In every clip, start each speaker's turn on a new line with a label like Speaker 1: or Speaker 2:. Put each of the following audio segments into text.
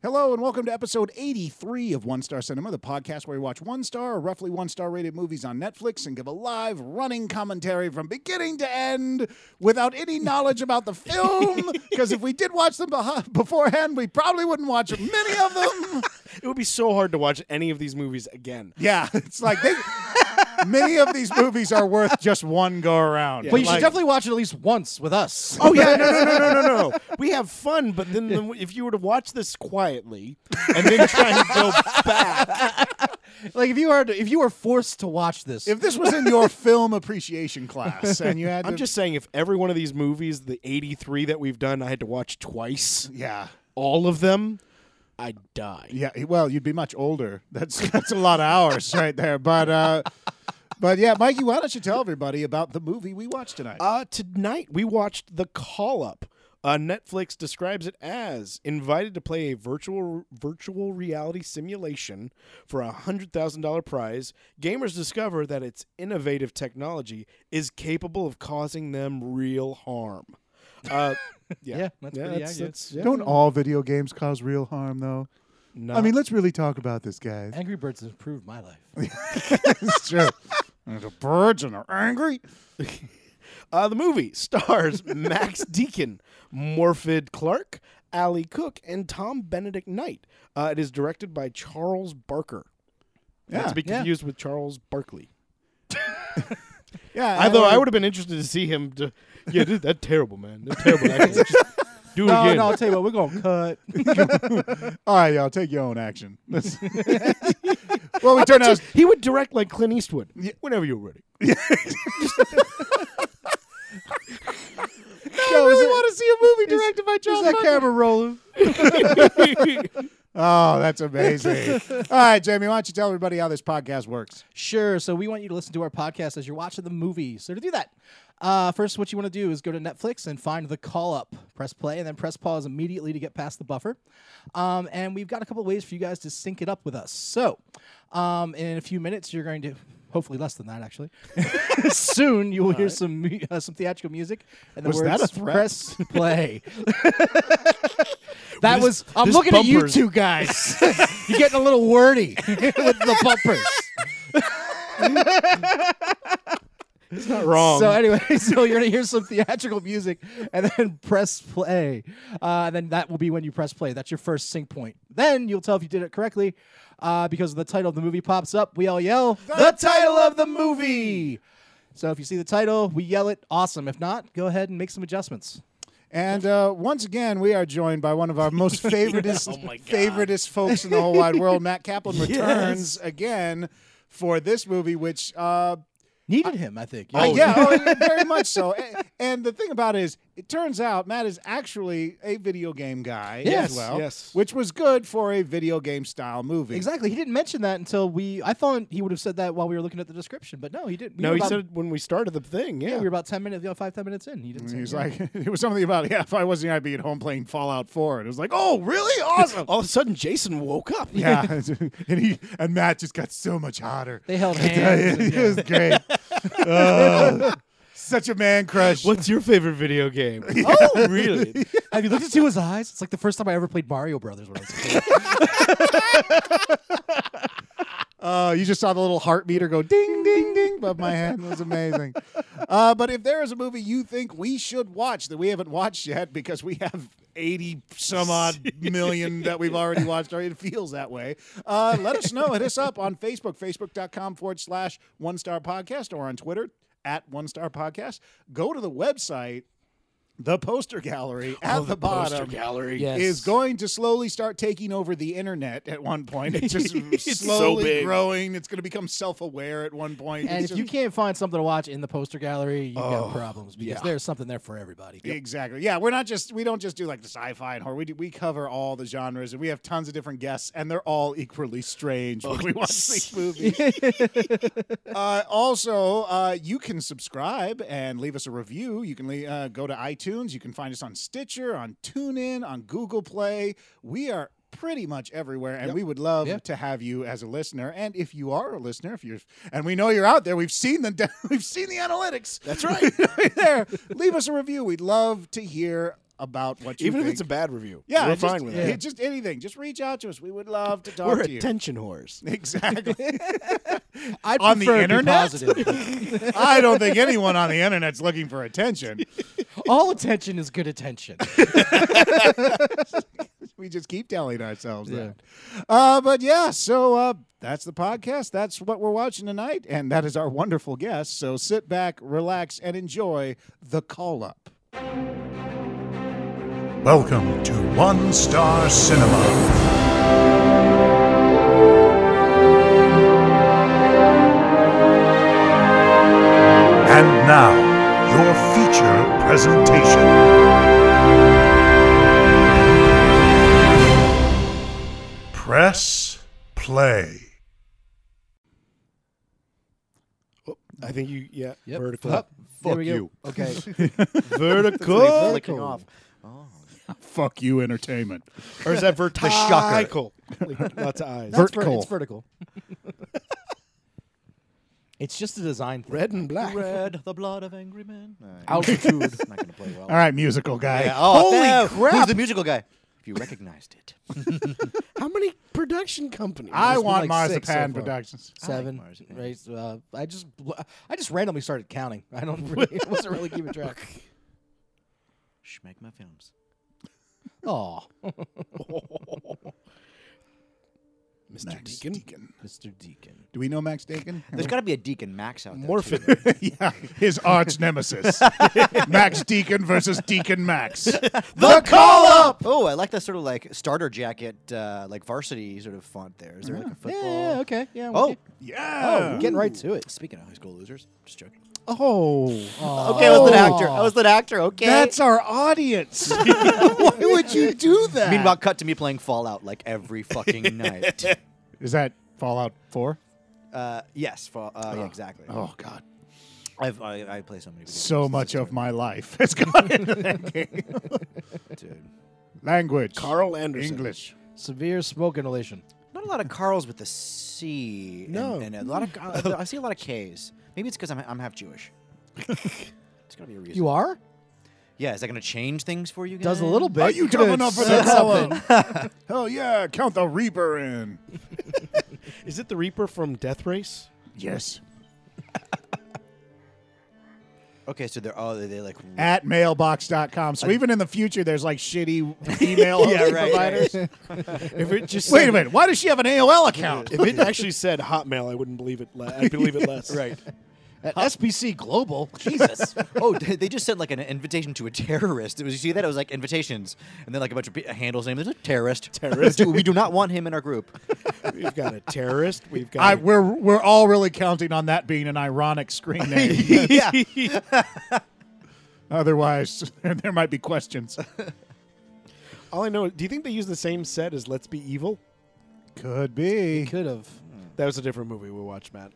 Speaker 1: Hello and welcome to episode 83 of One Star Cinema, the podcast where we watch one star or roughly one star rated movies on Netflix and give a live running commentary from beginning to end without any knowledge about the film. Because if we did watch them behi- beforehand, we probably wouldn't watch many of them.
Speaker 2: It would be so hard to watch any of these movies again.
Speaker 1: Yeah, it's like they, many of these movies are worth just one go around.
Speaker 2: Yeah.
Speaker 3: But you
Speaker 2: Like-
Speaker 3: should definitely watch it at least once with us.
Speaker 2: Oh yeah, no, no, no, no, no, no. We have fun, but then the, if you were to watch this quietly and then try and go back,
Speaker 3: like if you are if you were forced to watch this,
Speaker 1: If this was in your film appreciation class and you had to.
Speaker 2: I'm just saying, if every one of these movies, the 83 that we've done, I had to watch twice,
Speaker 1: Yeah.
Speaker 2: all of them, I'd die.
Speaker 1: Yeah, well, you'd be much older. That's that's a lot of hours right there. But uh, but yeah, Mikey, why don't you tell everybody about the movie we watched tonight?
Speaker 2: Uh, tonight we watched The Call Up. Uh, Netflix describes it as invited to play a virtual virtual reality simulation for a hundred thousand dollar prize. Gamers discover that its innovative technology is capable of causing them real harm. Uh, yeah.
Speaker 3: Yeah, that's pretty accurate.
Speaker 2: yeah.
Speaker 1: Don't all video games cause real harm, though?
Speaker 2: No.
Speaker 1: I mean, let's really talk about this, guys.
Speaker 3: Angry Birds has improved my life.
Speaker 1: it's true. The birds and they're angry.
Speaker 2: Uh, the movie stars Max Deacon, Morfid Clark, Ali Cook, and Tom Benedict Knight. Uh, it is directed by Charles Barker.
Speaker 1: Yeah,
Speaker 2: Not to be
Speaker 3: yeah.
Speaker 2: confused with Charles Barkley. uh,
Speaker 1: Yeah,
Speaker 2: Although I would have been interested to see him. To, yeah, dude, that terrible man. That terrible. actor. Just do it
Speaker 3: No,
Speaker 2: again.
Speaker 3: no, I'll tell you what, we're gonna cut.
Speaker 1: All right, y'all, take your own action. That's- well, we turned out.
Speaker 2: Just- he would direct like Clint Eastwood. Whenever you're ready.
Speaker 1: I really want to see a movie directed by John.
Speaker 3: that camera rolling?
Speaker 1: Oh, that's amazing. All right, Jamie, why don't you tell everybody how this podcast works?
Speaker 3: Sure. So we want you to listen to our podcast as you're watching the movie. So to do that, uh, first what you want to do is go to Netflix and find the call up, press play, and then press pause immediately to get past the buffer. Um, and we've got a couple ways for you guys to sync it up with us. So um, in a few minutes, you're going to. Hopefully less than that. Actually, soon you will hear some mu- uh, some theatrical music and the
Speaker 1: Was
Speaker 3: words
Speaker 1: that a threat?
Speaker 3: "press play." that
Speaker 2: This-
Speaker 3: was. I'm
Speaker 2: this
Speaker 3: looking
Speaker 2: bumper's-
Speaker 3: at you two guys. you're getting a little wordy with the bumpers.
Speaker 2: It's not wrong.
Speaker 3: So anyway, so you're gonna hear some theatrical music and then press play. Uh, and then that will be when you press play. That's your first sync point. Then you'll tell if you did it correctly uh, because the title of the movie pops up. We all yell the, title of the movie. So if you see the title, we yell it. Awesome. If not, go ahead and make some adjustments.
Speaker 1: And uh, once again, we are joined by one of our most favoritist, favoritist folks in the whole wide world. Matt Kaplan returns again for this movie, which, uh,
Speaker 3: Needed him, I think.
Speaker 1: uh, yeah, oh, very much so. A- And the thing about it is, it turns out Matt is actually a video game guy
Speaker 3: Yes,
Speaker 1: as well,
Speaker 2: yes.
Speaker 1: which was good for a video game style movie.
Speaker 3: Exactly. He didn't mention that until we. I thought he would have said that while we were looking at the description, but no, he didn't. We
Speaker 2: no,
Speaker 3: were
Speaker 2: he
Speaker 3: about-
Speaker 2: said it when we started the thing.
Speaker 3: yeah,
Speaker 2: Yeah.
Speaker 3: we were about ten minutes, you know, five ten minutes in. He
Speaker 1: And
Speaker 3: didn't. say
Speaker 1: He was
Speaker 3: anything.
Speaker 1: like, it was something about, yeah, if I wasn't here, I'd be at home playing Fallout 4. And it was like, oh, really? Awesome.
Speaker 2: All of a sudden, Jason woke up.
Speaker 1: yeah. and, he, and Matt just got so much hotter.
Speaker 3: they held hands. and-
Speaker 1: it was great. Oh, such a man crush.
Speaker 2: What's your favorite video game? oh, really?
Speaker 3: Have you looked into his eyes? It's like the first time I ever played Mario Brothers when I was a kid.
Speaker 1: Uh, you just saw the little heart meter go ding, ding, ding above my head. It was amazing. Uh, but if there is a movie you think we should watch that we haven't watched yet because we have 80 some odd million that we've already watched, or it feels that way, uh, let us know. Hit us up on Facebook, facebook.com forward slash one star podcast, or on Twitter at one star podcast. Go to the website. The poster gallery at Oh, the, bottom.
Speaker 2: gallery.
Speaker 3: Yes.
Speaker 1: is going to slowly start taking over the internet at one point. It's just
Speaker 2: It's so
Speaker 1: slowly
Speaker 2: big.
Speaker 1: growing. It's going to become self-aware at one point.
Speaker 3: And
Speaker 1: It's
Speaker 3: if you
Speaker 1: just-
Speaker 3: can't find something to watch in the poster gallery, you've got problems because
Speaker 2: yeah.
Speaker 3: there's something there for everybody.
Speaker 1: exactly, yeah, we're not just we don't just do like the sci-fi and horror. We do, we cover all the genres, and we have tons of different guests, and they're all equally strange when we watch these movies. uh, also, uh, you can subscribe and leave us a review. You can le- uh, go to iTunes. You can find us on Stitcher, on TuneIn, on Google Play. We are pretty much everywhere, and we would love
Speaker 3: Yeah.
Speaker 1: to have you as a listener. And if you are a listener, if you're and we know you're out there, we've seen the we've seen the analytics. That's right. there, leave us a review. We'd love to hear about what you
Speaker 2: Even if
Speaker 1: think.
Speaker 2: it's a bad review,
Speaker 1: yeah,
Speaker 2: we're
Speaker 1: just,
Speaker 2: fine with
Speaker 1: yeah,
Speaker 2: that.
Speaker 1: Just anything. Just reach out to us. We would love to talk
Speaker 4: We're
Speaker 1: to you.
Speaker 4: attention whores.
Speaker 1: exactly.
Speaker 3: I
Speaker 1: On the
Speaker 3: prefer to be
Speaker 1: internet?
Speaker 3: positive.
Speaker 1: I don't think anyone on the internet's looking for attention.
Speaker 3: All attention is good attention.
Speaker 1: we just keep telling ourselves that. Uh, but yeah, so uh, that's the podcast. That's what we're watching tonight, and that is our wonderful guest. So sit back, relax, and enjoy the call up.
Speaker 5: Welcome to One Star Cinema. And now, your feature presentation. Press play.
Speaker 2: I think you, yeah,
Speaker 3: Yep.
Speaker 2: vertical.
Speaker 3: Fuck. There
Speaker 2: Fuck
Speaker 3: we go.
Speaker 2: you.
Speaker 3: Okay.
Speaker 2: vertical.
Speaker 4: Flicking off.
Speaker 1: Fuck you, entertainment.
Speaker 2: or is that vertical?
Speaker 4: shocker.
Speaker 2: Lots of
Speaker 1: Vert-
Speaker 2: eyes.
Speaker 4: It's, ver-
Speaker 1: Vertical.
Speaker 4: it's vertical.
Speaker 3: It's just a design thing.
Speaker 2: Red and black.
Speaker 4: Red, the blood of angry men.
Speaker 3: Altitude.
Speaker 4: It's not going to play well.
Speaker 1: All right, musical guy.
Speaker 4: Yeah, oh,
Speaker 2: Holy
Speaker 4: damn. Who's
Speaker 2: crap.
Speaker 4: the musical guy? If you recognized it.
Speaker 2: How many production companies?
Speaker 1: I
Speaker 3: There's been
Speaker 1: want
Speaker 3: like six so
Speaker 1: Marzipan
Speaker 3: far.
Speaker 1: Productions.
Speaker 3: Seven.
Speaker 4: Mars, yeah.
Speaker 3: right, uh, I just I just randomly started counting. I don't really, I wasn't really keeping track.
Speaker 4: Schmeck my films.
Speaker 3: Oh,
Speaker 2: Mr.
Speaker 1: Max
Speaker 2: Deacon.
Speaker 3: Mr. Deacon.
Speaker 1: Do we know Max Deacon?
Speaker 4: There's got to be a Deacon Max out there. too,
Speaker 2: Morphin.
Speaker 4: right?
Speaker 1: yeah, his arch nemesis, Max Deacon versus Deacon Max.
Speaker 4: The call up. Oh, I like that sort of like starter jacket, uh, like varsity sort of font. There is there like a football?
Speaker 3: Yeah, yeah, okay. Yeah.
Speaker 4: Oh,
Speaker 1: Yeah.
Speaker 3: getting right to it.
Speaker 4: speaking of high school losers, just joking.
Speaker 1: Oh,
Speaker 4: Okay, I was an actor. I was an actor. Okay.
Speaker 1: that's our audience. Why would you do that?
Speaker 4: Meanwhile, cut to me playing Fallout like every fucking night.
Speaker 1: Is that Fallout 4?
Speaker 4: Uh, yes, fall, uh, yeah, exactly.
Speaker 1: Oh, God.
Speaker 4: I've, I, I play so many. video
Speaker 1: So
Speaker 4: games.
Speaker 1: much of my life has gone into that game.
Speaker 4: Dude.
Speaker 1: Language.
Speaker 2: Carl Anderson.
Speaker 1: English.
Speaker 3: Severe smoke inhalation.
Speaker 4: Not a lot of Carls with the C. and-
Speaker 2: No.
Speaker 4: and, a lot of uh, I see a lot of K's. Maybe it's because I'm, I'm half Jewish. It's gotta be a reason.
Speaker 3: You are?
Speaker 4: Yeah, is that gonna change things for you guys?
Speaker 3: Does a little bit.
Speaker 1: Are you dumb
Speaker 3: Could've
Speaker 1: enough for
Speaker 3: said
Speaker 1: the call-up? Hell yeah, count the Reaper in.
Speaker 2: Is it the Reaper from Death Race?
Speaker 1: Yes.
Speaker 4: Okay, so they're oh they, they like
Speaker 1: At mailbox.com. So even in the future, there's like shitty email hosting
Speaker 4: right,
Speaker 1: providers.
Speaker 2: If it just
Speaker 1: Wait
Speaker 2: said-
Speaker 1: a minute. Why does she have an AOL account?
Speaker 2: If it actually said Hotmail, I wouldn't believe it. Le- I believe it less. right.
Speaker 3: At SBC Global. Jesus.
Speaker 4: oh they they just sent like an invitation to a terrorist. It was you see that it was like invitations and then like a bunch of pe- handles named there's a terrorist. Terrorist. we do not want him in our group.
Speaker 2: We've got a terrorist. We've got.
Speaker 1: I,
Speaker 2: a-
Speaker 1: we're we're all really counting on that being an ironic screen name.
Speaker 4: yeah.
Speaker 1: Otherwise, there might be questions.
Speaker 2: all I know. Do you think they use the same set as Let's Be Evil?
Speaker 1: Could be.
Speaker 3: Could have.
Speaker 2: That was a different movie we watched, Matt.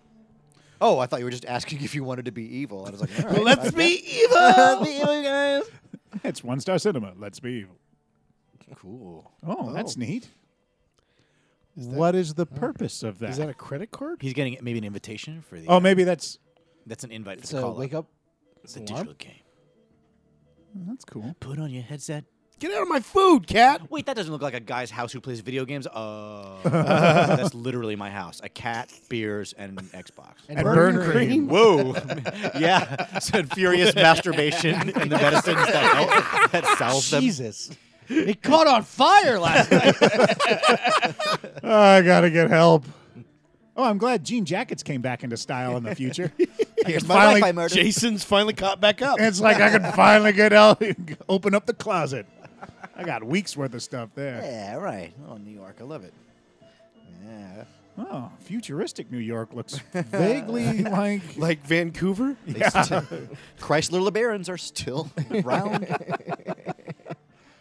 Speaker 4: Oh, I thought you were just asking if you wanted to be evil. I was like, all right.
Speaker 2: Let's Be Evil.
Speaker 4: Let's be evil, guys.
Speaker 1: It's one star cinema. Let's be evil.
Speaker 4: Cool.
Speaker 1: Oh, that's neat. what is the purpose of that?
Speaker 2: Oh. Is that a credit card?
Speaker 4: He's getting maybe an invitation for the.
Speaker 1: oh, maybe that's
Speaker 4: that's an invite for
Speaker 3: It's
Speaker 4: the
Speaker 3: a
Speaker 4: call
Speaker 3: wake up.
Speaker 4: It's a
Speaker 3: alarm?
Speaker 4: digital game.
Speaker 1: that's cool.
Speaker 4: Put on your headset.
Speaker 2: Get out of my food, cat.
Speaker 4: Wait, that doesn't look like a guy's house who plays video games. Uh, that's literally my house. A cat, beers, and an Xbox.
Speaker 1: And
Speaker 3: burn
Speaker 1: burn, cream.
Speaker 4: Whoa. yeah. So furious masturbation and the medicines that help that sells them.
Speaker 3: Jesus. It caught on fire last night.
Speaker 1: Oh, I gotta get help. Oh, I'm glad jean jackets came back into style in the future.
Speaker 4: Here's
Speaker 1: my finally- wife I
Speaker 4: murdered.
Speaker 2: Jason's finally caught back up.
Speaker 1: it's like I can finally get out, open up the closet. I got weeks worth of stuff there.
Speaker 4: Yeah, right. Oh, New York. I love it. Yeah.
Speaker 1: Oh, futuristic New York looks vaguely like
Speaker 2: Like Vancouver.
Speaker 4: They st- Chrysler LeBarons are still around.
Speaker 3: Well,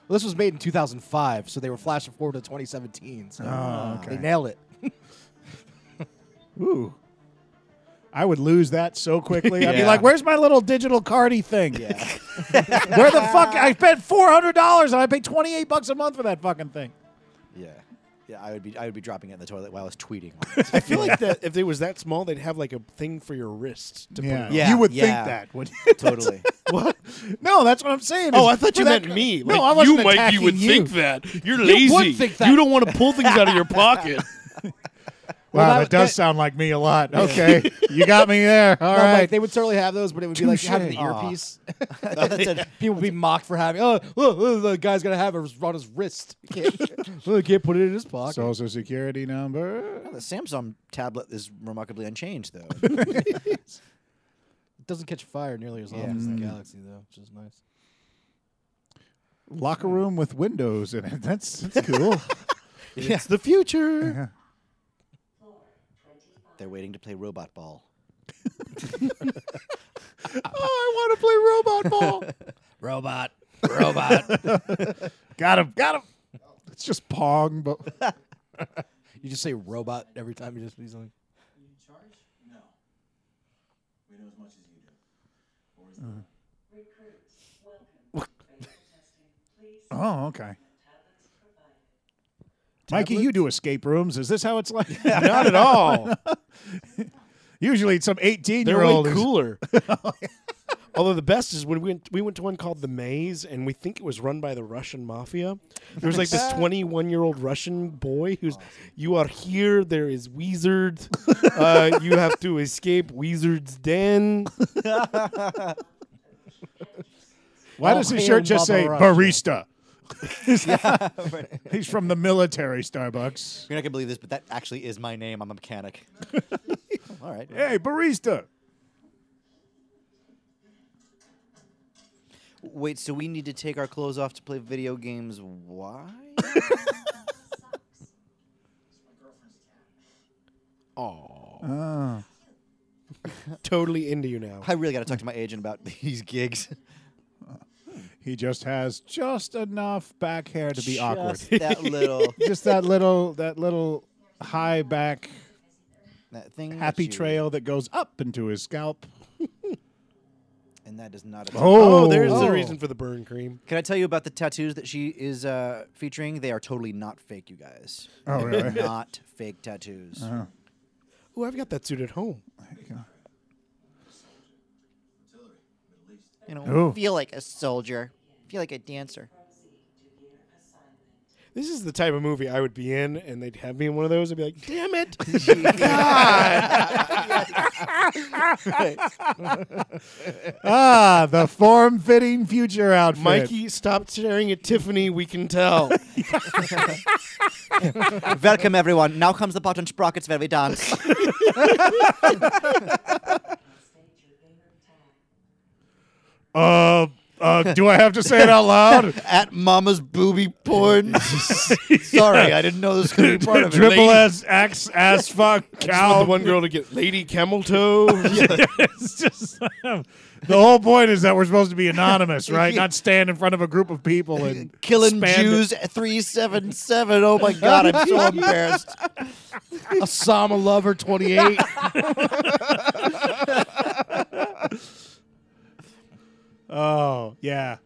Speaker 3: this was made in 2005, so they were flashing forward to 2017. So uh, they nailed it.
Speaker 1: Ooh. I would lose that so quickly. I'd be
Speaker 4: Yeah.
Speaker 1: like, "Where's my little digital cardy thing? Where the fuck? I spent four hundred dollars and I pay twenty eight bucks a month for that fucking thing.
Speaker 4: yeah. yeah, I would be I would be dropping it in the toilet while I was tweeting.
Speaker 2: I feel like that if it was that small, they'd have like a thing for your wrist to put it
Speaker 1: Yeah.
Speaker 2: on.
Speaker 4: Yeah,
Speaker 1: you would
Speaker 4: yeah.
Speaker 1: think that. Would
Speaker 4: totally.
Speaker 1: what? No, that's what I'm saying.
Speaker 2: Oh,
Speaker 1: is
Speaker 2: I thought you
Speaker 1: for that-
Speaker 2: meant me.
Speaker 1: No,
Speaker 2: Like,
Speaker 1: I wasn't
Speaker 2: you, Mike, you
Speaker 1: attacking
Speaker 2: would
Speaker 1: you.
Speaker 2: think that. You're lazy. You,
Speaker 3: would think that.
Speaker 2: don't want to pull things out of your pocket.
Speaker 1: Wow,
Speaker 3: Well,
Speaker 1: that,
Speaker 3: that-
Speaker 1: does
Speaker 3: that-
Speaker 1: sound like me a lot. Okay, you got me there. All
Speaker 3: No, like,
Speaker 1: right.
Speaker 3: they would certainly have those, but it would be like having the
Speaker 4: Touche. Aw.
Speaker 3: earpiece. People would be mocked for having. Oh, oh, oh, the guy's gonna have it on his wrist. Can't, oh, can't put it in his pocket.
Speaker 1: Social security number.
Speaker 4: Oh, the Samsung tablet is remarkably unchanged though.
Speaker 3: it doesn't catch fire nearly as often as the Galaxy, though, which is nice.
Speaker 1: Locker room with windows in it. That's, that's cool.
Speaker 2: It's the future.
Speaker 4: They're waiting to play robot ball.
Speaker 1: oh, I want to play robot ball.
Speaker 3: Robot, robot.
Speaker 1: got him. Got him. It's just pong, but
Speaker 3: you just say robot every time you just do something.
Speaker 6: Recruits, welcome. Beta testing, please.
Speaker 1: oh, okay.
Speaker 6: Tablets provided.
Speaker 1: Mikey, you do escape rooms. Is this how it's like?
Speaker 2: Not at all.
Speaker 1: Usually, it's some
Speaker 2: They're way
Speaker 1: eighteen-year-old.
Speaker 2: cooler. Although the best is when we went, we went to one called the Maze, and we think it was run by the Russian mafia. There was like this 21 year old Russian boy who's, "You are here. There is wizard. uh, you have to escape wizard's den."
Speaker 1: Why does his
Speaker 3: hail
Speaker 1: shirt just
Speaker 3: Baba
Speaker 1: say
Speaker 3: Russia.
Speaker 1: barista? He's from the military Starbucks.
Speaker 4: You're not gonna believe this, but that actually is my name. I'm a mechanic. All right.
Speaker 1: Hey, barista.
Speaker 4: Wait, so we need to take our clothes off to play video games? Why?
Speaker 2: totally into you now.
Speaker 4: I really gotta talk to my agent about these gigs.
Speaker 1: He just has just enough back hair to be awkward.
Speaker 4: Just that little
Speaker 1: just that little that little high back
Speaker 4: that thing. that
Speaker 1: happy
Speaker 4: you-
Speaker 1: trail that goes up into his scalp.
Speaker 4: And that does not.
Speaker 2: Oh, there's
Speaker 1: Oh.
Speaker 2: the reason for the burn cream.
Speaker 4: Can I tell you about the tattoos that she is uh, featuring? They are totally not fake, you guys.
Speaker 1: Oh,
Speaker 4: They're
Speaker 1: really? Uh-huh.
Speaker 4: not fake tattoos.
Speaker 2: Oh, I've got that suit at home.
Speaker 4: You know,
Speaker 1: Ooh.
Speaker 4: feel like a soldier. Feel like a dancer.
Speaker 2: This is the type of movie I would be in, and they'd have me in one of those. I'd be like, "Damn it!"
Speaker 1: ah, the form-fitting future outfit.
Speaker 2: Mikey, stop staring at Tiffany. We can tell.
Speaker 4: Welcome, everyone. Now comes the part on sprockets where we dance.
Speaker 6: State your favorite tag.
Speaker 1: Uh, uh, do I have to say it out loud?
Speaker 4: At Mama's booby porn. Sorry, I didn't know this could be part of it.
Speaker 1: Triple
Speaker 4: lady.
Speaker 1: S X ass fuck
Speaker 2: I
Speaker 1: cow.
Speaker 2: want the one girl to get Lady Camel Toe.
Speaker 1: it's just um, the whole point is that we're supposed to be anonymous, right? Not stand in front of a group of people and
Speaker 4: Killing
Speaker 1: span-
Speaker 4: Jews 377. Oh my God, I'm so embarrassed.
Speaker 3: Osama Lover 28.
Speaker 1: Oh yeah,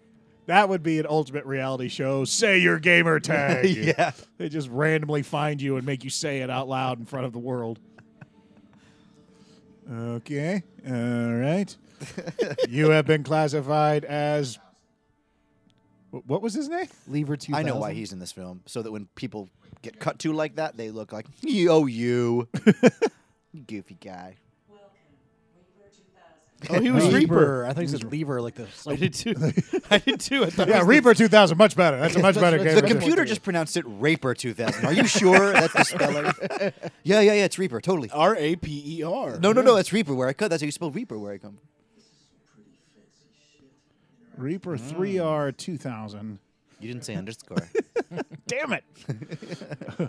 Speaker 1: that would be an ultimate reality show. Say your gamer tag.
Speaker 4: Yeah.
Speaker 1: they just randomly find you and make you say it out loud in front of the world. Okay, all right. you have been classified as. wh- What was his name?
Speaker 3: Lever 2000.
Speaker 4: I know why he's in this film. So that when people get cut to like that, they look like, yo, you. You Goofy guy.
Speaker 6: Welcome, Reaper 2000.
Speaker 2: oh, he was
Speaker 3: Reaper.
Speaker 2: Reaper.
Speaker 3: I think he said Lever, like the.
Speaker 2: I did too. I did too. I thought
Speaker 1: Yeah, Reaper 2000, much better. That's a much better game.
Speaker 4: The computer just pronounced it Raper 2000. Are you sure that's the spelling? yeah, yeah, yeah. It's Reaper. Totally.
Speaker 2: R A P E R.
Speaker 4: No, no, no. It's Reaper where I cut. That's how you spell Reaper where I come.
Speaker 1: Reaper 3R 2000.
Speaker 4: You didn't say underscore.
Speaker 1: Damn it.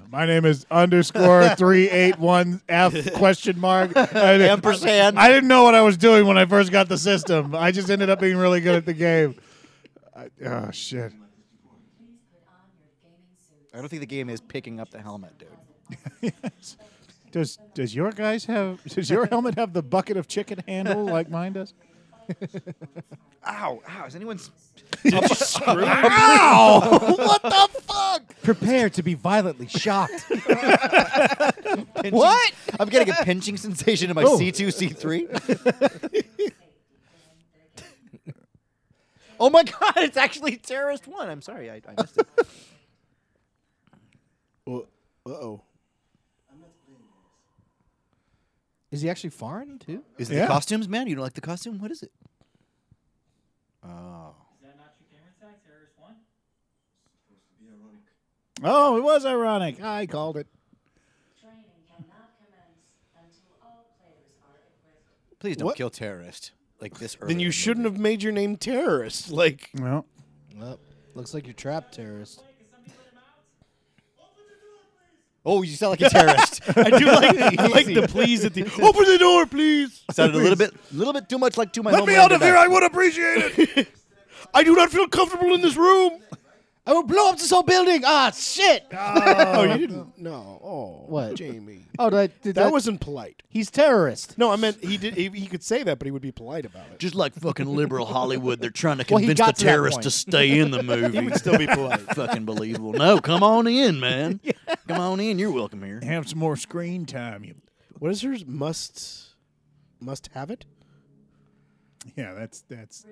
Speaker 1: My name is underscore 381F question mark. I didn't-
Speaker 4: Ampersand.
Speaker 1: I didn't know what I was doing when I first got the system. I just ended up being really good at the game. I, oh, shit.
Speaker 6: Please put on your gaming suit.
Speaker 4: I don't think the game is picking up the helmet, dude.
Speaker 1: Does does your guys have does your helmet have the bucket of chicken handle like mine does?
Speaker 4: Ow, ow, is anyone's Ah!
Speaker 1: Ow! what the fuck?
Speaker 3: Prepare to be violently shocked.
Speaker 4: pinching-
Speaker 3: What?
Speaker 4: I'm getting a pinching sensation in my
Speaker 3: Oh.
Speaker 4: C2, C3.
Speaker 6: Safety and
Speaker 4: Oh my god, it's actually Terrorist 1. I'm sorry, I, I missed it.
Speaker 2: Well, uh oh.
Speaker 3: Is he actually foreign too?
Speaker 4: Is it
Speaker 1: Yeah.
Speaker 4: the costumes, man? You don't like the costume? What is it?
Speaker 7: Is that not your camera tag, Terrorist One?
Speaker 1: Oh, it was ironic. I called it.
Speaker 6: Training cannot commence until all players are equipped.
Speaker 4: Please don't
Speaker 2: What?
Speaker 4: kill Terrorist like this early.
Speaker 2: Then you shouldn't have made your name terrorist. Like,
Speaker 1: Well,
Speaker 3: Well, looks like you're trapped, terrorist.
Speaker 4: Oh, you sound like a terrorist. I do like that.
Speaker 2: I like the please at the open the door, please.
Speaker 4: Sounded a little bit, little bit too much like to my
Speaker 2: Let me out
Speaker 4: Homeland
Speaker 2: of here.
Speaker 4: Invest.
Speaker 2: I would appreciate it. I do not feel comfortable in this room.
Speaker 3: I will blow up this whole building. Ah, shit.
Speaker 2: Oh, you didn't. No. Oh,
Speaker 3: What?
Speaker 2: Jamie?
Speaker 3: Oh, did I, did
Speaker 2: That wasn't polite.
Speaker 3: He's terrorist.
Speaker 2: No, I meant he did. He, he could say that, but he would be polite about it.
Speaker 4: Just like fucking liberal Hollywood, they're trying to
Speaker 3: Well, he
Speaker 4: convince
Speaker 3: got
Speaker 4: the
Speaker 3: to that
Speaker 4: terrorists to
Speaker 3: point.
Speaker 4: stay in the movie.
Speaker 2: He would still be polite.
Speaker 4: fucking believable. No, come on in, man. Come on in. You're welcome here.
Speaker 1: have some more screen time. You.
Speaker 2: What is yours? Must must have it.
Speaker 1: Yeah, that's that's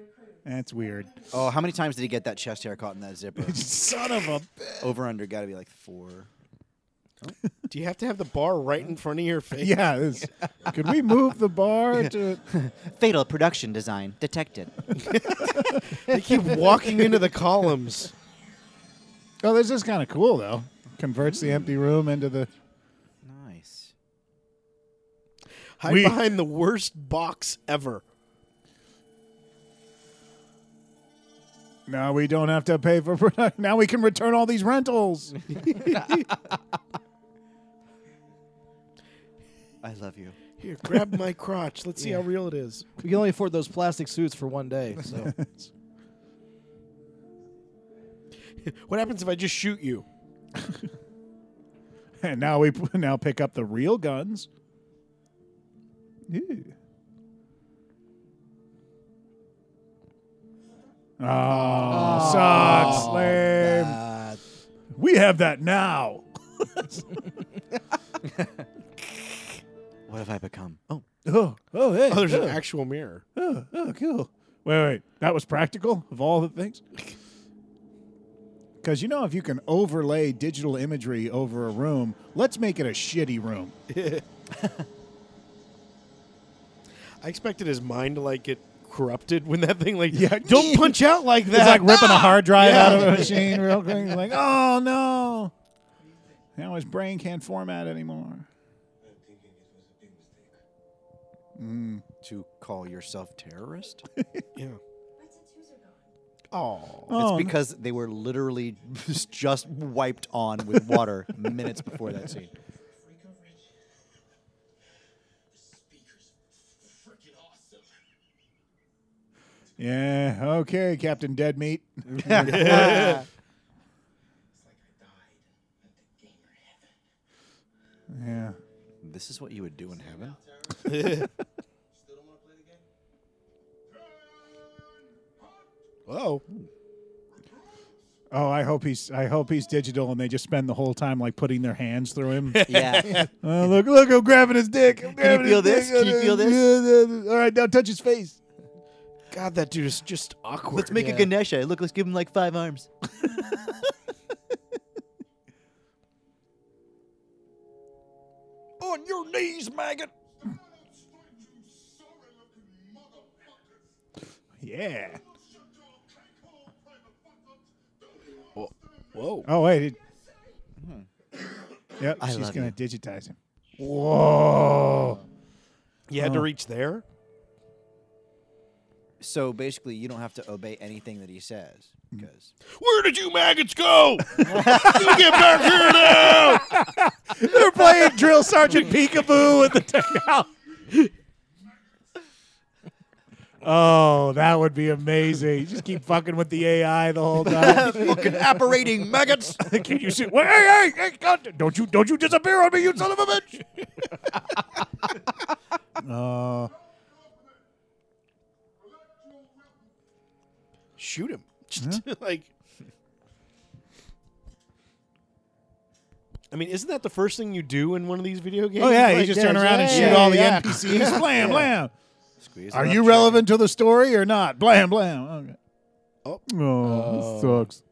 Speaker 1: that's weird.
Speaker 4: Oh, how many times did he get that chest hair caught in that zipper?
Speaker 1: Son of a. bitch.
Speaker 4: Over under got to be like four.
Speaker 2: Do you have to have the bar right in front of your face?
Speaker 1: Yeah. This, could we move the bar to?
Speaker 4: Fatal production design detected.
Speaker 2: They keep walking into the columns.
Speaker 1: Oh, this is kind of cool though. Converts the empty room into the.
Speaker 4: Nice.
Speaker 2: Hide
Speaker 1: We-
Speaker 2: behind the worst box ever.
Speaker 1: Now we don't have to pay for product. Now we can return all these rentals.
Speaker 4: I love you.
Speaker 2: Here, grab my crotch. Let's see how real it is.
Speaker 3: We can only afford those plastic suits for one day. So
Speaker 2: What happens if I just shoot you?
Speaker 1: and now we p- now pick up the real guns. Ew. Oh, Ah, sucks, lame.
Speaker 3: uh,
Speaker 1: We have that now.
Speaker 4: What have I become? Oh,
Speaker 1: Oh, oh, hey.
Speaker 2: Oh, there's an actual mirror.
Speaker 1: oh, oh, cool. Wait, wait. That was practical of all the things? Because you know, if you can overlay digital imagery over a room, let's make it a shitty room.
Speaker 2: I expected his mind to like get corrupted when that thing like
Speaker 1: Yeah.
Speaker 2: don't punch out like
Speaker 1: It's
Speaker 2: that.
Speaker 1: like Ah! ripping a hard drive out of a machine real quick. It's like, oh, no. Now his brain can't format anymore.
Speaker 4: to call yourself terrorist?
Speaker 2: yeah.
Speaker 6: Where's its user gone?
Speaker 2: Oh.
Speaker 1: Oh,
Speaker 4: it's because they were literally just wiped on with water minutes before that scene.
Speaker 1: Yeah, okay, Captain Dead Meat. Yeah.
Speaker 4: This is what you would do in heaven.
Speaker 2: Whoa.
Speaker 1: Oh, I hope he's I hope he's digital and they just spend the whole time like putting their hands through him.
Speaker 4: Yeah.
Speaker 1: oh, look, look, I'm grabbing his dick. I'm grabbing
Speaker 4: feel
Speaker 1: his
Speaker 4: this?
Speaker 1: dick.
Speaker 4: Can you feel
Speaker 1: this? All right, now touch his face.
Speaker 2: God, that dude is just awkward.
Speaker 4: let's make
Speaker 3: Yeah.
Speaker 4: a Ganesha. Look, let's give him like five arms.
Speaker 2: on your knees, maggot.
Speaker 1: Yeah.
Speaker 2: Whoa.
Speaker 1: Oh wait. It, yep,
Speaker 4: Hmm. I
Speaker 1: she's
Speaker 4: love
Speaker 1: gonna
Speaker 4: you.
Speaker 1: digitize him. Whoa.
Speaker 2: You
Speaker 1: Uh.
Speaker 2: had to reach there.
Speaker 4: So basically, you don't have to obey anything that he says because
Speaker 2: Where did you maggots go? you get back here now.
Speaker 1: They're playing Drill Sergeant Peekaboo with the technology. Oh, that would be amazing. You just keep fucking with the AI the whole time.
Speaker 4: fucking apparating maggots.
Speaker 1: Can you see? Well, hey, hey, hey, God, don't you don't you disappear on me, you son of a bitch. Oh.
Speaker 2: shoot him. like, I mean, isn't that the first thing you do in one of these video games?
Speaker 1: Oh yeah, you
Speaker 2: Like,
Speaker 1: just turn around and
Speaker 2: yeah,
Speaker 1: shoot
Speaker 2: yeah,
Speaker 1: all the
Speaker 2: yeah.
Speaker 1: NPCs. Blam blam.
Speaker 4: Squeeze it
Speaker 1: Are
Speaker 4: up,
Speaker 1: you
Speaker 4: Chuck.
Speaker 1: relevant to the story or not? Blam blam. Okay.
Speaker 2: Oh.
Speaker 1: oh, this sucks.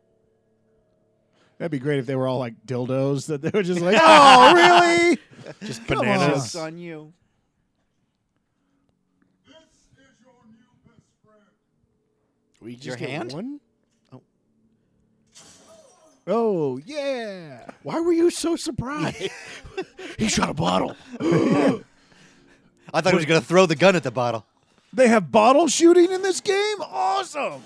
Speaker 1: That'd be great if they were all like dildos. That they were just like, oh really?
Speaker 2: Just
Speaker 1: Come
Speaker 2: bananas.
Speaker 1: on.
Speaker 4: on you.
Speaker 2: We just
Speaker 4: Your
Speaker 2: get
Speaker 4: hand?
Speaker 2: One?
Speaker 1: Oh yeah.
Speaker 2: Why were you so surprised? he shot a bottle.
Speaker 4: I thought he was gonna throw the gun at the bottle.
Speaker 1: They have bottle shooting in this game. Awesome.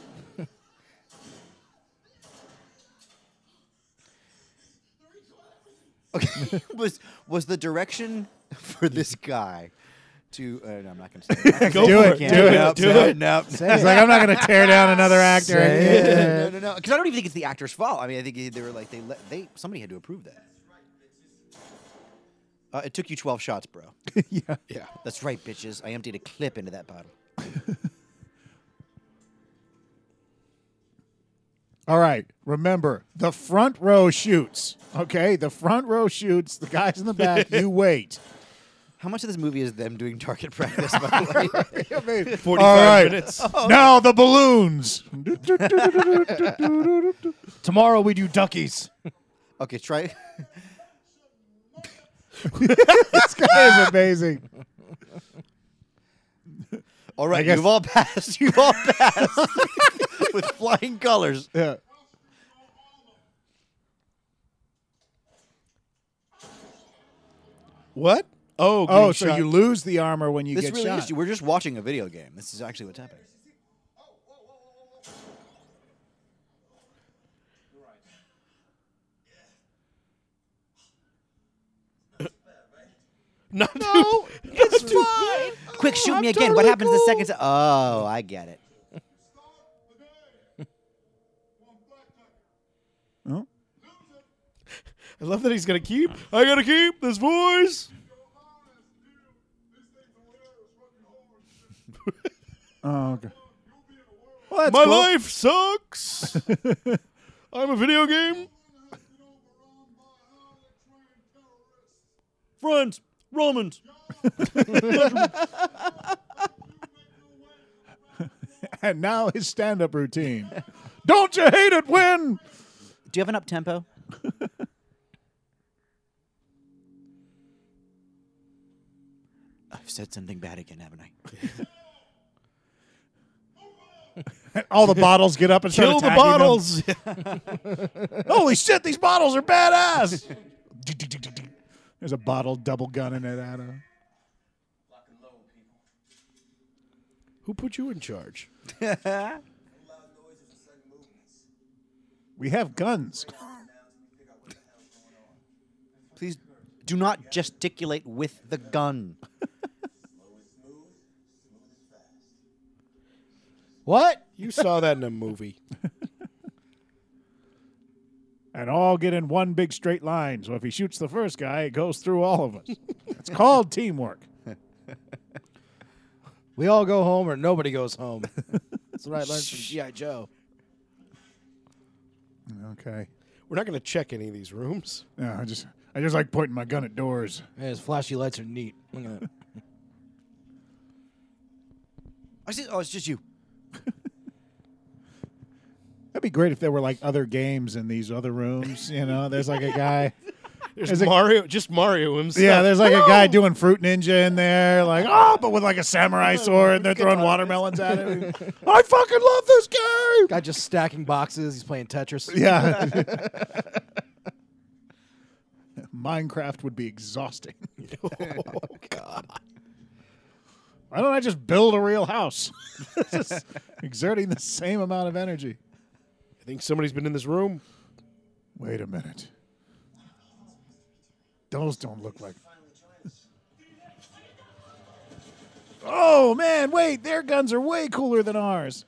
Speaker 4: Okay, was was the direction for this guy to? Uh, no, I'm not gonna say. it.
Speaker 1: Go do it.
Speaker 4: Can't.
Speaker 1: Do it.
Speaker 4: Nope,
Speaker 1: Do
Speaker 4: nope,
Speaker 1: it.
Speaker 4: nope.
Speaker 1: He's like, I'm not gonna tear down another actor.
Speaker 4: no, no, no. Because I don't even think it's the actor's fault. I mean, I think they were like they let they somebody had to approve that. Uh, it took you 12 shots, bro.
Speaker 2: Yeah.
Speaker 4: That's right, bitches. I emptied a clip into that bottle.
Speaker 1: All right. Remember, the front row shoots. Okay, the front row shoots. The guys in the back, you wait.
Speaker 4: How much of this movie is them doing target practice? By the way,
Speaker 1: I mean,
Speaker 2: 45
Speaker 1: All right.
Speaker 2: minutes.
Speaker 1: Now the balloons.
Speaker 8: Tomorrow we do duckies.
Speaker 4: okay, try.
Speaker 1: this guy is amazing.
Speaker 4: All right,
Speaker 1: guess-
Speaker 4: you've all passed. You've all passed with flying colors.
Speaker 1: Yeah.
Speaker 2: What? Oh,
Speaker 1: Oh,
Speaker 2: green
Speaker 1: so
Speaker 2: shot.
Speaker 1: you lose the armor when you
Speaker 4: This
Speaker 1: get
Speaker 4: really
Speaker 1: shot.
Speaker 4: is. We're just watching a video game. This is actually what's happening.
Speaker 2: Not no, it's fine.
Speaker 4: Quick, shoot me again. what happens the second time? Oh, I get it.
Speaker 2: I love that he's gonna keep. I gotta keep this voice.
Speaker 1: oh, okay. Well, that's
Speaker 2: My
Speaker 1: cool.
Speaker 2: life sucks. I'm a video game.
Speaker 4: Friends, Romans.
Speaker 1: And now his stand-up routine. Don't you hate it when?
Speaker 4: Do you have an up tempo? I've said something bad again, haven't I?
Speaker 1: All the bottles get up and start
Speaker 2: Kill the
Speaker 1: attacking them.
Speaker 2: bottles.
Speaker 1: Holy shit, these bottles are badass. There's a bottle double gunning it at him.
Speaker 2: Who put you in charge?
Speaker 1: We have guns.
Speaker 4: Please do not gesticulate with the gun.
Speaker 3: What?
Speaker 2: You saw that in a movie.
Speaker 1: And all get in one big straight line. So if he shoots the first guy, it goes through all of us. it's called teamwork.
Speaker 3: We all go home or nobody goes home. That's what I learned from G.I. Joe.
Speaker 1: Okay.
Speaker 2: We're not gonna check any of these rooms.
Speaker 1: No, I just I just like pointing my gun at doors.
Speaker 3: Man, his flashy lights are neat. Look at that.
Speaker 4: I see. Oh, it's just you.
Speaker 1: That'd be great if there were like other games in these other rooms. You know, there's like a guy.
Speaker 2: There's
Speaker 1: Is it-
Speaker 2: Mario, just Mario himself.
Speaker 1: Yeah, there's like a guy doing Fruit Ninja in there, like oh, but with like a samurai sword, and they're throwing watermelons at him. I fucking love this game.
Speaker 3: Guy just stacking boxes. He's playing Tetris.
Speaker 1: Yeah. Minecraft would be exhausting. oh god. Why don't I just build a real house? Just exerting the same amount of energy.
Speaker 2: I think somebody's been in this room.
Speaker 1: Wait a minute. Those don't look like Oh man, wait, their guns are way cooler than ours.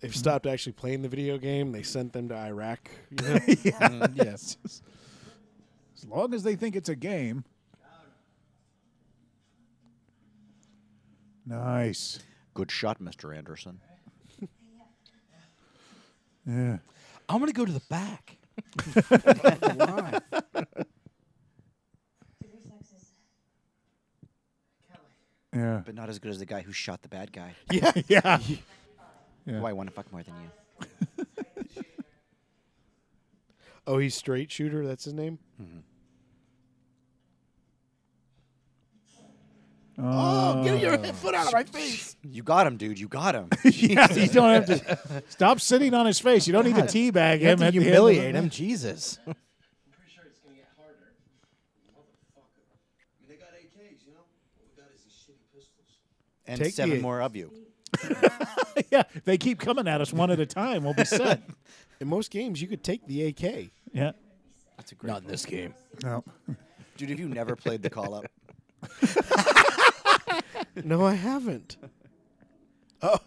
Speaker 2: They've
Speaker 1: Mm-hmm.
Speaker 2: stopped actually playing the video game. They sent them to Iraq. You know?
Speaker 1: yes. As long as they think it's a game. Nice.
Speaker 4: Good shot, Mr. Anderson.
Speaker 3: I'm gonna go to the back.
Speaker 6: Your reflexes. Kelly.
Speaker 1: Yeah.
Speaker 4: but not as good as the guy who shot the bad guy.
Speaker 2: Yeah, yeah.
Speaker 1: Yeah.
Speaker 4: Who I want to fuck more than you.
Speaker 2: Oh, he's straight shooter. That's his name.
Speaker 3: Mm-hmm.
Speaker 2: Oh, get your
Speaker 1: Uh.
Speaker 2: foot out of my face!
Speaker 4: You got him, dude. You got him.
Speaker 1: yeah. You don't have to stop sitting on his face. You don't need to teabag him. at the end of the-
Speaker 3: him, Jesus.
Speaker 9: I'm pretty sure it's gonna get harder. Motherfucker. I mean, they got AKs, you know? What we got is these shitty pistols.
Speaker 4: and
Speaker 2: Take
Speaker 4: seven
Speaker 2: the-
Speaker 4: more of you.
Speaker 1: yeah. They keep coming at us one at a time. We'll be set.
Speaker 2: In most games, you could take the AK.
Speaker 1: yeah.
Speaker 4: That's a great.
Speaker 3: in this game.
Speaker 1: No.
Speaker 4: Dude, have you never played the call up?
Speaker 2: No, I haven't. Oh,
Speaker 3: Oh.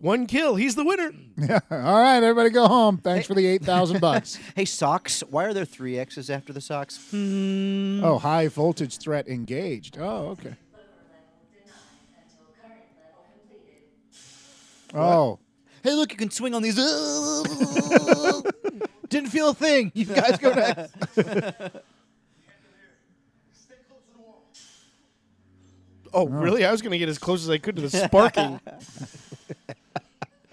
Speaker 2: one kill. He's the winner.
Speaker 1: All right, everybody go home. Thanks for the 8,000 bucks.
Speaker 4: Hey, socks. Why are there three X's after the socks?
Speaker 1: Oh, high voltage threat engaged. Oh, okay.
Speaker 6: Lower level denied until current level completed.
Speaker 1: Oh.
Speaker 4: Hey, look, you can swing on these.
Speaker 3: Didn't feel a thing. You guys go next.
Speaker 9: Stay close to the wall.
Speaker 2: Oh, really? I was going to get as close as I could to the sparking.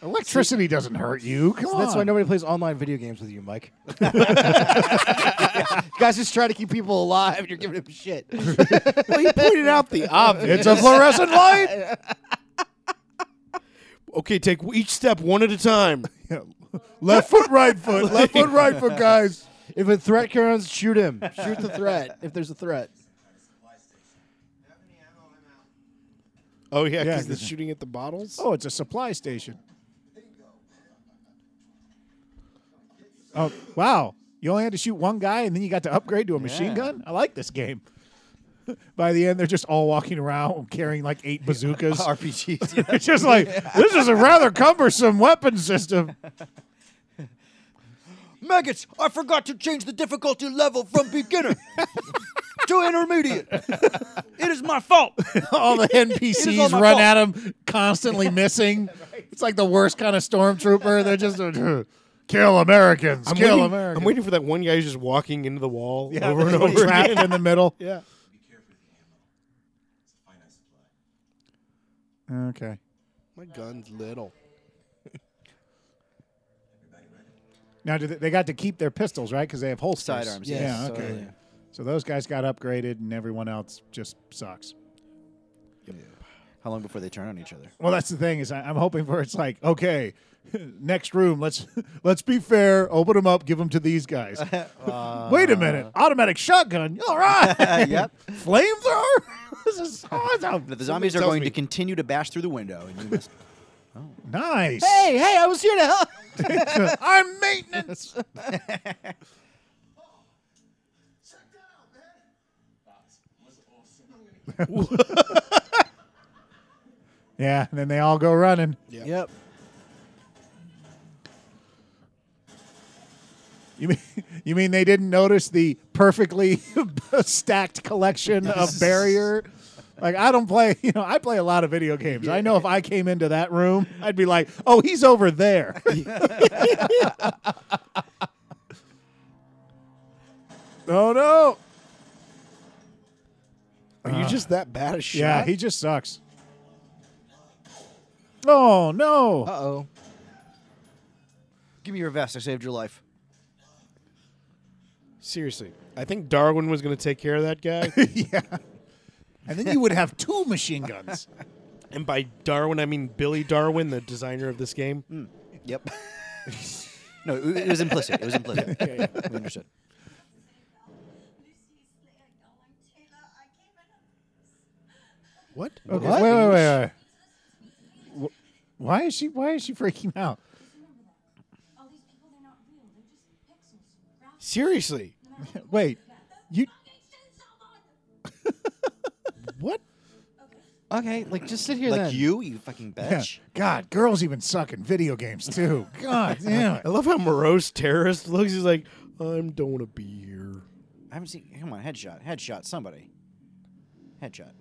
Speaker 1: Electricity doesn't hurt you. Come on.
Speaker 3: That's why nobody plays online video games with you, Mike. you guys just try to keep people alive. and You're giving them shit.
Speaker 2: well, you pointed out the obvious.
Speaker 1: It's a fluorescent light.
Speaker 2: Okay, take each step one at a time.
Speaker 1: Left foot, right foot. Left foot, right foot, guys.
Speaker 3: if a threat comes, shoot him. Shoot the threat. If there's a threat.
Speaker 9: Have any ammo? I'm out.
Speaker 2: Oh yeah,
Speaker 1: Yeah,
Speaker 2: because they're
Speaker 1: 'cause-
Speaker 2: shooting at the bottles.
Speaker 1: Oh, it's a supply station. Oh, wow. You only had to shoot one guy and then you got to upgrade to a machine
Speaker 4: Yeah.
Speaker 1: gun? I like this game. By the end, they're just all walking around carrying like eight bazookas.
Speaker 4: RPGs. Yeah.
Speaker 1: It's just like, this is a rather cumbersome weapon system.
Speaker 4: Maggots, I forgot to change the difficulty level from beginner to intermediate. it is my fault.
Speaker 1: all the
Speaker 4: It is all
Speaker 1: NPCs
Speaker 4: my
Speaker 1: run
Speaker 4: fault.
Speaker 1: at him, constantly missing. It's like the worst kind of stormtrooper. They're just uh, kill Americans,
Speaker 2: I'm
Speaker 1: kill
Speaker 2: waiting,
Speaker 1: Americans.
Speaker 2: I'm waiting for that one guy who's just walking into the wall
Speaker 1: Yeah,
Speaker 2: over and
Speaker 1: they're
Speaker 2: over
Speaker 1: trapped
Speaker 2: again.
Speaker 1: in the middle.
Speaker 2: Yeah.
Speaker 9: Be careful with the ammo. It's a finite supply.
Speaker 1: Okay.
Speaker 2: My gun's little.
Speaker 9: Everybody ready?
Speaker 1: Now do they, they got to keep their pistols, right? Because they have holsters.
Speaker 4: Sidearms,
Speaker 1: Yeah.
Speaker 3: yes,
Speaker 1: okay.
Speaker 4: totally, yeah.
Speaker 1: So those guys got upgraded, and everyone else just sucks.
Speaker 4: How long before they turn on each other?
Speaker 1: Well, that's the thing is I, I'm hoping for it's like okay, next room. Let's let's be fair. Open them up. Give them to these guys. Wait a minute. Automatic shotgun. All right.
Speaker 4: Yep.
Speaker 1: Flamethrower. this is awesome.
Speaker 4: But the zombies are
Speaker 2: tells
Speaker 4: going
Speaker 2: me-
Speaker 4: to continue to bash through the window, and you must.
Speaker 1: Nice.
Speaker 3: Hey, hey! I was here to help.
Speaker 1: I'm maintenance.
Speaker 9: Check that out, man! That was awesome. I'm gonna
Speaker 1: yeah, and then they all go running.
Speaker 3: Yep.
Speaker 1: You mean you mean they didn't notice the perfectly stacked collection of barrier? Like I don't play, you know, I play a lot of video games. I know if I came into that room, I'd be like, "Oh, he's over there." oh no.
Speaker 2: Are you just that bad a shot?
Speaker 1: Yeah, he just sucks. Oh, no.
Speaker 3: Uh oh.
Speaker 4: Give me your vest. I saved your life.
Speaker 2: Seriously, I think Darwin was going to take care of that guy,
Speaker 1: and then you would have two machine guns.
Speaker 2: and by Darwin I mean Billy Darwin, the designer of this game.
Speaker 4: Yep. no, it it was implicit. It was implicit. We understood.
Speaker 6: Lucy Slayer, Owen Taylor, I came in
Speaker 2: What?
Speaker 1: Okay, Wait, wait, wait, wait. Wh- Why is she? Why is she freaking out?
Speaker 6: Remember that. All these people, they're not real. They're just pixels. Rats.
Speaker 2: Seriously,
Speaker 1: Wait, you?
Speaker 6: Fucking send someone!
Speaker 2: what?
Speaker 3: Okay, like just sit here
Speaker 4: Like
Speaker 3: then.
Speaker 4: you, you fucking
Speaker 1: Yeah.
Speaker 4: bitch.
Speaker 1: God, girls even suck in video games too. God damn
Speaker 2: I
Speaker 1: it.
Speaker 2: love how morose terrorist looks. He's like, I don't want to be here.
Speaker 4: I haven't seen. Come on, headshot, headshot, somebody. Headshot.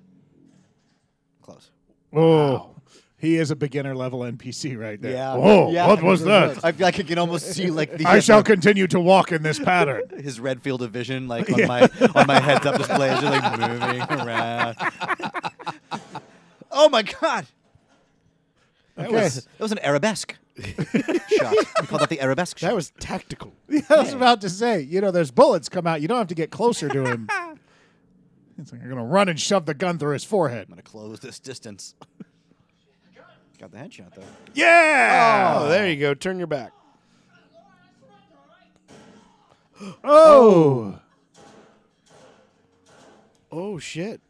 Speaker 4: Close.
Speaker 1: Oh, he is a beginner level NPC right there.
Speaker 4: Yeah.
Speaker 1: Oh,
Speaker 3: Yeah,
Speaker 1: what was
Speaker 3: he
Speaker 1: that?
Speaker 3: was.
Speaker 4: I feel like I can almost see like the
Speaker 1: I shall continue to walk in this pattern.
Speaker 4: his red field of vision like on my on my heads up display is just like moving around. oh my god.
Speaker 1: Okay.
Speaker 4: That was an arabesque shot. We call that the arabesque shot.
Speaker 2: That was tactical.
Speaker 1: I was about to say, you know, there's bullets come out. You don't have to get closer to him. It's like you're gonna run and shove the gun through his forehead.
Speaker 4: I'm gonna close this distance. Got the headshot though.
Speaker 2: Yeah. Oh, there you go. Turn your back.
Speaker 1: Oh,
Speaker 2: Oh shit.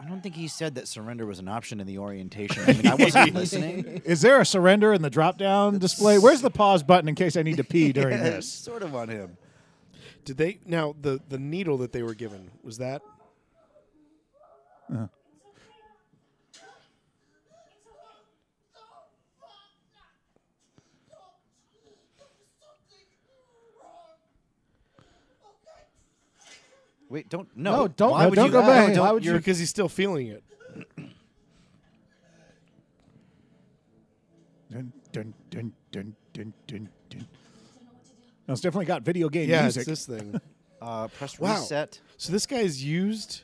Speaker 4: I don't think he said that surrender was an option in the orientation. I mean, I wasn't listening.
Speaker 1: is there a surrender in the drop down display? Where's the pause button in case I need to pee during
Speaker 4: It's
Speaker 1: this?
Speaker 4: sort of on him.
Speaker 2: Did they now the the needle that they were given was that?
Speaker 4: Wait, don't no.
Speaker 3: No, don't-
Speaker 4: Why
Speaker 1: no,
Speaker 4: would
Speaker 1: don't
Speaker 4: you,
Speaker 1: go back.
Speaker 4: no,
Speaker 1: Why
Speaker 4: don't-
Speaker 1: would
Speaker 4: you're-
Speaker 2: Because he's still feeling it.
Speaker 1: Dun, dun, dun, dun, dun, dun, dun. No, it's definitely got video game
Speaker 2: Yeah,
Speaker 1: music.
Speaker 2: it's this thing.
Speaker 4: Uh, press
Speaker 2: Wow.
Speaker 4: reset.
Speaker 2: so this guy's used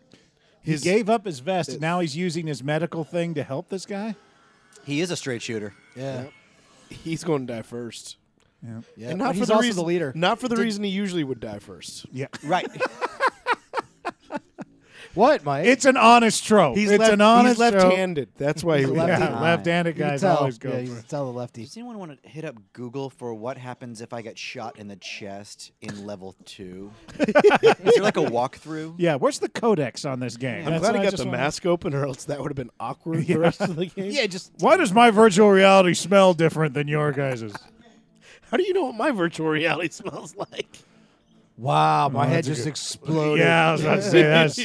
Speaker 2: his
Speaker 1: he gave up his vest, and now he's using his medical thing to help this guy.
Speaker 4: He is a straight shooter.
Speaker 3: Yeah.
Speaker 2: He's going to die first.
Speaker 1: Yeah,
Speaker 3: Yeah, but he's also the leader.
Speaker 2: Not for the reason he usually would die first.
Speaker 1: yeah.
Speaker 4: Right.
Speaker 3: What, Mike?
Speaker 1: It's an honest trope.
Speaker 2: He's
Speaker 1: it's
Speaker 2: left,
Speaker 1: an honest
Speaker 2: he's left-handed. That's why he
Speaker 3: He's
Speaker 2: would
Speaker 3: lefty.
Speaker 2: die.
Speaker 1: Yeah, left-handed
Speaker 3: You can
Speaker 1: guys
Speaker 3: tell.
Speaker 1: always go
Speaker 3: Yeah,
Speaker 1: for
Speaker 3: you
Speaker 1: it.
Speaker 3: can tell the lefty.
Speaker 4: Does anyone want to hit up Google for what happens if I get shot in the chest in level two? is there like a walkthrough?
Speaker 1: Yeah, where's the codex on this game?
Speaker 2: I'm
Speaker 1: That's
Speaker 2: glad
Speaker 1: what
Speaker 2: he
Speaker 1: I
Speaker 2: got
Speaker 1: just
Speaker 2: the
Speaker 1: wanna-
Speaker 2: mask open, or else that would have been awkward the rest of the game.
Speaker 3: Yeah, just
Speaker 1: Why does my virtual reality smell different than your guys's?
Speaker 2: How do you know what my virtual reality smells like?
Speaker 3: wow. My head
Speaker 1: Oh, that's a
Speaker 3: just
Speaker 1: good-
Speaker 3: exploded.
Speaker 1: yeah, I was about to say that's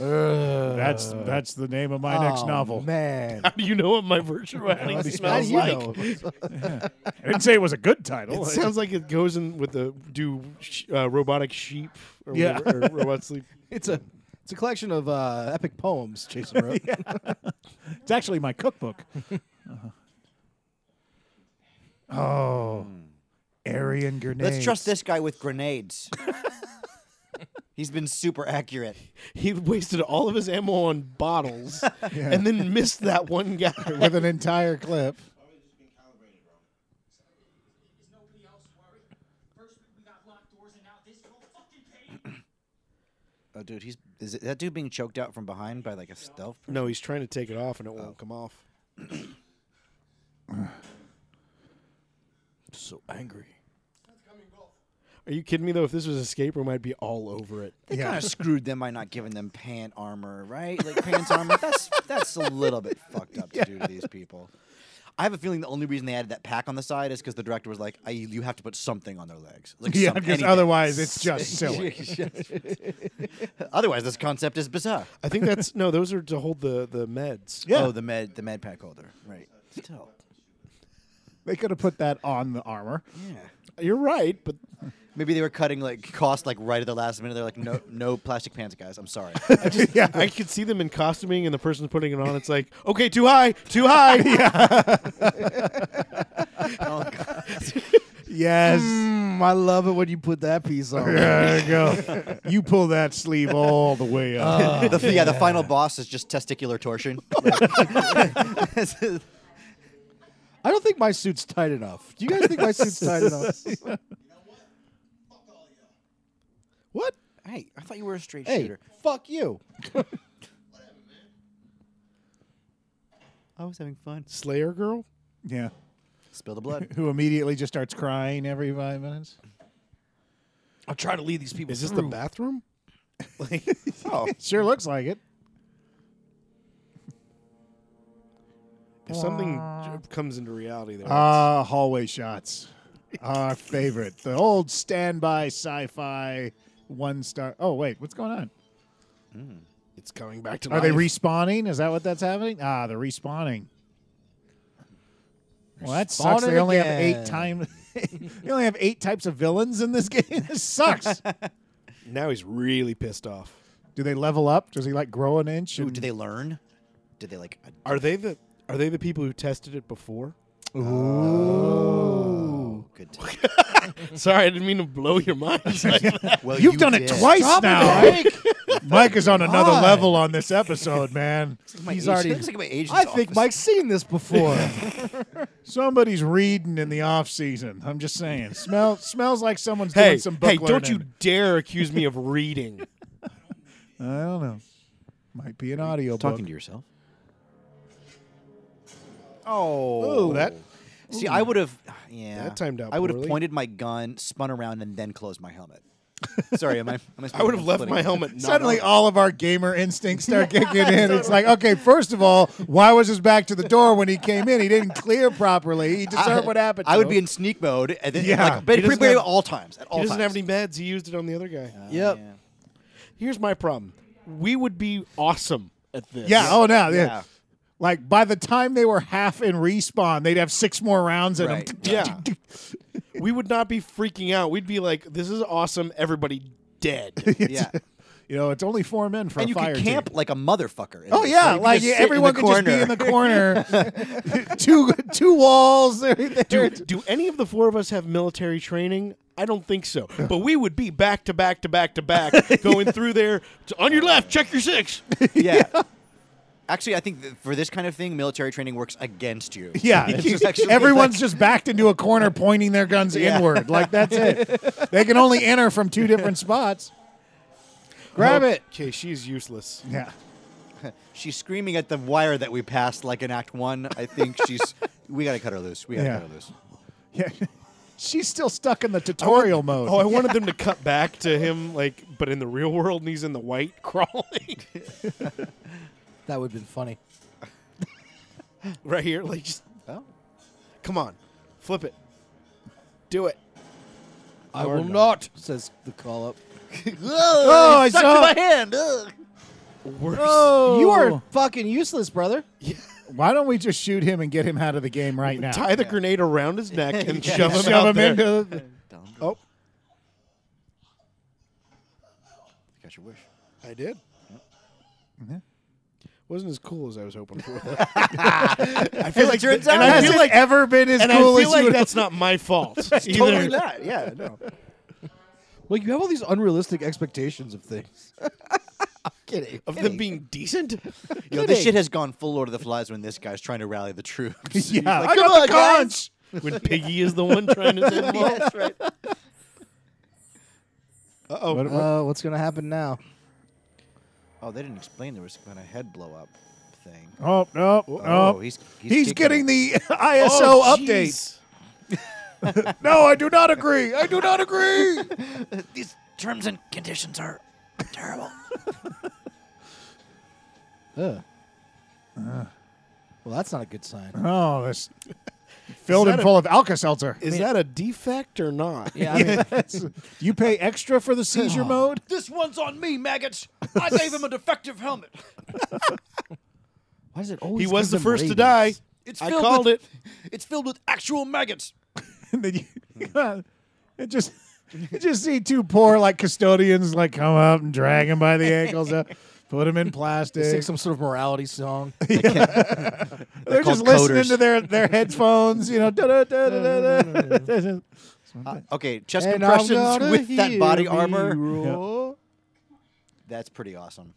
Speaker 1: that's that's the name of my next
Speaker 3: Oh,
Speaker 1: novel.
Speaker 3: Man.
Speaker 2: How do you know what my virtual reality
Speaker 1: Reality
Speaker 2: smells
Speaker 1: smells
Speaker 2: like?
Speaker 1: I didn't say it was a good title.
Speaker 2: It sounds like it goes in with the do sh- uh, robotic sheep or,
Speaker 1: Yeah.
Speaker 2: whatever, or robot sleep.
Speaker 3: It's a it's a collection of uh, epic poems Jason wrote.
Speaker 1: it's actually my cookbook. Oh, Aryan grenades.
Speaker 4: Let's trust this guy with grenades. He's been super accurate.
Speaker 2: He wasted all of his ammo on bottles and then missed that one guy.
Speaker 1: with an entire clip.
Speaker 9: Everything's been calibrated wrong.
Speaker 7: Is nobody else worried? First week we got locked doors and now this whole fucking page.
Speaker 4: Oh, dude, he's is it, that dude being choked out from behind by like a stealth?
Speaker 2: No, he's trying to take it off and it won't come off. so angry. Are you kidding me though? If this was escape room, I'd be all over it.
Speaker 4: They kind of screwed them by not giving them pan armor, right? Like pants armor. That's that's a little bit fucked up to do to these people. I have a feeling the only reason they added that pack on the side is because the director was like, I, "You have to put something on their legs." Like
Speaker 1: Yeah,
Speaker 4: some-
Speaker 1: because
Speaker 4: anything.
Speaker 1: otherwise it's just silly.
Speaker 4: otherwise this concept is bizarre.
Speaker 2: I think that's no. Those are to hold the the meds.
Speaker 1: Yeah.
Speaker 4: Oh, the med the med pack holder. Right. Still.
Speaker 1: They could have put that on the armor.
Speaker 4: Yeah.
Speaker 2: You're right, but
Speaker 4: Maybe they were cutting like cost like right at the last minute. They're like, no, no plastic pants, guys. I'm sorry.
Speaker 1: yeah,
Speaker 2: I could see them in costuming and the person putting it on. It's like, okay, too high, too high.
Speaker 4: oh, God.
Speaker 1: yes.
Speaker 3: Mm, I love it when you put that piece on.
Speaker 1: There you go. you pull that sleeve all the way up.
Speaker 4: the, yeah, the
Speaker 1: Oh,
Speaker 4: final boss is just testicular torsion. Like-
Speaker 3: I don't think my suit's tight enough. Do you guys think my suit's tight enough?
Speaker 2: What?
Speaker 4: hey, I thought you were a straight
Speaker 3: Hey,
Speaker 4: shooter.
Speaker 3: fuck you.
Speaker 4: I was having fun.
Speaker 2: Slayer girl?
Speaker 1: yeah.
Speaker 4: Spill the blood.
Speaker 1: Who immediately just starts crying every five minutes.
Speaker 8: I'm trying to lead these people.
Speaker 2: Is this the bathroom?
Speaker 4: oh,
Speaker 1: Sure looks like it.
Speaker 2: If something j- comes into reality, there.
Speaker 1: Ah, hallway shots. Our favorite. The old standby sci fi one star. Oh, wait. What's going on?
Speaker 2: it's coming back to
Speaker 1: Are
Speaker 2: life.
Speaker 1: they respawning? Is that what that's happening? Ah, they're respawning. Well, that sucks. They
Speaker 3: spawning
Speaker 1: only have
Speaker 3: again.
Speaker 1: eight time. they only have eight types of villains in this game. this sucks.
Speaker 2: now he's really pissed off.
Speaker 1: Do they level up? Does he like grow an inch?
Speaker 4: Ooh,
Speaker 1: and-
Speaker 4: did they learn? Did they like? ad-
Speaker 2: Are they the Are they the people who tested it before?
Speaker 4: oh, Good. time.
Speaker 2: Sorry, I didn't mean to blow your mind.
Speaker 4: Well,
Speaker 1: You've
Speaker 4: you
Speaker 1: done
Speaker 4: did.
Speaker 1: it twice now. Mike is on another
Speaker 3: God.
Speaker 1: level on this episode, man.
Speaker 4: My
Speaker 3: He's
Speaker 4: agent-
Speaker 3: already-
Speaker 4: Looks like my agent's
Speaker 3: I think
Speaker 4: office.
Speaker 3: Mike's seen this before.
Speaker 1: Somebody's reading in the off season. I'm just saying. Smell smells like someone's
Speaker 2: hey,
Speaker 1: doing some book
Speaker 2: hey, don't you
Speaker 1: learning.
Speaker 2: dare accuse me of reading.
Speaker 1: I don't know. Might be an audio book.
Speaker 4: talking to yourself. Oh,
Speaker 1: Ooh, that
Speaker 4: See, I would have. Yeah,
Speaker 2: That timed out
Speaker 4: I would have
Speaker 2: poorly.
Speaker 4: pointed my gun, spun around, and then closed my helmet. Sorry, am I? Am I,
Speaker 2: I would have left
Speaker 4: splitting-
Speaker 2: my helmet. Not
Speaker 1: suddenly
Speaker 2: on.
Speaker 1: all of our gamer instincts start kicking in. It's like, okay, first of all, why was his back to the door when he came in? He didn't clear properly. He deserved what happened.
Speaker 4: I
Speaker 1: to
Speaker 4: would
Speaker 1: him.
Speaker 4: be in sneak mode, and then
Speaker 1: Yeah.
Speaker 4: like, but
Speaker 2: He
Speaker 4: pretty
Speaker 2: doesn't
Speaker 4: much
Speaker 2: have-
Speaker 4: at all times. At all
Speaker 2: he doesn't
Speaker 4: times.
Speaker 2: have any meds. He used it on the other guy.
Speaker 3: yep.
Speaker 2: Here's my problem. We would be awesome at this.
Speaker 1: Yeah. Oh, no. Yeah.
Speaker 4: Yeah.
Speaker 1: Like by the time they were half in respawn, they'd have six more rounds in
Speaker 4: Right.
Speaker 1: them.
Speaker 2: Yeah. we would not be freaking out. We'd be like, "This is awesome." Everybody dead.
Speaker 4: Yeah,
Speaker 1: You know, it's only four men for
Speaker 4: and
Speaker 1: a
Speaker 4: you
Speaker 1: fire
Speaker 4: could camp
Speaker 1: team.
Speaker 4: like a motherfucker. in
Speaker 1: Oh
Speaker 4: this.
Speaker 1: yeah,
Speaker 4: you could
Speaker 1: like
Speaker 4: just
Speaker 1: yeah,
Speaker 4: sit in
Speaker 1: everyone
Speaker 4: the
Speaker 1: could just be in the corner. two two walls. they're there.
Speaker 2: Do, do any of the four of us have military training? I don't think so. But we would be back to back to back to back, going through there. To, on your left, check your six.
Speaker 4: yeah. Actually, I think that for this kind of thing, military training works against you.
Speaker 1: Yeah,
Speaker 4: It's
Speaker 1: it's
Speaker 4: just
Speaker 1: just-
Speaker 4: actually
Speaker 1: everyone's just backed into a corner, pointing their guns
Speaker 4: Yeah.
Speaker 1: inward. Like that's it. They can only enter from two different spots. Grab it.
Speaker 2: Okay, she's useless.
Speaker 1: Yeah.
Speaker 4: She's screaming at the wire that we passed, like in Act One. I think she's. we gotta cut her loose. We gotta
Speaker 1: Yeah.
Speaker 4: cut her loose.
Speaker 1: Yeah. She's still stuck in the tutorial mode.
Speaker 2: Oh, I wanted them to cut back to him, like, but in the real world, and he's in the white crawling
Speaker 3: That would have been funny.
Speaker 2: right here. Like, just
Speaker 4: Oh.
Speaker 2: come on, flip it, do it.
Speaker 3: I will not, says the call up.
Speaker 1: Oh, I saw.
Speaker 4: hand. Ugh.
Speaker 2: Worse.
Speaker 3: Oh. You
Speaker 4: Oh.
Speaker 3: are fucking useless, brother.
Speaker 1: Why don't we just shoot him and get him out of the game right now?
Speaker 2: Tie the grenade around his neck and shove him
Speaker 1: Shove
Speaker 2: out
Speaker 1: him
Speaker 2: there.
Speaker 1: into. The,
Speaker 2: oh,
Speaker 4: Got your wish.
Speaker 2: I did. Wasn't as cool as I was hoping for. I feel like,
Speaker 4: turns
Speaker 2: and
Speaker 4: out-
Speaker 2: I
Speaker 1: has
Speaker 2: feel
Speaker 1: it
Speaker 2: like,
Speaker 1: ever been as
Speaker 2: and
Speaker 1: cool as
Speaker 2: I feel like
Speaker 1: you?
Speaker 2: that's not my fault. either.
Speaker 4: Totally not. Yeah. No.
Speaker 3: Like you have all these unrealistic expectations of things. I'm kidding.
Speaker 2: Of them being decent.
Speaker 4: Yo, this shit has gone full Lord of the Flies when this guy's trying to rally the troops.
Speaker 1: yeah,
Speaker 4: Like,
Speaker 1: I
Speaker 4: come
Speaker 1: got
Speaker 4: on,
Speaker 1: the
Speaker 4: guys.
Speaker 1: conch.
Speaker 2: when Piggy is the one trying to save him.
Speaker 4: Yes, right.
Speaker 2: Uh-oh.
Speaker 3: Uh, what's gonna happen now?
Speaker 4: Oh, they didn't explain there was kind of head blow up thing.
Speaker 1: Oh no, no.
Speaker 4: Oh,
Speaker 1: he's
Speaker 4: he's- he's
Speaker 1: getting
Speaker 4: kicking
Speaker 1: the
Speaker 2: Oh,
Speaker 1: ISO update. No, I do not agree. I do not agree.
Speaker 4: These terms and conditions are terrible.
Speaker 3: Ugh. Well, that's not a good sign.
Speaker 1: oh, this filled him
Speaker 2: that a-
Speaker 1: full of Alka Seltzer.
Speaker 2: Is that a defect or not?
Speaker 3: Yeah, I mean,
Speaker 1: You pay extra for the seizure mode.
Speaker 4: This one's on me, maggots. I gave him a defective helmet.
Speaker 3: why is it always?
Speaker 2: He was
Speaker 3: give
Speaker 2: the
Speaker 3: them
Speaker 2: first to
Speaker 3: rabies?
Speaker 2: die.
Speaker 4: It's
Speaker 2: I
Speaker 4: filled
Speaker 2: called
Speaker 4: with-
Speaker 2: it.
Speaker 4: It's filled with actual maggots.
Speaker 1: and then you, it just you just see two poor like custodians like come up and drag him by the ankles up, put him in
Speaker 3: Sing
Speaker 1: plastic.
Speaker 3: some sort of morality song.
Speaker 1: They're just
Speaker 4: called
Speaker 1: listening
Speaker 4: coders.
Speaker 1: to their their headphones, you know. da-da-da-da-da-da.
Speaker 4: Okay, chest
Speaker 3: And I'm
Speaker 4: compressions
Speaker 3: gonna
Speaker 4: with that body
Speaker 3: hear me
Speaker 4: armor.
Speaker 3: roar.
Speaker 4: That's pretty awesome.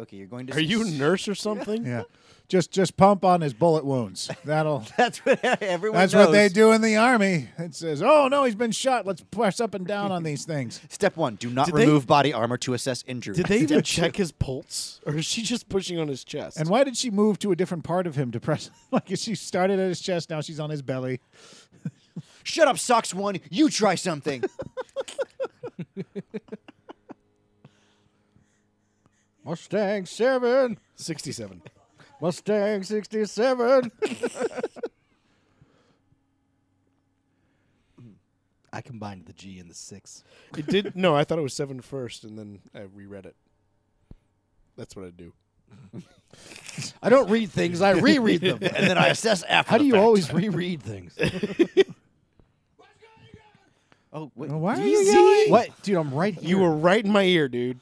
Speaker 4: Okay, you're going to.
Speaker 2: Are you a nurse or something?
Speaker 1: yeah, just just pump on his bullet wounds. That'll.
Speaker 4: That's what everyone.
Speaker 1: That's what they
Speaker 4: knows.
Speaker 1: do in the army. It says, "Oh no, he's been shot. Let's press up and down on these things."
Speaker 4: Step one: Do not
Speaker 2: Did they-
Speaker 4: remove body armor to assess injury.
Speaker 2: Did they even check his pulse? Or is she just pushing on his chest?
Speaker 1: And why did she move to a different part of him to press? Like she started at his chest, now she's on his belly.
Speaker 4: Shut up, socks one. You try something.
Speaker 3: Mustang Seven.
Speaker 2: 67.
Speaker 3: Mustang '67. I combined the G and the six.
Speaker 2: It did. No, I thought it was seven first, and then I reread it. That's what I do.
Speaker 3: I don't read things; I reread them.
Speaker 4: and then I assess after.
Speaker 3: How do
Speaker 4: the
Speaker 3: you
Speaker 4: fact.
Speaker 3: always reread things?
Speaker 4: Oh, wait.
Speaker 1: Why are
Speaker 4: Oh,
Speaker 3: Easy. What, dude? I'm right here.
Speaker 2: You were right in my ear, dude.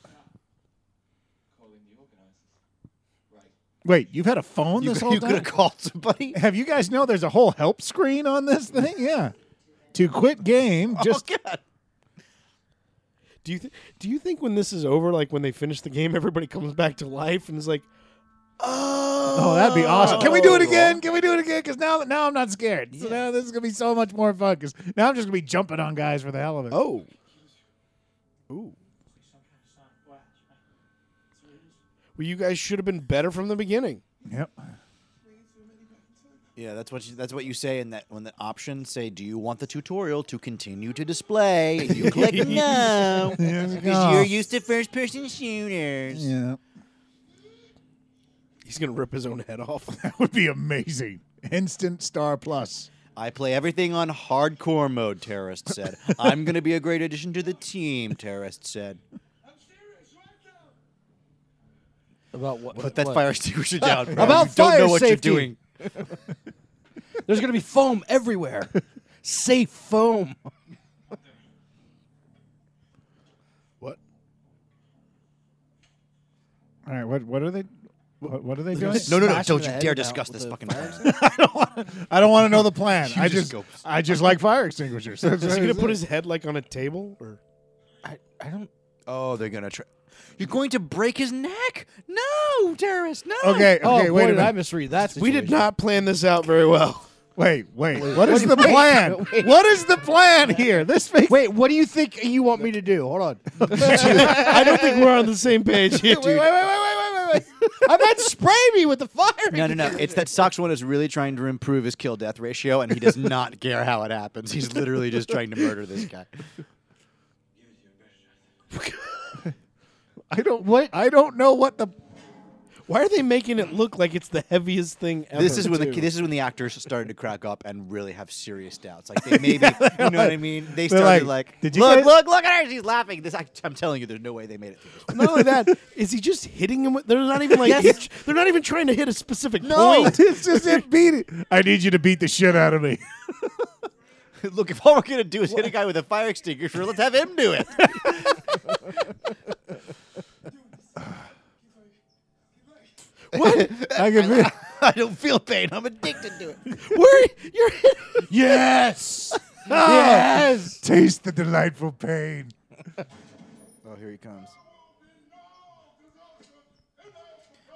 Speaker 1: Wait, you've had a phone
Speaker 4: You,
Speaker 1: this
Speaker 4: could-
Speaker 1: whole
Speaker 4: you could
Speaker 1: time?
Speaker 4: have called somebody.
Speaker 1: Have you guys know there's a whole help screen on this thing? Yeah. To quit game,
Speaker 4: Oh,
Speaker 1: just
Speaker 2: Do you th- do you think when this is over, like when they finish the game, everybody comes back to life and is like,
Speaker 1: oh, that'd be awesome. Can we do it again? Can we do it again? Because now, now I'm not scared. So now this is gonna be so much more fun. Because now I'm just gonna be jumping on guys for the hell of it.
Speaker 2: oh, well, you guys should have been better from the beginning.
Speaker 1: Yep.
Speaker 4: Yeah, that's what you, that's what you say in that when the option say, "Do you want the tutorial to continue to display?" And you click no because you're used to first person shooters.
Speaker 1: Yeah.
Speaker 2: He's gonna rip his own head off.
Speaker 1: That would be amazing. Instant star plus.
Speaker 4: I play everything on hardcore mode. Terrorist said, "I'm going to be a great addition to the team." Terrorist said,
Speaker 8: About what?
Speaker 4: "Put that fire extinguisher down, bro.
Speaker 8: About
Speaker 4: you don't
Speaker 8: fire
Speaker 4: know what
Speaker 8: safety.
Speaker 4: you're doing."
Speaker 8: There's gonna be foam everywhere. Safe foam.
Speaker 2: what?
Speaker 1: All right. What what are they? What, what are they doing?
Speaker 4: No, no, no!
Speaker 8: Smash
Speaker 4: Don't
Speaker 8: him in
Speaker 4: you
Speaker 8: the
Speaker 4: dare
Speaker 8: head now
Speaker 4: discuss
Speaker 8: with
Speaker 4: this
Speaker 8: the
Speaker 4: fucking.
Speaker 8: fire
Speaker 4: plan.
Speaker 1: I don't want to know the plan. I
Speaker 4: just
Speaker 1: just,
Speaker 4: go-
Speaker 1: I just like fire extinguishers. That's
Speaker 2: Is
Speaker 1: what
Speaker 2: he gonna
Speaker 1: it
Speaker 2: put
Speaker 1: is.
Speaker 2: his head like on a table or?
Speaker 8: I, I don't.
Speaker 4: oh, they're gonna try. You're going to break his neck? No, terrorist, no.
Speaker 1: Okay. Okay.
Speaker 8: oh,
Speaker 1: wait
Speaker 8: boy,
Speaker 1: a
Speaker 8: did I
Speaker 1: minute.
Speaker 8: misread that.
Speaker 2: We did
Speaker 8: situation.
Speaker 2: not plan this out very well.
Speaker 1: Wait, wait. what is the plan? What is the plan here? This makes
Speaker 8: Wait, what do you think you want me to do? Hold on.
Speaker 2: I don't think we're on the same page here, dude.
Speaker 1: wait, wait, wait, wait, wait.
Speaker 8: I've had spray me with the fire.
Speaker 4: No, no, no. It's that Sox one is really trying to improve his kill death ratio, and he does not care how it happens. He's literally just trying to murder this guy.
Speaker 1: I don't. What? I don't know what the.
Speaker 2: Why are they making it look like it's the heaviest thing ever?
Speaker 4: This is when the
Speaker 2: too?
Speaker 4: this is when the actors started to crack up and really have serious doubts. Like they maybe, you know what I mean? They
Speaker 1: They're
Speaker 4: started
Speaker 1: like,
Speaker 4: like,
Speaker 1: "Did you
Speaker 4: look,
Speaker 1: guys-"
Speaker 4: look, look at her. She's laughing. This, I, I'm telling you, there's no way they made it. Through this.
Speaker 2: Not only that, is he just hitting him? With, they're not even like each- they're not even trying to hit a specific point.
Speaker 1: It's just it. Beat it. I need you to beat the shit out of me.
Speaker 4: look, if all we're gonna do is hit a guy with a fire extinguisher, let's have him do it.
Speaker 1: I can be.
Speaker 4: I don't feel pain. I'm addicted to it.
Speaker 2: Where you're hitting?
Speaker 1: Yes.
Speaker 2: Yes.
Speaker 1: Ah. Taste the delightful pain.
Speaker 4: Oh, here he comes.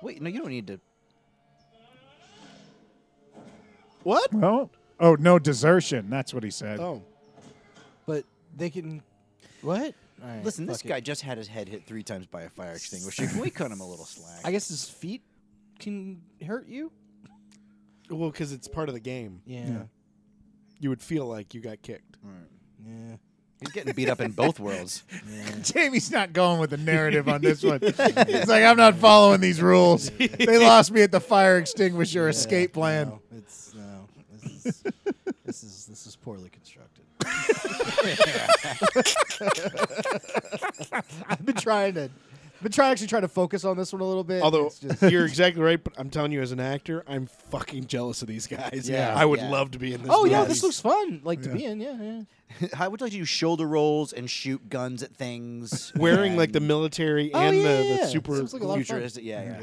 Speaker 4: Wait, no, you don't need to.
Speaker 2: What?
Speaker 1: Well. Oh no, desertion. That's what he said.
Speaker 2: Oh,
Speaker 8: But they can. What? All right,
Speaker 4: Listen, this
Speaker 8: fuck it.
Speaker 4: guy just had his head hit three times by a fire extinguisher. Can we cut him a little slack?
Speaker 8: I guess his feet can hurt you.
Speaker 2: well, because it's part of the game.
Speaker 8: Yeah.
Speaker 2: You would feel like you got kicked.
Speaker 8: Yeah.
Speaker 4: He's getting beat up in both worlds.
Speaker 1: Jamie's not going with the narrative on this one. It's like I'm not following these rules. They lost me at the fire extinguisher escape plan.
Speaker 8: No, it's no. This is this is this is poorly constructed. I've been trying to, been trying actually trying to focus on this one a little bit.
Speaker 2: Although
Speaker 8: it's just,
Speaker 2: you're exactly right, but I'm telling you, as an actor, I'm fucking jealous of these guys.
Speaker 4: Yeah.
Speaker 2: I would
Speaker 4: Yeah.
Speaker 2: love to be in this.
Speaker 8: oh yeah,
Speaker 2: movie.
Speaker 8: this looks fun. Like to be in, yeah, yeah.
Speaker 4: How would you like to do shoulder rolls and shoot guns at things?
Speaker 2: wearing like the
Speaker 4: and
Speaker 2: military
Speaker 8: Oh,
Speaker 2: and
Speaker 8: yeah,
Speaker 2: the,
Speaker 8: yeah,
Speaker 2: the
Speaker 8: yeah.
Speaker 2: super.
Speaker 8: Sounds like a lot of fun.
Speaker 4: futuristic. Yeah,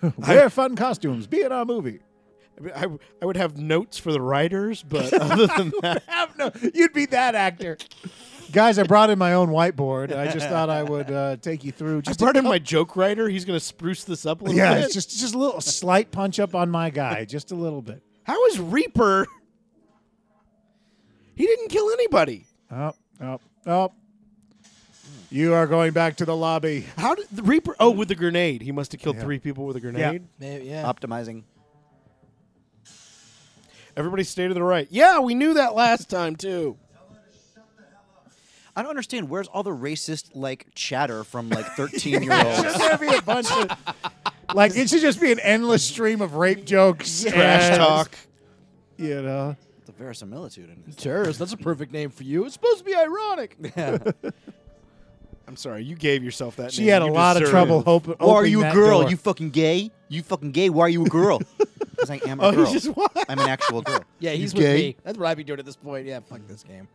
Speaker 4: yeah.
Speaker 1: Wear fun costumes. Be in our movie.
Speaker 2: I, mean, I, I would have notes for the writers, but other than that,
Speaker 1: have no. You'd be that actor. Guys, I brought in my own whiteboard. I just thought I would uh, take you through.
Speaker 2: I
Speaker 1: Just
Speaker 2: brought in my joke writer. He's gonna spruce this up a little
Speaker 1: yeah,
Speaker 2: bit.
Speaker 1: it's just just a little slight punch up on my guy, just a little bit.
Speaker 2: How is Reaper? He didn't kill anybody.
Speaker 1: Oh, oh, oh. You are going back to the lobby.
Speaker 2: How did the Reaper? Oh, with the grenade. He must have killed three people with a grenade.
Speaker 8: Maybe, yeah.
Speaker 3: Uh,
Speaker 4: Optimizing.
Speaker 2: Everybody stay to the right. Yeah, we knew that last time too.
Speaker 4: I don't understand. Where's all the racist like chatter from like thirteen year olds?
Speaker 1: Should there be a bunch of like? It should just be an endless stream of rape jokes,
Speaker 2: Trash
Speaker 1: and,
Speaker 2: talk.
Speaker 1: You know,
Speaker 4: It's a verisimilitude in this.
Speaker 8: Terrorist, that's a perfect name for you. It's supposed to be ironic.
Speaker 2: I'm sorry, you gave yourself that.
Speaker 1: she
Speaker 2: name.
Speaker 1: had a
Speaker 2: You
Speaker 1: lot of
Speaker 2: deserve
Speaker 1: trouble
Speaker 2: it.
Speaker 1: hoping.
Speaker 4: Why are you a girl? You fucking gay? You fucking gay? Why are you a girl? Because I am a
Speaker 2: Oh,
Speaker 4: girl.
Speaker 2: he's just what?
Speaker 4: I'm an actual girl.
Speaker 8: Yeah, he's
Speaker 4: You
Speaker 8: with
Speaker 4: gay?
Speaker 8: me. That's what I'd be doing at this point. Yeah, fuck this game.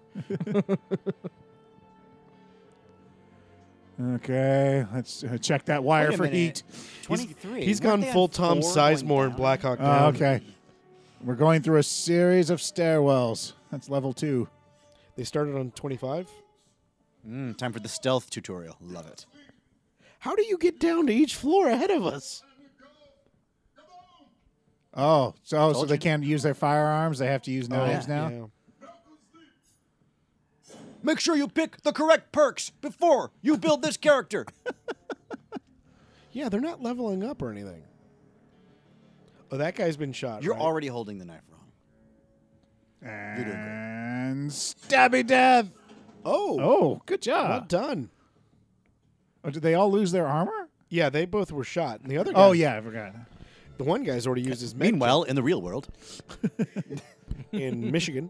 Speaker 1: Okay, let's uh, check that wire
Speaker 4: Wait a
Speaker 1: for
Speaker 4: minute.
Speaker 1: heat.
Speaker 4: 23.
Speaker 2: He's
Speaker 4: Weren't
Speaker 2: gone
Speaker 4: they on
Speaker 2: full Tom
Speaker 4: four going
Speaker 2: Sizemore in
Speaker 4: down?
Speaker 2: Black Hawk Down.
Speaker 1: Oh, okay. We're going through a series of stairwells. That's level two.
Speaker 2: They started on 25.
Speaker 4: Mm, time for the stealth tutorial. Love it.
Speaker 2: How do you get down to each floor ahead of us?
Speaker 1: Oh, so so
Speaker 4: Told
Speaker 1: they
Speaker 4: you.
Speaker 1: can't use their firearms. They have to use knives now.
Speaker 2: Yeah.
Speaker 4: Make sure you pick the correct perks before you build this character.
Speaker 2: Yeah, they're not leveling up or anything. Oh, that guy's been shot.
Speaker 4: You're
Speaker 2: right?
Speaker 4: already holding the knife wrong. doing great.
Speaker 1: And stabby death.
Speaker 2: Oh,
Speaker 1: Oh, good
Speaker 2: well
Speaker 1: job.
Speaker 2: done.
Speaker 1: Oh, did they all lose their armor?
Speaker 2: Yeah, they both were shot. And the other guy,
Speaker 1: Oh yeah, I forgot.
Speaker 2: the one guy's already used his med
Speaker 4: Meanwhile, in the real world,
Speaker 2: kit in Michigan.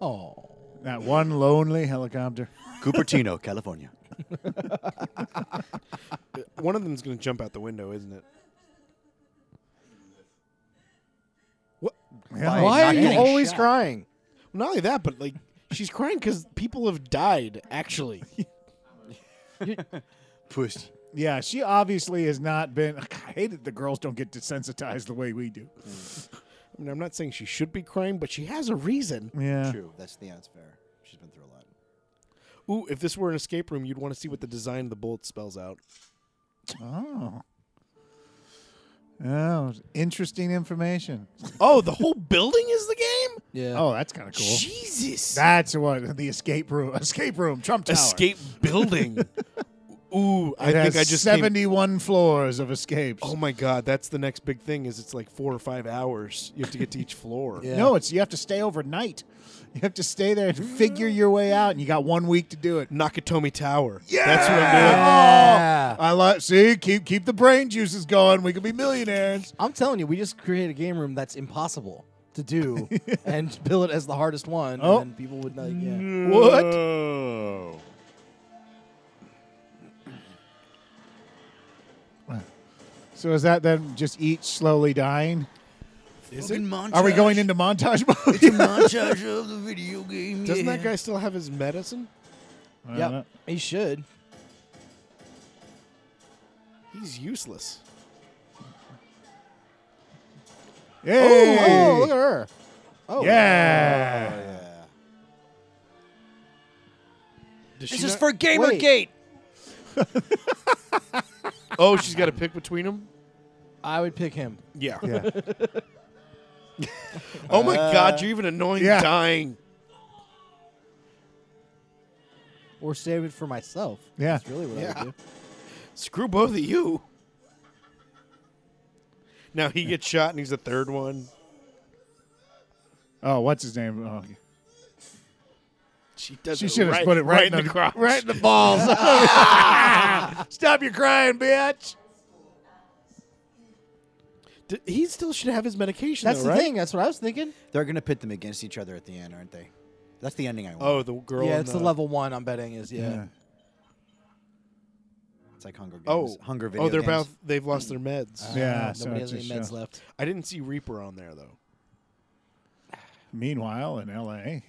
Speaker 3: Oh.
Speaker 1: That one lonely helicopter.
Speaker 4: Cupertino, California.
Speaker 2: One of them's going to jump out the window, isn't it? What?
Speaker 1: Yeah.
Speaker 4: Why
Speaker 8: Why
Speaker 4: not
Speaker 8: are you
Speaker 4: getting
Speaker 8: always
Speaker 4: shot?
Speaker 8: crying?
Speaker 2: Not only that, but like she's crying because people have died. Actually,
Speaker 4: Pushed.
Speaker 1: Yeah, she obviously has not been. I hate that the girls don't get desensitized the way we do.
Speaker 2: I mean, I'm not saying she should be crying, but she has a reason.
Speaker 1: Yeah.
Speaker 4: True. That's the answer. Fair. She's been through a lot.
Speaker 2: Ooh, if this were an escape room, you'd want to see what the design of the bullet spells out.
Speaker 1: Oh. Oh, interesting information.
Speaker 2: Oh, the whole building is the game.
Speaker 8: Yeah.
Speaker 1: Oh, that's kind of cool.
Speaker 2: Jesus,
Speaker 1: That's what the escape room. Escape room. Trump Tower.
Speaker 2: escape building. Ooh, I
Speaker 1: It
Speaker 2: think
Speaker 1: has
Speaker 2: I just Came,
Speaker 1: seventy-one floors of escapes.
Speaker 2: oh my god, that's the next big thing. Is it's like four or five hours you have to get to each floor.
Speaker 8: Yeah.
Speaker 1: No, it's you have to stay overnight. You have to stay there and figure your way out, and you got one week to do it.
Speaker 2: Nakatomi Tower. Yeah, that's what I'm doing.
Speaker 1: Oh, I like. See, keep keep the brain juices going. We could be millionaires.
Speaker 3: I'm telling you, we just create a game room that's impossible to do and bill it as the hardest one.
Speaker 1: Oh.
Speaker 3: And then people would like, yeah.
Speaker 1: What? So is that then just each slowly dying?
Speaker 2: Is it?
Speaker 1: Are we going into montage mode?
Speaker 4: montage of the video game?
Speaker 2: Doesn't that guy still have his medicine?
Speaker 3: Yep. He should.
Speaker 2: He's useless.
Speaker 1: Hey!
Speaker 2: Oh, look at her.
Speaker 1: yeah.
Speaker 2: Does
Speaker 4: This
Speaker 2: she
Speaker 4: is
Speaker 2: not-
Speaker 4: for Gamergate.
Speaker 2: Oh, she's got to pick between them.
Speaker 3: I would pick him.
Speaker 2: Yeah.
Speaker 1: Yeah.
Speaker 2: Oh my God, you're even annoying
Speaker 1: yeah.
Speaker 2: dying.
Speaker 3: Or save it for myself.
Speaker 1: Yeah.
Speaker 3: That's really what I
Speaker 2: Yeah.
Speaker 3: would do.
Speaker 2: Screw both of you. Now he gets shot and he's the third one.
Speaker 1: Oh, what's his name? Oh,
Speaker 2: She does.
Speaker 1: she
Speaker 2: it
Speaker 1: should have
Speaker 2: right-
Speaker 1: put it right,
Speaker 2: in the, crotch.
Speaker 1: right in the balls. Stop your crying, bitch.
Speaker 2: D- he still should have his medication.
Speaker 3: That's
Speaker 2: though,
Speaker 3: the
Speaker 2: right?
Speaker 3: thing. That's what I was thinking.
Speaker 4: They're gonna pit them against each other at the end, aren't they? That's the ending I want.
Speaker 2: Oh, the girl.
Speaker 3: yeah,
Speaker 2: in
Speaker 3: it's the level one. I'm betting is yeah. Uh,
Speaker 4: it's like Hunger Games.
Speaker 2: Oh,
Speaker 4: Hunger video
Speaker 2: Oh, they're
Speaker 4: games.
Speaker 2: both. They've lost their meds.
Speaker 1: Yeah.
Speaker 3: Uh,
Speaker 1: so
Speaker 3: nobody
Speaker 1: it's
Speaker 3: has any
Speaker 1: just,
Speaker 3: meds
Speaker 1: uh,
Speaker 3: left.
Speaker 2: I didn't see Reaper on there though.
Speaker 1: Meanwhile, in L.A.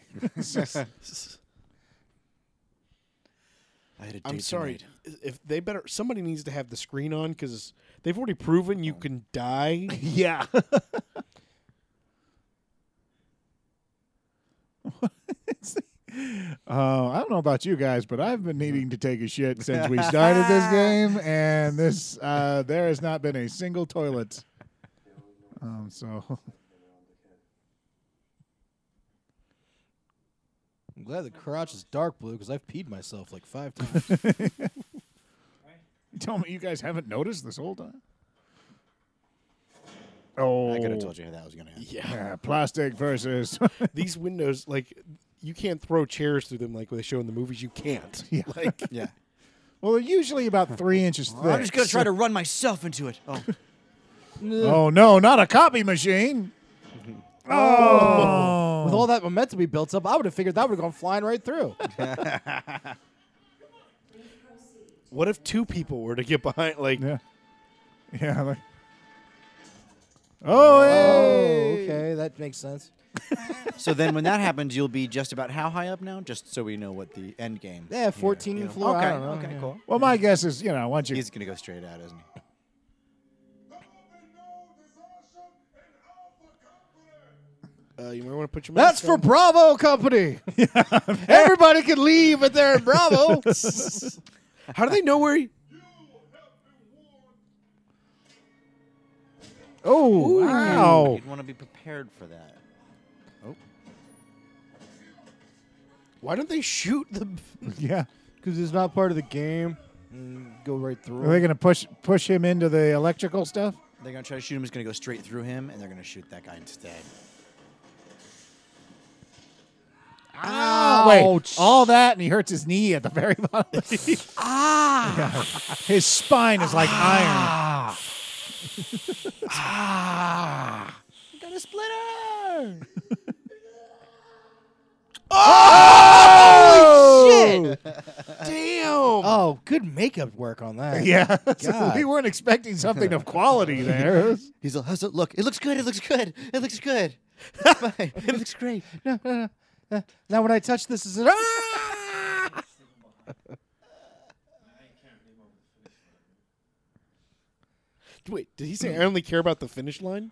Speaker 4: I had a
Speaker 2: I'm
Speaker 4: date
Speaker 2: sorry.
Speaker 4: tonight.
Speaker 2: If they better, somebody needs to have the screen on because they've already proven you can die.
Speaker 1: yeah. Uh, I don't know about you guys, but I've been needing to take a shit since we started this game, and this uh, there has not been a single toilet. Um, so
Speaker 3: I'm glad the crotch is dark blue because I've peed myself like five times.
Speaker 1: you tell me you guys haven't noticed this whole time. Oh,
Speaker 4: I could have told you that was gonna happen.
Speaker 1: Yeah, plastic versus
Speaker 2: These windows, like, you can't throw chairs through them like they show in the movies. You can't.
Speaker 1: yeah.
Speaker 2: Like,
Speaker 4: Yeah.
Speaker 1: Well, they're usually about three inches thick.
Speaker 4: I'm just gonna try to run myself into it. Oh,
Speaker 1: Oh no, not a copy machine.
Speaker 3: With all that momentum we built up, I would have figured that would have gone flying right through.
Speaker 2: what if two people were to get behind? Like,
Speaker 1: Yeah. Yeah. Like, oh, hey.
Speaker 3: okay, that makes sense.
Speaker 4: so then when that happens, you'll be just about how high up now? Just so we know what the end game.
Speaker 1: Yeah, 14 floor.
Speaker 4: Okay,
Speaker 1: I don't know,
Speaker 4: okay,
Speaker 1: yeah.
Speaker 4: cool.
Speaker 1: Well, my guess is, you know, once you
Speaker 4: He's gonna go straight out, isn't he?
Speaker 2: Uh, you might want to put your
Speaker 8: That's
Speaker 2: mask
Speaker 8: for
Speaker 2: on.
Speaker 8: Bravo Company. Everybody can leave, but they're in Bravo.
Speaker 2: How do they know where? He-
Speaker 1: Oh, wow.
Speaker 4: You'd want to be prepared for that.
Speaker 2: Why don't they shoot the?
Speaker 1: Yeah.
Speaker 8: Because it's not part of the game. Mm, Go right
Speaker 1: Are they
Speaker 8: through.
Speaker 1: going to push push him into the electrical stuff?
Speaker 4: They're gonna try to shoot him. It's gonna go straight through him, and they're gonna shoot that guy instead.
Speaker 1: Ah, wait. All that, and he hurts his knee at the very bottom. ah. His spine is like iron.
Speaker 4: Got a splitter!
Speaker 3: Oh, good makeup work on that.
Speaker 1: Yeah. So we weren't expecting something of quality there.
Speaker 4: He's like, how's it look? It looks good. It looks good. It looks good. it looks great.
Speaker 3: No, no, no. Uh, now when I touch this, is it?
Speaker 2: Wait, did he say I only care about the finish line?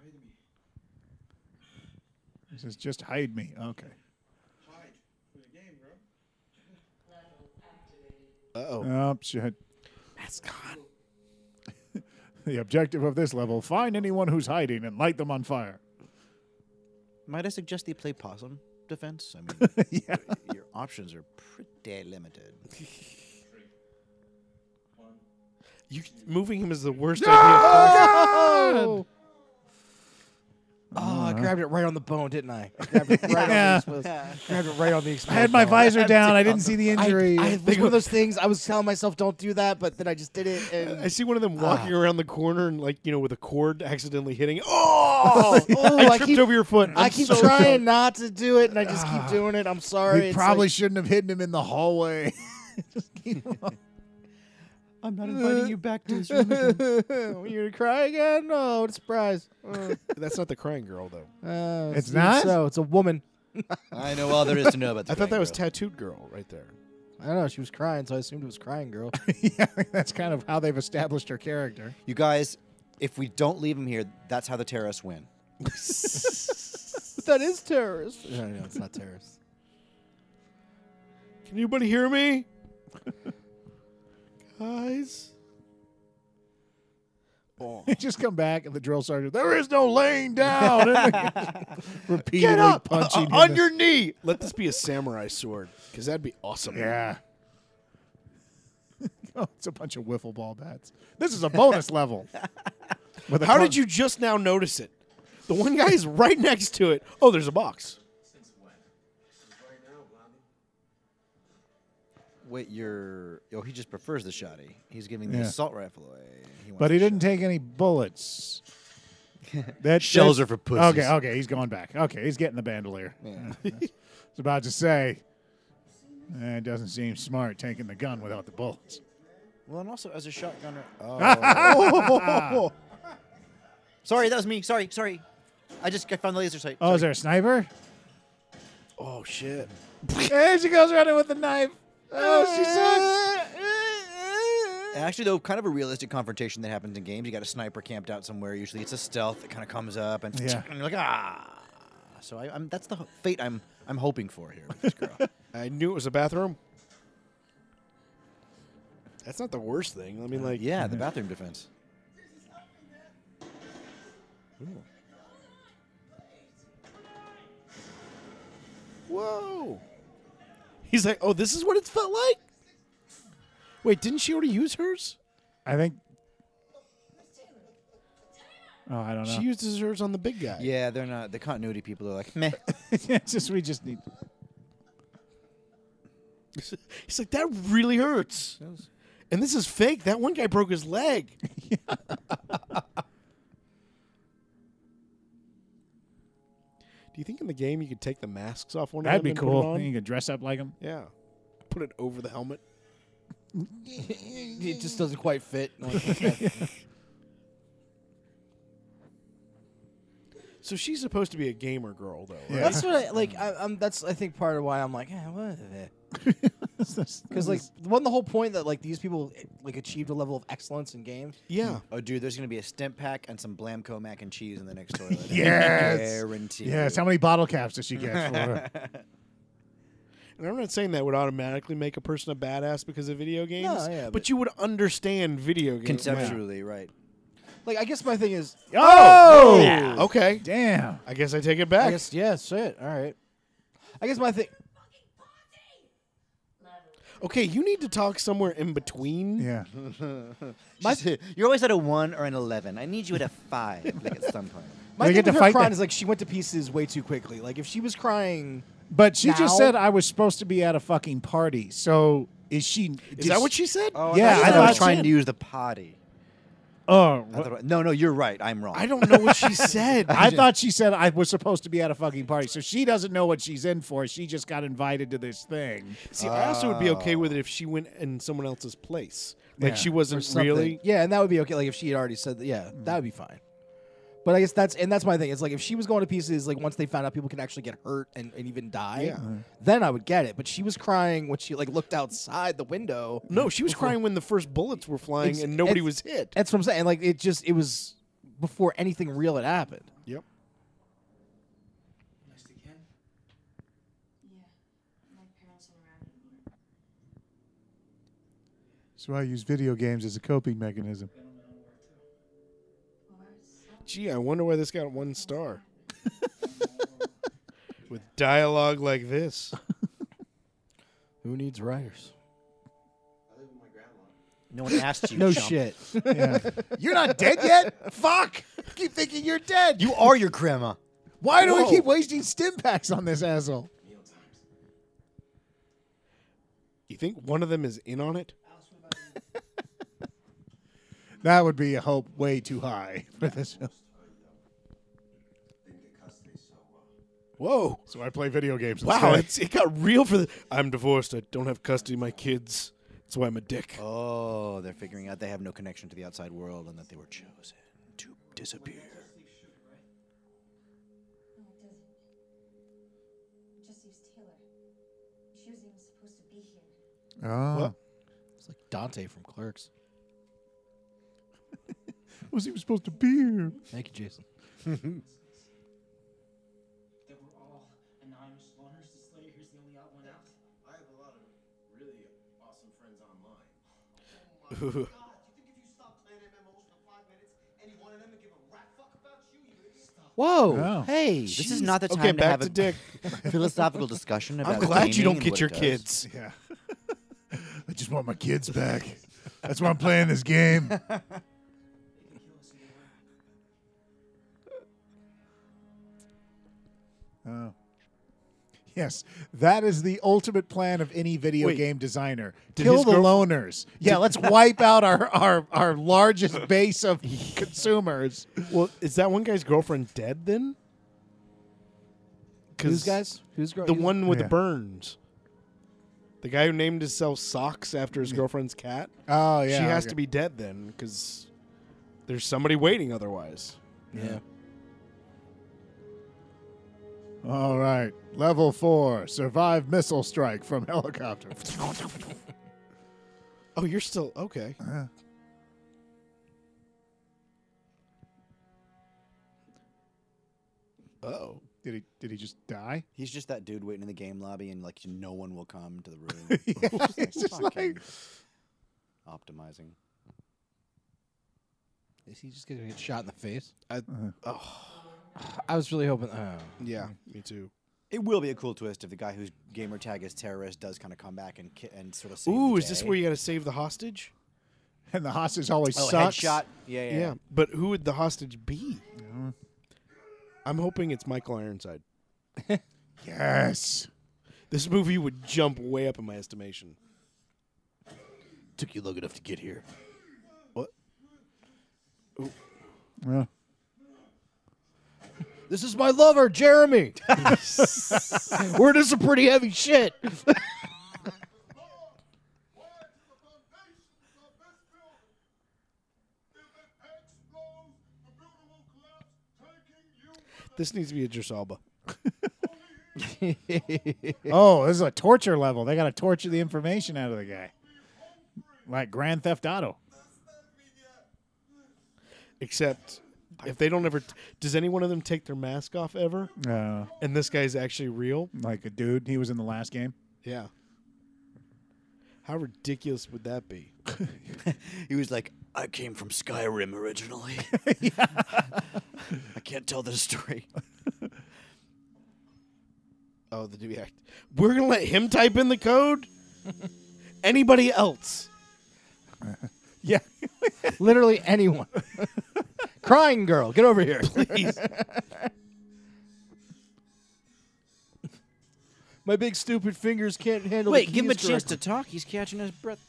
Speaker 1: He says, just hide me. Okay.
Speaker 9: Hide from the game, bro.
Speaker 1: Oh, shit. The objective of this level find anyone who's hiding and light them on fire.
Speaker 4: Might I suggest they play possum defense? I mean, your options are pretty limited.
Speaker 2: You moving him is the worst idea.
Speaker 3: Oh, I grabbed it right on the bone, didn't I? I grabbed it right,
Speaker 1: Yeah.
Speaker 3: on, the exposed- grabbed it right on the
Speaker 1: I
Speaker 3: exposed
Speaker 1: had my
Speaker 3: bone.
Speaker 1: visor down. I didn't see the
Speaker 3: I,
Speaker 1: injury.
Speaker 3: I- it was one of those things I was telling myself don't do that, but then I just did it. And
Speaker 2: I see one of them walking around the corner and like you know with a cord accidentally hitting. it. Oh,
Speaker 3: Oh,
Speaker 2: I
Speaker 3: I
Speaker 2: tripped
Speaker 3: keep-
Speaker 2: over your foot.
Speaker 3: I
Speaker 2: I'm
Speaker 3: keep
Speaker 2: so
Speaker 3: trying
Speaker 2: sorry.
Speaker 3: not to do it, and I just keep doing it. I'm sorry.
Speaker 1: we
Speaker 3: It's
Speaker 1: probably
Speaker 3: like-
Speaker 1: shouldn't have hidden him in the hallway.
Speaker 4: I'm not inviting you back to this room
Speaker 3: You're gonna cry again? Oh, what a surprise! Uh,
Speaker 2: That's not the crying girl though.
Speaker 3: uh,
Speaker 1: It's
Speaker 3: seems
Speaker 1: not?
Speaker 3: So it's a woman.
Speaker 4: I know all there is to know about
Speaker 2: I
Speaker 4: the
Speaker 2: thought that
Speaker 4: Crying
Speaker 2: was
Speaker 4: Girl.
Speaker 2: tattooed girl right there.
Speaker 3: I don't know. She was crying, so I assumed it was crying girl.
Speaker 1: yeah, that's kind of how they've established her character.
Speaker 4: You guys, if we don't leave him here, that's how the terrorists win.
Speaker 3: that is terrorist. No, no, it's not terrorist.
Speaker 2: Can anybody hear me, guys?
Speaker 1: Just come back and the drill sergeant. There is no laying down. And they- repeatedly
Speaker 3: uh,
Speaker 1: punching him in
Speaker 2: on
Speaker 1: the-
Speaker 2: your Uh, knee. Let this be a samurai sword, because that'd be awesome.
Speaker 1: yeah. oh, it's a bunch of wiffle ball bats. This is a bonus level. With a
Speaker 2: How
Speaker 1: con-
Speaker 2: did you just now notice it? The one guy is right next to it. Oh, there's a box.
Speaker 4: Wait, you're. Oh, he just prefers the shotty. He's giving the
Speaker 1: Yeah.
Speaker 4: assault rifle away. wants
Speaker 1: But he
Speaker 4: the
Speaker 1: didn't take any bullets. That
Speaker 4: Shells
Speaker 1: that-
Speaker 4: are for pussies.
Speaker 1: Okay, okay, he's going back. Okay, he's getting the bandolier. I was about to say, eh, it doesn't seem smart taking the gun without the bullets.
Speaker 4: shot. Well, and also as a shotgunner. Oh. sorry, that was me. Sorry, sorry. I just I found the laser sight.
Speaker 1: Oh, is there a sniper?
Speaker 2: Oh shit.
Speaker 1: and she goes running with the knife. Oh, she sucks.
Speaker 4: Actually, though, kind of a realistic confrontation that happens in games. You got a sniper camped out somewhere. Usually, it's a stealth that kind of comes up and,
Speaker 1: Yeah.
Speaker 4: and you're like ah. So I, I'm that's the ho- fate I'm I'm hoping for here with this girl.
Speaker 2: I knew it was a bathroom. That's not the worst thing. I mean, like,
Speaker 4: yeah, the bathroom defense.
Speaker 2: whoa. He's like, oh, this is what it felt like. Wait, didn't she already use hers?
Speaker 1: I think. Oh, I don't know.
Speaker 2: She uses hers on the big guy.
Speaker 4: Yeah, they're not the continuity people are like meh.
Speaker 1: it's just we just need.
Speaker 2: He's like, that really hurts. And this is fake. That one guy broke his leg. Do you think in the game you could take the masks off one
Speaker 1: That'd
Speaker 2: of them?
Speaker 1: be
Speaker 2: and put
Speaker 1: cool.
Speaker 2: it on?
Speaker 1: You could dress up like him.
Speaker 2: Yeah. Put it over the helmet.
Speaker 3: It just doesn't quite fit.
Speaker 2: So she's supposed to be a gamer girl, though. Right?
Speaker 3: That's what I like. I, i that's I think part of why I'm like, eh, what? Because like, wasn't the whole point that like these people eh, like achieved a level of excellence in games?
Speaker 2: Yeah.
Speaker 4: Oh, dude, there's gonna be a stim pack and some Blamco mac and cheese in the next toilet. I
Speaker 1: Yes.
Speaker 4: guarantee.
Speaker 1: Yes.
Speaker 4: you.
Speaker 1: How many bottle caps does she get for her?
Speaker 2: And I'm not saying that would automatically make a person a badass because of video games,
Speaker 3: yeah,
Speaker 2: but,
Speaker 3: but-
Speaker 2: you would understand video games.
Speaker 4: Conceptually, right?
Speaker 3: Like, I guess my thing is,
Speaker 1: Oh!
Speaker 2: Yeah. Okay.
Speaker 1: Damn.
Speaker 2: I guess I take it back.
Speaker 3: I guess yeah, shit. All right. I guess my thing.
Speaker 2: Okay, you need to talk somewhere in between.
Speaker 1: Yeah.
Speaker 4: She's- You're always at a one or an eleven. I need you at a five, like at some point.
Speaker 3: My
Speaker 1: They
Speaker 3: thing
Speaker 1: get
Speaker 3: with
Speaker 1: to
Speaker 3: her
Speaker 1: fight
Speaker 3: crying
Speaker 1: that.
Speaker 3: is like she went to pieces way too quickly. Like if she was crying,
Speaker 1: But she
Speaker 3: Now-
Speaker 1: just said I was supposed to be at a fucking party. So is she?
Speaker 2: Is that what she said?
Speaker 4: Oh,
Speaker 1: Yeah,
Speaker 4: I,
Speaker 1: I
Speaker 4: thought
Speaker 1: thought
Speaker 4: was
Speaker 1: she
Speaker 4: trying
Speaker 1: did.
Speaker 4: to use the potty.
Speaker 1: Oh,
Speaker 4: I thought- no, no, you're right. I'm wrong.
Speaker 2: I don't know what she said.
Speaker 1: I thought she said I was supposed to be at a fucking party. So she doesn't know what she's in for. She just got invited to this thing.
Speaker 2: See, I also would be okay with it if she went in someone else's place. Like
Speaker 1: Oh. Yeah.
Speaker 2: she
Speaker 3: or
Speaker 2: wasn't
Speaker 3: something.
Speaker 2: really.
Speaker 3: Yeah, and that would be okay. Like if she had already said that, yeah,
Speaker 2: Hmm.
Speaker 3: that would be fine. But I guess that's and that's my thing. It's like if she was going to pieces, like once they found out people can actually get hurt and, and even die,
Speaker 2: Yeah.
Speaker 3: then I would get it. But she was crying when she like looked outside the window.
Speaker 2: No, she was crying when the first bullets were flying
Speaker 3: Ex-
Speaker 2: and nobody
Speaker 3: ex-
Speaker 2: was hit.
Speaker 3: That's what I'm saying. Like it just it was before anything real had happened.
Speaker 2: Yep.
Speaker 7: Next again?
Speaker 6: Yeah. My parents interacted more.
Speaker 1: So I use video games as a coping mechanism.
Speaker 2: Gee, I wonder why this got one star. With dialogue like this.
Speaker 3: Who needs writers?
Speaker 9: I live with my grandma.
Speaker 4: No one asked you.
Speaker 3: No
Speaker 4: chump.
Speaker 3: shit.
Speaker 1: You're not dead yet? Fuck! Keep thinking you're dead.
Speaker 4: You are your grandma.
Speaker 1: Why do we keep wasting stim packs on this asshole?
Speaker 7: Meal times.
Speaker 2: You think one of them is in on it?
Speaker 7: Alice, what about you?
Speaker 1: That would be a hope way too high for this film.
Speaker 9: Didn't get custody, so uh,
Speaker 2: Whoa.
Speaker 1: So I play video games.
Speaker 2: Wow,
Speaker 1: instead.
Speaker 2: it's, it got real for the. I'm divorced. I don't have custody of my kids. That's why I'm a dick.
Speaker 4: Oh, they're figuring out they have no connection to the outside world and that they were chosen to disappear.
Speaker 6: No, it doesn't. It just leaves Taylor. She wasn't even supposed to be here.
Speaker 1: Oh.
Speaker 3: It's like Dante from Clerks.
Speaker 1: was even supposed to be here?
Speaker 3: Thank you, Jason.
Speaker 7: That we're all anonymous loners. The Slayer is the only out one out.
Speaker 9: I have a lot of really awesome friends online. God,
Speaker 2: Ooh.
Speaker 9: you think if you stop playing MMOs for five minutes, any one of them would give a rat fuck about you? You idiot. Stop.
Speaker 1: Oh.
Speaker 3: Whoa. Hey.
Speaker 4: This is not the time
Speaker 2: Okay,
Speaker 4: to
Speaker 2: back
Speaker 4: have
Speaker 2: to
Speaker 4: a
Speaker 2: Dick.
Speaker 4: philosophical discussion about
Speaker 2: I'm glad you
Speaker 4: gaming
Speaker 2: don't
Speaker 4: and
Speaker 2: get
Speaker 4: what
Speaker 2: your
Speaker 4: it does.
Speaker 2: kids.
Speaker 1: Yeah. I just want my kids back. That's why I'm playing this game.
Speaker 7: They can kill us anywhere.
Speaker 1: Oh. Yes, that is the ultimate plan of any video
Speaker 2: Wait.
Speaker 1: game designer.
Speaker 2: Did
Speaker 1: Kill
Speaker 2: his
Speaker 1: the
Speaker 2: girl-
Speaker 1: loners. Yeah, let's wipe out our, our, our largest base of consumers.
Speaker 2: Well, is that one guy's girlfriend dead then? 'Cause
Speaker 3: Who's guys? Who's gro-
Speaker 2: The
Speaker 3: you-
Speaker 2: one with
Speaker 1: Yeah.
Speaker 2: the burns. The guy who named himself Socks after his girlfriend's cat.
Speaker 1: Oh, yeah.
Speaker 2: she has
Speaker 1: okay.
Speaker 2: to be dead then, because there's somebody waiting otherwise.
Speaker 3: Yeah.
Speaker 1: All right. Level four survive missile strike from helicopter.
Speaker 2: Oh, you're still okay. Oh,
Speaker 1: did, he, did he just die?
Speaker 4: He's just that dude waiting in the game lobby and like no one will come to the room.
Speaker 1: it's just
Speaker 4: fucking
Speaker 1: like-
Speaker 4: optimizing.
Speaker 3: Is he just gonna get shot in the face?
Speaker 2: I,
Speaker 3: I was really hoping. Oh.
Speaker 2: yeah, me too.
Speaker 4: It will be a cool twist if the guy whose gamer tag is terrorist does kind of come back and ki- and sort of save
Speaker 2: Ooh,
Speaker 4: the
Speaker 2: is this
Speaker 4: day.
Speaker 2: where you got to save the hostage?
Speaker 1: And the hostage always
Speaker 4: oh,
Speaker 1: sucks.
Speaker 4: headshot? Yeah, yeah.
Speaker 2: Yeah. Uh-huh.
Speaker 4: yeah.
Speaker 2: but who would the hostage be? I'm hoping it's Michael Ironside.
Speaker 1: Yes.
Speaker 2: This movie would jump way up in my estimation.
Speaker 4: Took you long enough to get here.
Speaker 1: Yeah.
Speaker 3: This is my lover, Jeremy. We're into some pretty heavy shit.
Speaker 2: This needs to be a Drisalba.
Speaker 1: oh, this is a torture level. They got to torture the information out of the guy, like Grand Theft Auto.
Speaker 2: Except if they don't ever, does any one of them take their mask off ever?
Speaker 1: Uh,
Speaker 2: And this guy's actually real?
Speaker 1: like a dude, he was in the last game.
Speaker 2: Yeah. How ridiculous would that be?
Speaker 4: He was like, I came from Skyrim originally. I can't tell this story.
Speaker 2: Oh, the Dewey Act. We're gonna let him type in the code. Anybody else?
Speaker 1: Yeah,
Speaker 3: Literally anyone. Crying girl, get over here.
Speaker 2: Please.
Speaker 3: My big stupid fingers can't handle. the
Speaker 4: Wait, give him a
Speaker 3: keys
Speaker 4: chance to
Speaker 3: correctly.
Speaker 4: talk. He's catching his breath.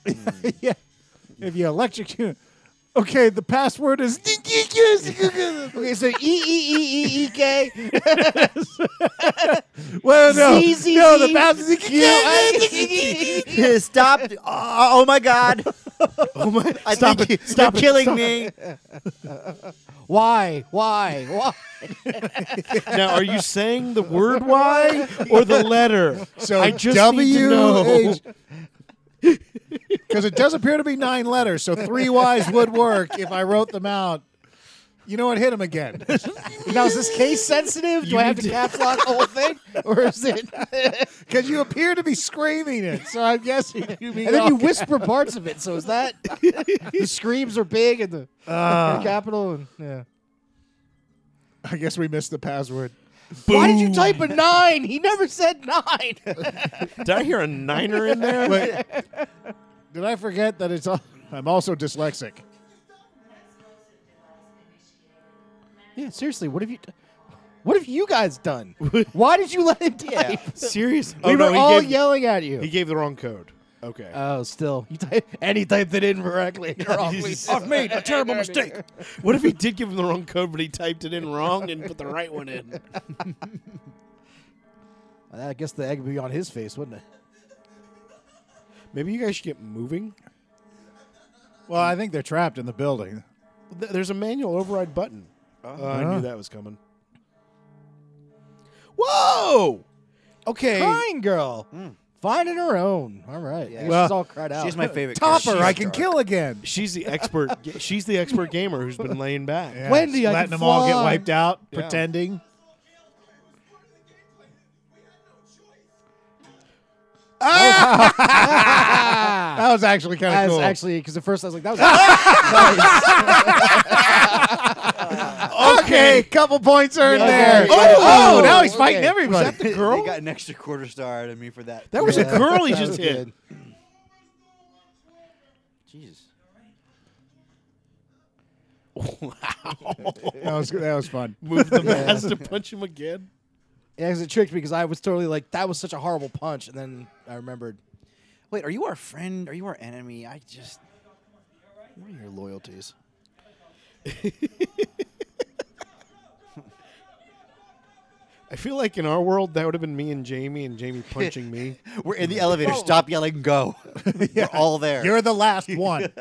Speaker 1: yeah. If you electrocute, okay, the password is.
Speaker 8: Okay, so E E E E E K.
Speaker 1: Well, no,
Speaker 8: Z, Z,
Speaker 1: no, the
Speaker 8: Z.
Speaker 1: password.
Speaker 4: Stop. Oh, oh my God. Oh my. I Stop it. Stop killing me.
Speaker 3: Why? Why? Why?
Speaker 2: now, are you saying the word "why" or the letter?
Speaker 1: So
Speaker 2: I just
Speaker 1: W
Speaker 2: need to know.
Speaker 1: Because it does appear to be nine letters, so three Y's would work if I wrote them out. You know what? Hit him again.
Speaker 3: now is this case sensitive? Do I have to caps lock the whole thing, or is it?
Speaker 1: Because you appear to be screaming it, so I'm guessing you mean.
Speaker 3: and then you whisper parts of it. So is that the screams are big and the,
Speaker 8: Uh.
Speaker 1: Ah.
Speaker 3: the capital? And, yeah.
Speaker 1: I guess we missed the password.
Speaker 3: Why did you type a nine? He never said nine.
Speaker 2: Did I hear a niner in there?
Speaker 1: Wait, did I forget that it's? All, I'm also dyslexic.
Speaker 6: Uh,
Speaker 3: yeah, seriously, what have you? what have you guys done? Why did you let him type?
Speaker 2: Seriously,
Speaker 3: We
Speaker 2: oh, no,
Speaker 3: were
Speaker 2: he
Speaker 3: all
Speaker 2: gave,
Speaker 3: yelling at you.
Speaker 2: He gave the wrong code. Okay.
Speaker 3: Oh, still, you type, and he typed it in correctly. wrongly.
Speaker 2: I've made a terrible mistake. What if he did give him the wrong code, but he typed it in wrong and put the right one in?
Speaker 3: I guess the egg would be on his face, wouldn't it?
Speaker 2: Maybe you guys should get moving.
Speaker 1: Well, I think they're trapped in the building.
Speaker 2: Th- There's a manual override button. Uh, I
Speaker 1: Oh.
Speaker 2: knew that was coming. Whoa! Okay.
Speaker 3: Crying girl, finding her own. All right, Hmm. yeah.
Speaker 1: Well,
Speaker 3: she's all cried out.
Speaker 4: She's my favorite.
Speaker 1: Topper,
Speaker 4: character.
Speaker 1: I can kill again.
Speaker 2: She's the expert. ga- she's the expert gamer who's been laying back.
Speaker 1: Yeah,
Speaker 3: Wendy,
Speaker 1: just
Speaker 3: I
Speaker 1: letting
Speaker 3: can
Speaker 1: them all get
Speaker 3: fly.
Speaker 1: wiped out,
Speaker 2: Yeah.
Speaker 1: pretending.
Speaker 2: Oh,
Speaker 1: Ah! that was actually kind
Speaker 3: As
Speaker 1: of cool.
Speaker 3: actually, because at first I was like, that was nice.
Speaker 1: okay, couple points earned
Speaker 3: Yeah,
Speaker 1: there.
Speaker 3: okay.
Speaker 1: Oh,
Speaker 3: Oh,
Speaker 1: now he's
Speaker 3: okay.
Speaker 1: fighting everybody.
Speaker 2: that the
Speaker 4: They
Speaker 2: girl?
Speaker 4: got an extra quarter star out of me for that.
Speaker 2: That was a
Speaker 3: Yeah,
Speaker 2: girl he
Speaker 3: that
Speaker 2: just
Speaker 3: was
Speaker 2: hit.
Speaker 3: good.
Speaker 4: Jesus.
Speaker 1: That was that was fun.
Speaker 2: Move the mask to punch him again.
Speaker 3: Yeah, 'cause it tricked me because I was totally like, that was such a horrible punch, and then I remembered.
Speaker 4: Wait, are you our friend? Are you our enemy? I just. What are your loyalties?
Speaker 2: I feel like in our world that would have been me and Jamie, and Jamie punching me.
Speaker 4: We're in the elevator. Stop yelling. Go. We're all there.
Speaker 1: You're the last one.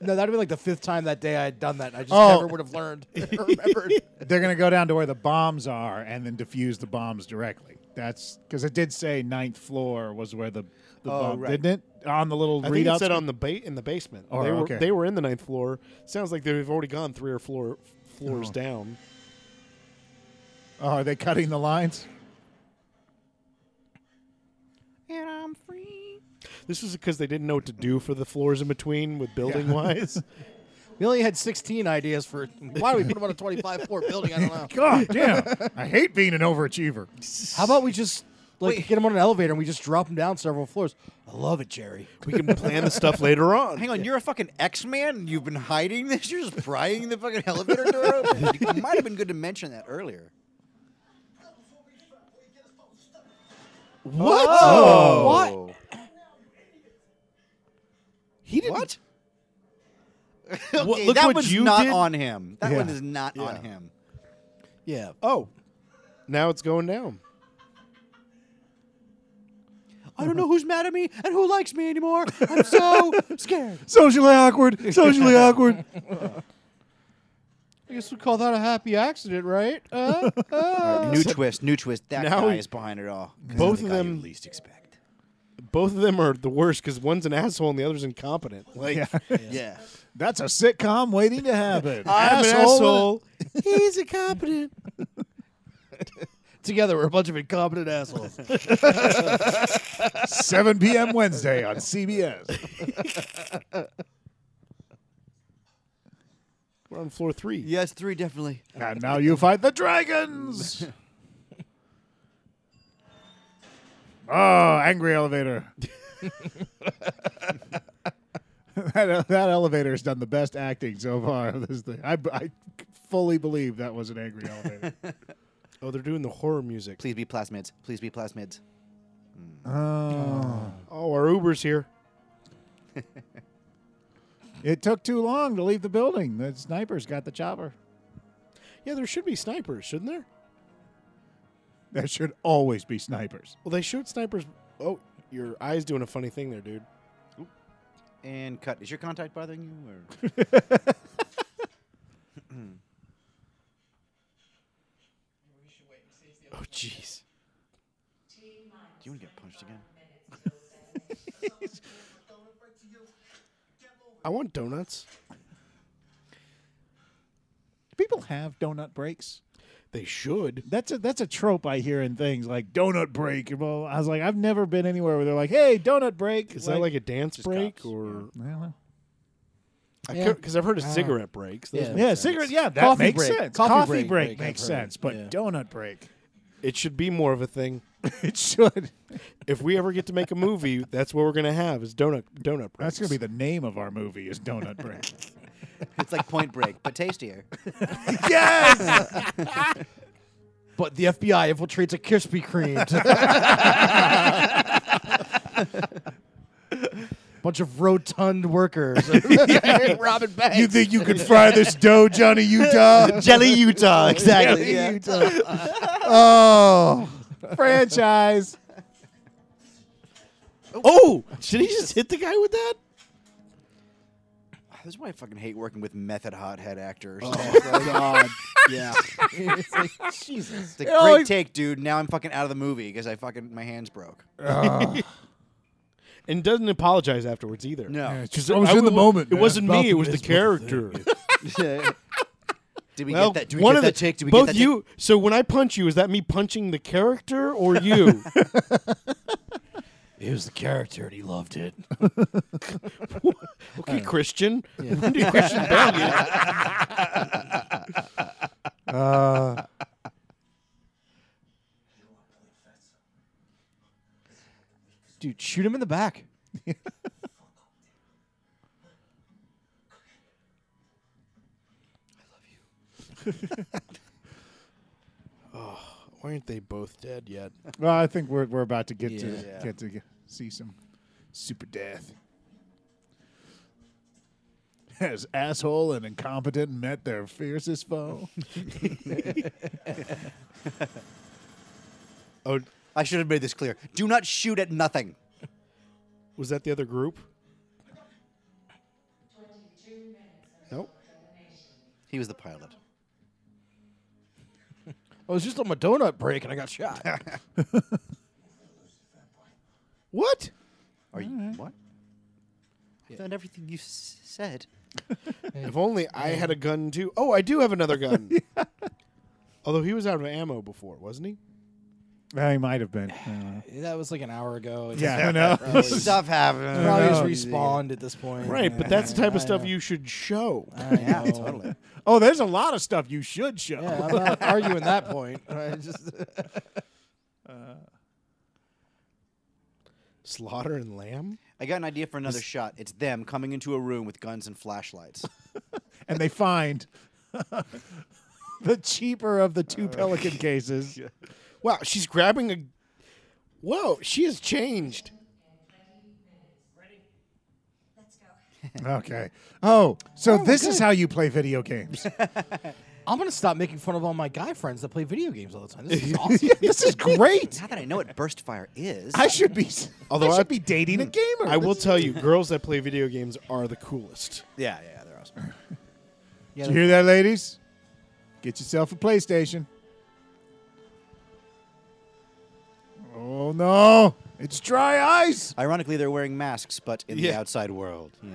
Speaker 3: No, that'd be like the fifth time that day I had done that. and I just
Speaker 1: Oh.
Speaker 3: never would have learned. or remembered.
Speaker 1: They're gonna go down to where the bombs are and then defuse the bombs directly. That's because it did say ninth floor was where the, the
Speaker 4: Oh,
Speaker 1: bomb
Speaker 4: right.
Speaker 1: didn't it on the little
Speaker 2: I think
Speaker 1: readout.
Speaker 2: it said
Speaker 1: screen?
Speaker 2: on the ba- in the basement.
Speaker 1: Oh,
Speaker 2: they were
Speaker 1: okay.
Speaker 2: they were in the ninth floor. Sounds like they've already gone three or floor floors down.
Speaker 1: oh, are they cutting the lines?
Speaker 4: And I'm free.
Speaker 2: This was because they didn't know what to do for the floors in between with building wise.
Speaker 3: we only had 16 ideas for why do we put them on a 25 floor building? I don't know.
Speaker 1: God damn! I hate being an overachiever.
Speaker 3: How about we just like get them on an elevator and we just drop them down several floors? I love it, Jerry.
Speaker 2: we can plan the stuff later on.
Speaker 4: Hang on, you're a fucking X-Man. and You've been hiding this. You're just prying the fucking elevator door open. It might have been good to mention that earlier.
Speaker 2: What?
Speaker 8: Oh.
Speaker 3: What?
Speaker 2: He didn't.
Speaker 4: What?
Speaker 2: Wha-
Speaker 4: Okay,
Speaker 2: look
Speaker 4: that
Speaker 2: what
Speaker 4: one's
Speaker 2: you
Speaker 4: not
Speaker 2: did.
Speaker 4: on him. That one
Speaker 1: Yeah.
Speaker 4: is not on
Speaker 2: Yeah.
Speaker 4: him.
Speaker 3: Yeah.
Speaker 2: Oh, now it's going down.
Speaker 4: I don't know who's mad at me and who likes me anymore. I'm so scared.
Speaker 1: Socially awkward. Socially awkward.
Speaker 3: I guess we call that a happy accident, right? Uh, uh.
Speaker 4: All right, new twist, new twist. That
Speaker 2: Now-
Speaker 4: guy is behind it all. 'Cause he's
Speaker 2: both
Speaker 4: the
Speaker 2: of
Speaker 4: guy you
Speaker 2: them-
Speaker 4: least expect.
Speaker 2: Both of them are the worst because one's an asshole and the other's incompetent. Like,
Speaker 4: Yeah.
Speaker 1: That's a sitcom waiting to happen.
Speaker 2: I'm an asshole.
Speaker 8: He's incompetent. Together, we're a bunch of incompetent assholes.
Speaker 1: 7 p.m. Wednesday on CBS.
Speaker 2: We're on floor three.
Speaker 4: Yes, three definitely.
Speaker 1: And now you fight the dragons. Oh, angry elevator. that, that elevator's done the best acting so far of this thing. I, I fully believe that was an angry elevator.
Speaker 2: Oh, they're doing the horror music.
Speaker 4: Please be plasmids. Please be plasmids.
Speaker 2: Oh, our Uber's here.
Speaker 1: it took too long to leave the building. The snipers got the chopper.
Speaker 2: Yeah, there should be snipers, shouldn't there?
Speaker 1: There should always be snipers.
Speaker 2: Well, they shoot snipers. Oh, your eye's doing a funny thing there, dude.
Speaker 4: And cut. Is your contact bothering you? Or?
Speaker 2: Oh, jeez.
Speaker 4: Do you want to get punched again?
Speaker 2: I want donuts.
Speaker 1: Do people have donut breaks?
Speaker 2: They should.
Speaker 1: That's a that's a trope I hear in things like donut break. and Well, I was like, I've never been anywhere where they're like, "Hey, donut break."
Speaker 2: Is that like a dance
Speaker 4: just
Speaker 2: break
Speaker 4: cops,
Speaker 2: or?
Speaker 1: I don't know.
Speaker 3: Yeah.
Speaker 2: Because I've heard of cigarette breaks. Those
Speaker 3: Yeah.
Speaker 2: make
Speaker 1: yeah,
Speaker 2: sense.
Speaker 1: cigarette. Yeah, that
Speaker 3: Coffee
Speaker 1: makes
Speaker 3: break.
Speaker 1: sense.
Speaker 3: Coffee
Speaker 1: Coffee,
Speaker 3: break
Speaker 1: break,
Speaker 3: break,
Speaker 1: makes
Speaker 3: I've heard.
Speaker 1: sense, but
Speaker 3: Yeah.
Speaker 1: donut break
Speaker 2: It should be more of a thing.
Speaker 1: it should.
Speaker 2: If we ever get to make a movie, that's what we're gonna have is donut donut breaks.
Speaker 1: That's gonna be the name of our movie is Donut Break.
Speaker 4: It's like Point Break, but tastier.
Speaker 1: yes,
Speaker 8: But the FBI infiltrates a Krispy Kreme. Bunch of rotund workers.
Speaker 4: Robin Banks.
Speaker 1: you think you could fry this dough, Johnny Utah?
Speaker 4: Jelly Utah, exactly. yeah.
Speaker 1: Oh, franchise.
Speaker 2: Oh, should he just hit the guy with that?
Speaker 4: That's why I fucking hate working with method hothead actors.
Speaker 2: Oh,
Speaker 8: God. Yeah.
Speaker 3: It's like, Jesus.
Speaker 4: It's a great
Speaker 1: always-
Speaker 4: take, dude. Now I'm fucking out of the movie because I fucking my hands broke.
Speaker 2: And doesn't apologize afterwards either.
Speaker 4: No.
Speaker 1: Just
Speaker 2: I
Speaker 1: I was in the
Speaker 2: w-
Speaker 1: moment.
Speaker 2: It
Speaker 1: man.
Speaker 2: wasn't me. It
Speaker 8: Malcolm
Speaker 2: was the
Speaker 8: is what the
Speaker 2: character.
Speaker 4: Did we
Speaker 2: Well,
Speaker 4: get that? Did we
Speaker 2: one
Speaker 4: get
Speaker 2: of
Speaker 4: that
Speaker 2: the,
Speaker 4: take? Did we
Speaker 2: both
Speaker 4: get that
Speaker 2: you. So when I punch you, is that me punching the character or you?
Speaker 8: It was the character and he loved it.
Speaker 2: okay, Christian. When did Christian Bale get it?
Speaker 3: Dude, shoot him in the back.
Speaker 2: Why aren't they both dead yet?
Speaker 1: Well, I think we're we're about to get to
Speaker 4: Yeah.
Speaker 1: get to g- see some super death. As asshole and incompetent met their fiercest foe.
Speaker 2: Oh,
Speaker 4: I should have made this clear. Do not shoot at nothing.
Speaker 2: was that the other group? Nope.
Speaker 4: He was the pilot.
Speaker 8: I Oh, was just on my donut break and I got shot.
Speaker 2: What?
Speaker 4: Are you what? I've done everything you s- said.
Speaker 2: If only I had a gun too. Oh, I do have another gun. Although he was out of ammo before, wasn't he?
Speaker 1: Well, he might have been. I don't know.
Speaker 3: That was like an hour ago. It's
Speaker 1: Uh, Yeah, I know.
Speaker 3: Probably,
Speaker 4: Stuff happened.
Speaker 3: probably
Speaker 1: know.
Speaker 8: Oh,
Speaker 3: just respawned at this point.
Speaker 2: Right, but that's the type
Speaker 3: I
Speaker 2: of stuff
Speaker 3: know.
Speaker 2: you should show.
Speaker 3: I
Speaker 4: Yeah,
Speaker 3: know.
Speaker 4: totally.
Speaker 1: Oh, there's a lot of stuff you should show.
Speaker 3: Yeah, I'm not arguing that point. I just
Speaker 2: Slaughter and lamb.
Speaker 4: I got an idea for another shot. It's them coming into a room with guns and flashlights.
Speaker 1: And they find the cheaper of the
Speaker 4: Uh.
Speaker 1: two pelican cases.
Speaker 2: Wow, she's grabbing a. Whoa, she has changed.
Speaker 6: Let's go.
Speaker 1: Okay. Oh, so this is how you play video games.
Speaker 3: I'm gonna stop making fun of all my guy friends that play video games all the time. This is awesome.
Speaker 1: this is great.
Speaker 4: Now that I know what burst fire is,
Speaker 1: I should be. Although
Speaker 2: Although
Speaker 1: I should
Speaker 2: I-
Speaker 1: be dating a
Speaker 4: Oh,
Speaker 1: gamer.
Speaker 2: I will tell you, girls that play video games are the coolest.
Speaker 4: yeah, yeah, they're awesome.
Speaker 1: Did you hear that, ladies? Get yourself a PlayStation. Oh no, it's dry ice.
Speaker 4: Ironically, they're wearing masks, but in the
Speaker 2: Yeah.
Speaker 4: outside world. Yeah.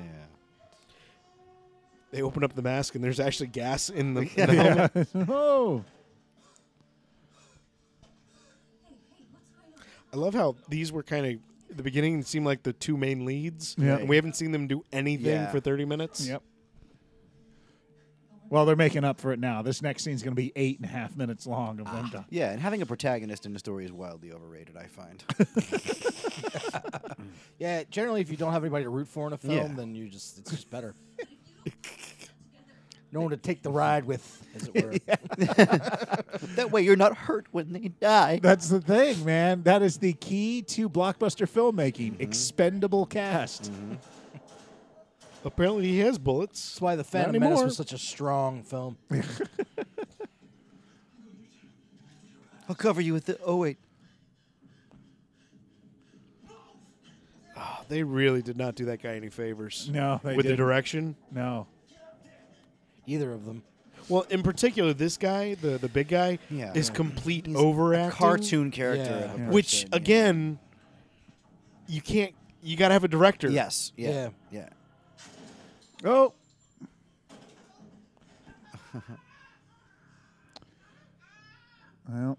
Speaker 2: They open up the mask and there's actually gas in the.
Speaker 1: oh,
Speaker 2: I love how these were kind of the beginning seemed like the two main leads.
Speaker 1: Yeah.
Speaker 2: And we haven't seen them do anything
Speaker 4: Yeah.
Speaker 2: for 30 minutes.
Speaker 1: yep. Well, they're making up for it now. This next scene's going to be eight and a half minutes long of them done.
Speaker 4: Yeah, and having a protagonist in a story is wildly overrated, I find.
Speaker 3: Yeah, generally, if you don't have anybody to root for in a film,
Speaker 4: Yeah.
Speaker 3: then you just it's just better. no one to take the ride with, as it were.
Speaker 4: that way you're not hurt when they die.
Speaker 1: That's the thing, man. That is the key to blockbuster filmmaking: expendable cast.
Speaker 2: Apparently he has bullets.
Speaker 3: That's why the Phantom
Speaker 2: Not
Speaker 3: Menace
Speaker 2: anymore.
Speaker 3: was such a strong film.
Speaker 4: I'll cover you with the. Oh, wait.
Speaker 2: They really did not do that guy any favors.
Speaker 1: No, they
Speaker 2: With
Speaker 1: didn't.
Speaker 2: the direction.
Speaker 1: No.
Speaker 3: Either of them.
Speaker 2: Well, in particular, this guy, the, the big guy,
Speaker 4: Yeah.
Speaker 2: is complete overacting.
Speaker 4: Cartoon character.
Speaker 3: Yeah.
Speaker 4: Of a
Speaker 3: Yeah.
Speaker 4: person,
Speaker 2: Which,
Speaker 4: yeah.
Speaker 2: again, you can't. You got to have a director.
Speaker 4: Yes. Yeah. Yeah.
Speaker 3: Yeah.
Speaker 1: Oh. well,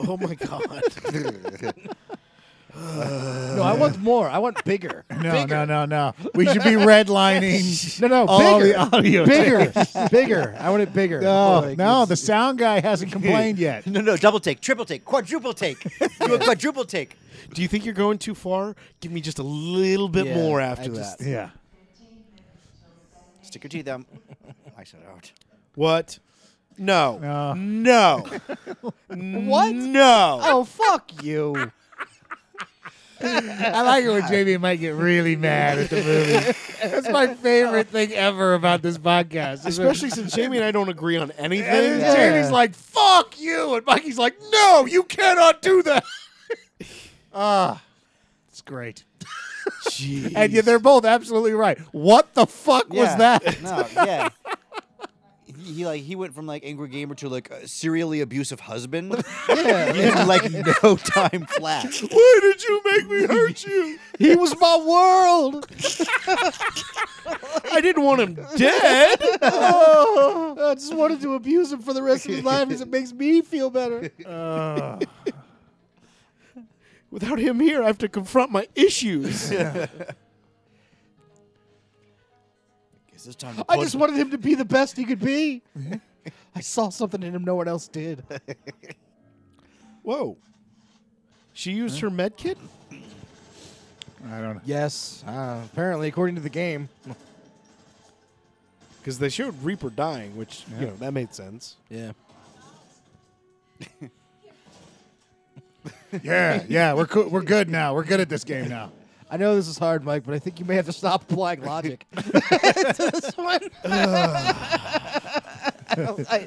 Speaker 2: Oh, my God.
Speaker 3: No, I want more. I want bigger.
Speaker 1: no, no, no, no. We should be redlining.
Speaker 3: No, no,
Speaker 1: All
Speaker 3: bigger,
Speaker 1: the audio
Speaker 3: bigger, bigger. I want it bigger.
Speaker 1: No,
Speaker 3: Like,
Speaker 1: no,
Speaker 3: it's-
Speaker 1: the sound guy hasn't complained yet.
Speaker 4: No, no, double take, triple take, quadruple take. Do a quadruple take.
Speaker 2: do you think you're going too far? Give me just a little bit
Speaker 3: Yeah,
Speaker 2: more
Speaker 3: I
Speaker 2: after
Speaker 3: just-
Speaker 2: that.
Speaker 1: Yeah.
Speaker 4: Stick your teeth out. I said "Oh, out.
Speaker 2: What? No.
Speaker 3: Uh.
Speaker 1: No.
Speaker 2: No. what? No.
Speaker 3: oh fuck you.
Speaker 1: I like it when Jamie and Mike get really mad at the movie. That's my favorite thing ever about this podcast. is when-
Speaker 2: Especially since Jamie and I don't agree on anything.
Speaker 1: And then Jamie's like, fuck you. And Mikey's like, no, you cannot do that. Ah, it's great.
Speaker 2: Jeez.
Speaker 1: And yeah, they're both absolutely right. What the fuck was
Speaker 4: Yeah.
Speaker 1: that?
Speaker 4: No, yeah. He he, like he went from like angry gamer to like a serially abusive husband yeah, in like no time flat.
Speaker 1: Why did you make me hurt you?
Speaker 3: He was my world.
Speaker 2: I didn't want him dead.
Speaker 3: Uh, I just wanted to abuse him for the rest of his life because it makes me feel better.
Speaker 2: Without him here, I have to confront my issues.
Speaker 4: Guess it's time to
Speaker 3: I
Speaker 4: put-
Speaker 3: just wanted him to be the best he could be. I saw something in him no one else did.
Speaker 2: Whoa. She used her med kit?
Speaker 1: I don't know.
Speaker 3: Yes, uh, apparently, according to the game.
Speaker 2: Because they showed Reaper dying, which, you know, that made sense.
Speaker 3: Yeah.
Speaker 1: Yeah, yeah, we're coo- we're good now. We're good at this game now.
Speaker 3: I know this is hard, Mike, but I think you may have to stop applying logic to this one.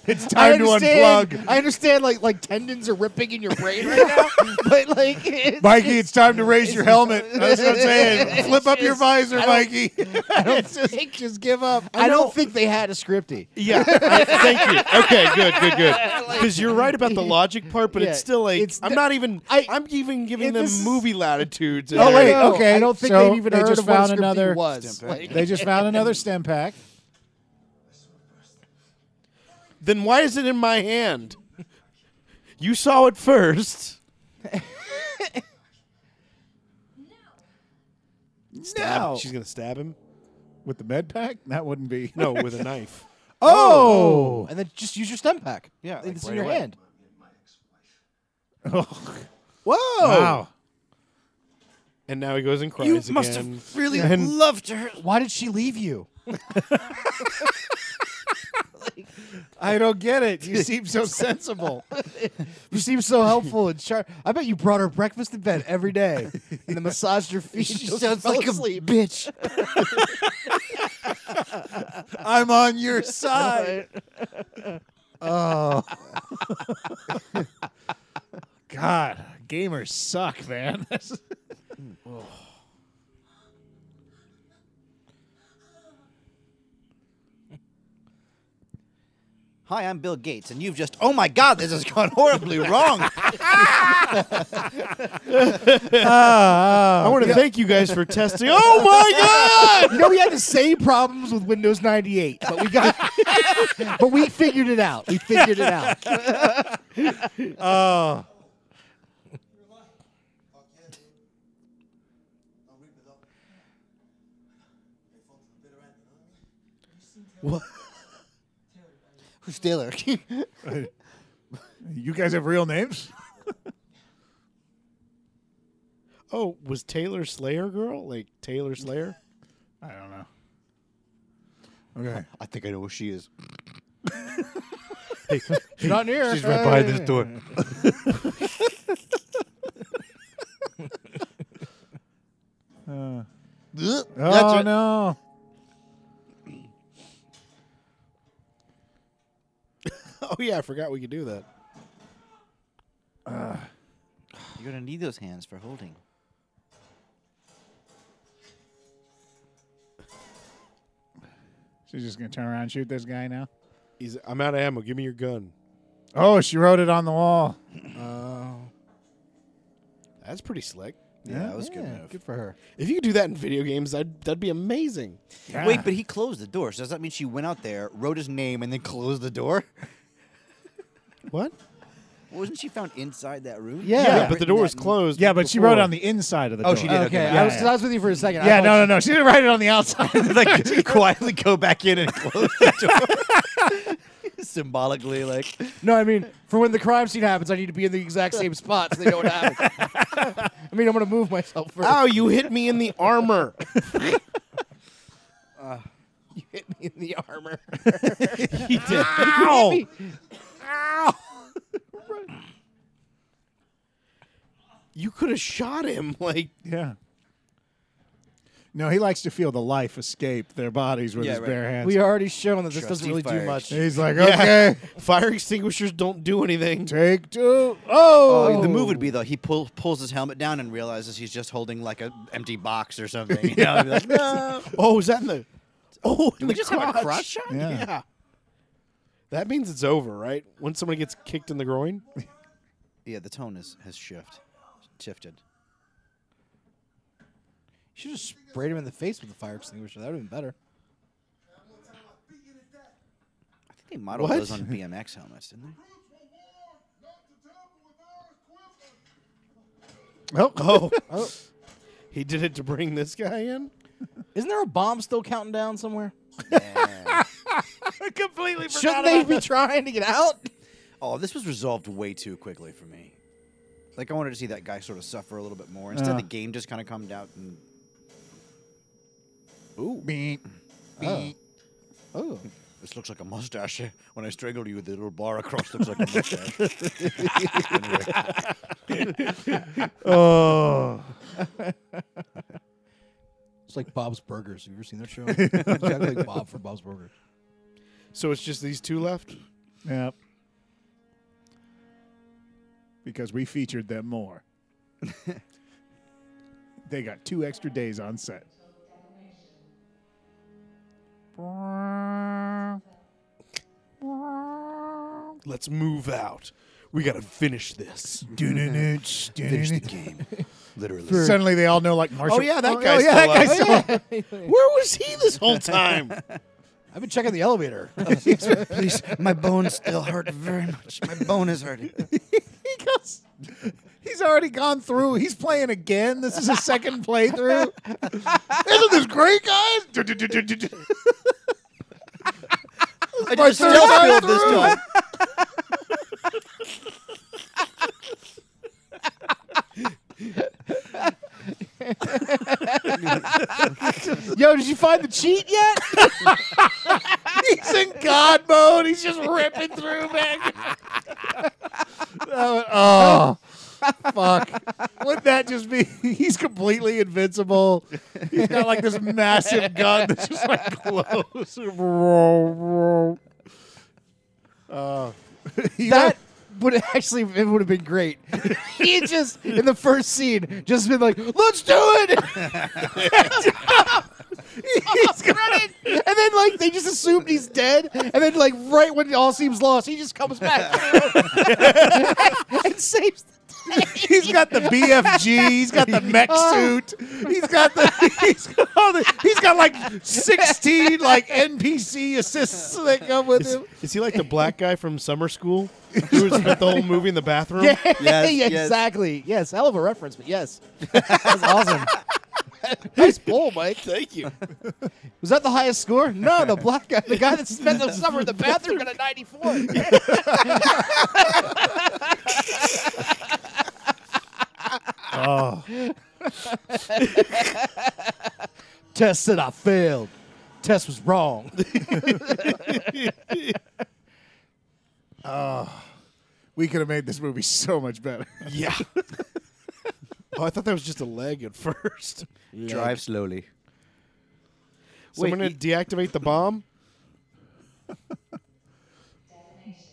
Speaker 3: it's
Speaker 1: time to unplug.
Speaker 3: I understand, like like tendons are ripping in your brain right now, but like it's,
Speaker 1: Mikey, it's time to raise your helmet. That's what I'm saying. Flip up your visor, Mikey.
Speaker 3: I don't think just give up. I, don't, think they had a scripty.
Speaker 2: Yeah. I- thank you. Okay, good, good, good. Because you're right about the logic part, but
Speaker 3: Yeah,
Speaker 2: it's still like,
Speaker 3: it's
Speaker 2: I'm
Speaker 3: the-
Speaker 2: not even, I,
Speaker 3: I-
Speaker 2: am even giving
Speaker 3: it-
Speaker 2: them
Speaker 3: this is-
Speaker 2: movie latitudes. in
Speaker 1: Oh,
Speaker 2: there.
Speaker 1: wait, okay,
Speaker 3: I don't think
Speaker 1: so
Speaker 3: they've even
Speaker 1: they
Speaker 3: heard
Speaker 1: just
Speaker 3: of what
Speaker 1: found
Speaker 3: a scripty
Speaker 1: another-
Speaker 3: was. Like,
Speaker 1: They just found another stem pack.
Speaker 2: Then why is it in my hand? You saw it first. Stab-
Speaker 3: No.
Speaker 2: She's going to stab him?
Speaker 1: With the med pack? That wouldn't be.
Speaker 2: No, with a knife.
Speaker 1: Oh!
Speaker 3: and then just use your stem pack.
Speaker 4: Yeah, like
Speaker 3: it's
Speaker 4: right
Speaker 3: in your
Speaker 4: away.
Speaker 3: hand.
Speaker 2: Whoa!
Speaker 1: Wow.
Speaker 2: And now he goes and cries
Speaker 4: You
Speaker 2: again.
Speaker 4: must have really
Speaker 2: And-
Speaker 4: loved her.
Speaker 3: Why did she leave you?
Speaker 1: I don't get it. You seem so sensible.
Speaker 3: You seem so helpful and sharp. I bet you brought her breakfast in bed every day, and then massaged her feet.
Speaker 4: She
Speaker 3: until
Speaker 4: sounds
Speaker 3: fell
Speaker 4: like
Speaker 3: asleep.
Speaker 4: a bitch.
Speaker 1: I'm on your side. oh. God, gamers suck, man.
Speaker 4: Hi, I'm Bill Gates, and you've just, oh my God, this has gone horribly wrong.
Speaker 2: I want to thank you guys for testing. Oh my
Speaker 8: You know, we had the same problems with Windows 98, but we got, but we figured it out. We figured it out.
Speaker 4: Who's Taylor?
Speaker 1: You guys have real names?
Speaker 2: god! Oh, was Taylor Slayer girl like Taylor Slayer?
Speaker 1: I don't know. Okay.
Speaker 4: I think I know who she is.
Speaker 3: She's not near.
Speaker 4: She's right behind this door. Ugh, that's
Speaker 1: oh
Speaker 4: right.
Speaker 1: no.
Speaker 2: Oh yeah, I forgot we could do that.
Speaker 4: You're gonna need those hands for holding.
Speaker 1: She's just gonna turn around and shoot this guy now.
Speaker 2: He's, I'm out of ammo. Give me your gun.
Speaker 1: Oh, she wrote it on the wall.
Speaker 2: That's pretty slick.
Speaker 1: Yeah, that was good. Good for her.
Speaker 2: If you could do that in video games, that'd, that'd be amazing.
Speaker 4: Wait, but he closed the door. So does that mean she went out there, wrote his name, and then closed the door?
Speaker 2: What?
Speaker 4: Wasn't she found inside that room?
Speaker 8: Yeah.
Speaker 2: Yeah,
Speaker 8: Yeah,
Speaker 2: but the door was
Speaker 4: was
Speaker 2: closed.
Speaker 1: Yeah, but she wrote
Speaker 2: before.
Speaker 1: on the inside of the
Speaker 4: Oh,
Speaker 1: door.
Speaker 4: she did.
Speaker 8: Okay,
Speaker 4: Okay,
Speaker 1: yeah,
Speaker 8: I was
Speaker 1: yeah.
Speaker 8: because I was with you for a second. I
Speaker 1: Yeah,
Speaker 8: thought
Speaker 1: no,
Speaker 8: she-
Speaker 1: no, no. She didn't write it on the outside.
Speaker 4: like quietly go back in and close the door. Symbolically, like
Speaker 8: No, I mean, for when the crime scene happens, I need to be in the exact same spot so they know what happened. I mean, I'm going to move myself first.
Speaker 1: Ah,
Speaker 2: Ow! You hit me in the armor.
Speaker 1: Uh,
Speaker 8: You hit me in the armor.
Speaker 2: he did. Ow! you could have shot him. Like
Speaker 1: yeah. No, he likes to feel the life escape their bodies with
Speaker 4: Yeah,
Speaker 1: his
Speaker 4: right.
Speaker 1: bare hands.
Speaker 8: We already shown that this
Speaker 4: Trusty
Speaker 8: doesn't really
Speaker 4: fire
Speaker 8: do much.
Speaker 1: He's like, okay,
Speaker 2: fire extinguishers don't do anything.
Speaker 1: take two. Oh,
Speaker 4: the move would be though he pull, pulls his helmet down and realizes he's just holding like an empty box or something. You know, He'd be like, no.
Speaker 2: Oh, is that in the? Oh, in
Speaker 4: we
Speaker 2: the
Speaker 4: just
Speaker 2: crotch.
Speaker 4: have a crotch shot?
Speaker 1: Yeah.
Speaker 2: yeah. That means it's over, right? When somebody gets kicked in the groin.
Speaker 4: Yeah, the tone is, has shifted. Shifted.
Speaker 3: She just sprayed him in the face with a fire extinguisher. That would have been better.
Speaker 4: I think they modeled
Speaker 2: What?
Speaker 4: those on BMX helmets, didn't they?
Speaker 2: Oh, oh. He did it to bring this guy in.
Speaker 3: Isn't there a bomb still counting down somewhere?
Speaker 1: completely
Speaker 3: Shouldn't they be trying to get out?
Speaker 4: Oh, this was resolved way too quickly for me. Like I wanted to see that guy sort of suffer a little bit more. Instead,
Speaker 1: Uh.
Speaker 4: the game just kind of calmed out and
Speaker 1: Beep. Beep.
Speaker 3: Oh,
Speaker 4: This looks like a mustache. When I strangled you, the little bar across looks like a mustache. Anyway,
Speaker 1: Oh.
Speaker 3: it's like Bob's Burgers. Have you ever seen that show? exactly like Bob from Bob's Burgers.
Speaker 2: So it's just these two left.
Speaker 1: Yep. Because we featured them more. they got two extra days on set.
Speaker 2: Let's move out. We gotta finish this.
Speaker 1: Finish the
Speaker 4: game, literally.
Speaker 1: Suddenly they all know like Marshall.
Speaker 2: Oh yeah, that
Speaker 1: guy.
Speaker 2: guy.
Speaker 1: yeah, that guy's still alive.
Speaker 2: Where was he this whole time?
Speaker 3: I've been checking the elevator.
Speaker 4: Please, my bones still hurt very much. My bone is hurting.
Speaker 1: He goes, he's already gone through. He's playing again. This is his second playthrough. Isn't this great, guys?
Speaker 4: I just
Speaker 1: third
Speaker 4: still
Speaker 1: time
Speaker 4: failed this time.
Speaker 8: Yo, did you find the cheat yet?
Speaker 1: he's in God mode. He's just ripping through, man. oh, fuck. Wouldn't that just be? He's completely invincible. He's got like this massive gun that's just like close. oh. You
Speaker 8: That would actually, it would have been great. he just, in the first scene, just been like, let's do it.
Speaker 3: he's running, and then like they just assumed he's dead, and then like right when it all seems lost, he just comes back and saves.
Speaker 1: He's got the BFG. He's got the mech suit. He's got the he's got, all the, he's got like sixteen like NPC assists that come with
Speaker 2: Is,
Speaker 1: him.
Speaker 2: is he like the black guy from summer school who spent the whole movie in the bathroom?
Speaker 3: Yeah,
Speaker 4: Yes,
Speaker 3: yeah,
Speaker 4: yes.
Speaker 3: exactly. Yes, hell of a reference, but yes, that's awesome. nice pull, Mike.
Speaker 2: Thank you.
Speaker 3: Was that the highest score? No, the black guy, the guy that spent the summer in the bathroom got a 94.
Speaker 2: Oh,
Speaker 3: Test said I failed. Test was wrong.
Speaker 1: We could have made this movie so much better.
Speaker 2: yeah. oh, I thought that was just a leg at first.
Speaker 4: Drive slowly.
Speaker 2: So I'm going to deactivate the bomb.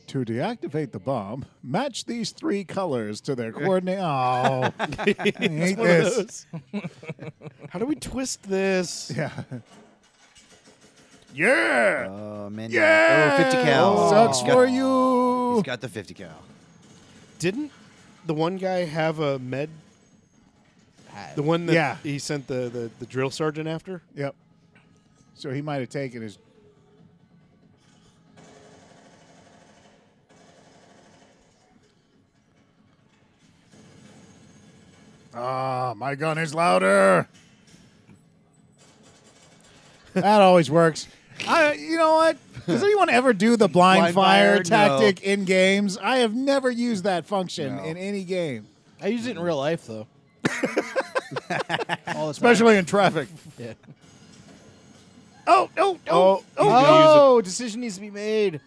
Speaker 1: To deactivate the bomb, match these three colors to their coordinate. Oh, I hate this.
Speaker 2: How do we twist this?
Speaker 1: Yeah. Yeah.
Speaker 4: Oh man.
Speaker 1: yeah.
Speaker 4: Oh, 50 cal.
Speaker 1: Sucks
Speaker 4: He's got-
Speaker 1: for you.
Speaker 4: He's got the 50 cal.
Speaker 2: Didn't the one guy have a med? The one that
Speaker 1: Yeah.
Speaker 2: he sent the, the, the drill sergeant after?
Speaker 1: Yep. So he might have taken his. Ah, my gun is louder. that always works. I, you know what? Does anyone ever do the blind,
Speaker 4: Blind
Speaker 1: fire,
Speaker 4: fire? No.
Speaker 1: tactic in games? I have never used that function
Speaker 4: No.
Speaker 1: in any game,
Speaker 10: I use it in real life though. All the time.
Speaker 1: especially in traffic.
Speaker 10: Yeah.
Speaker 1: Oh, oh,
Speaker 2: Oh,
Speaker 1: oh,
Speaker 2: he's gonna use
Speaker 3: Oh, decision needs to be made.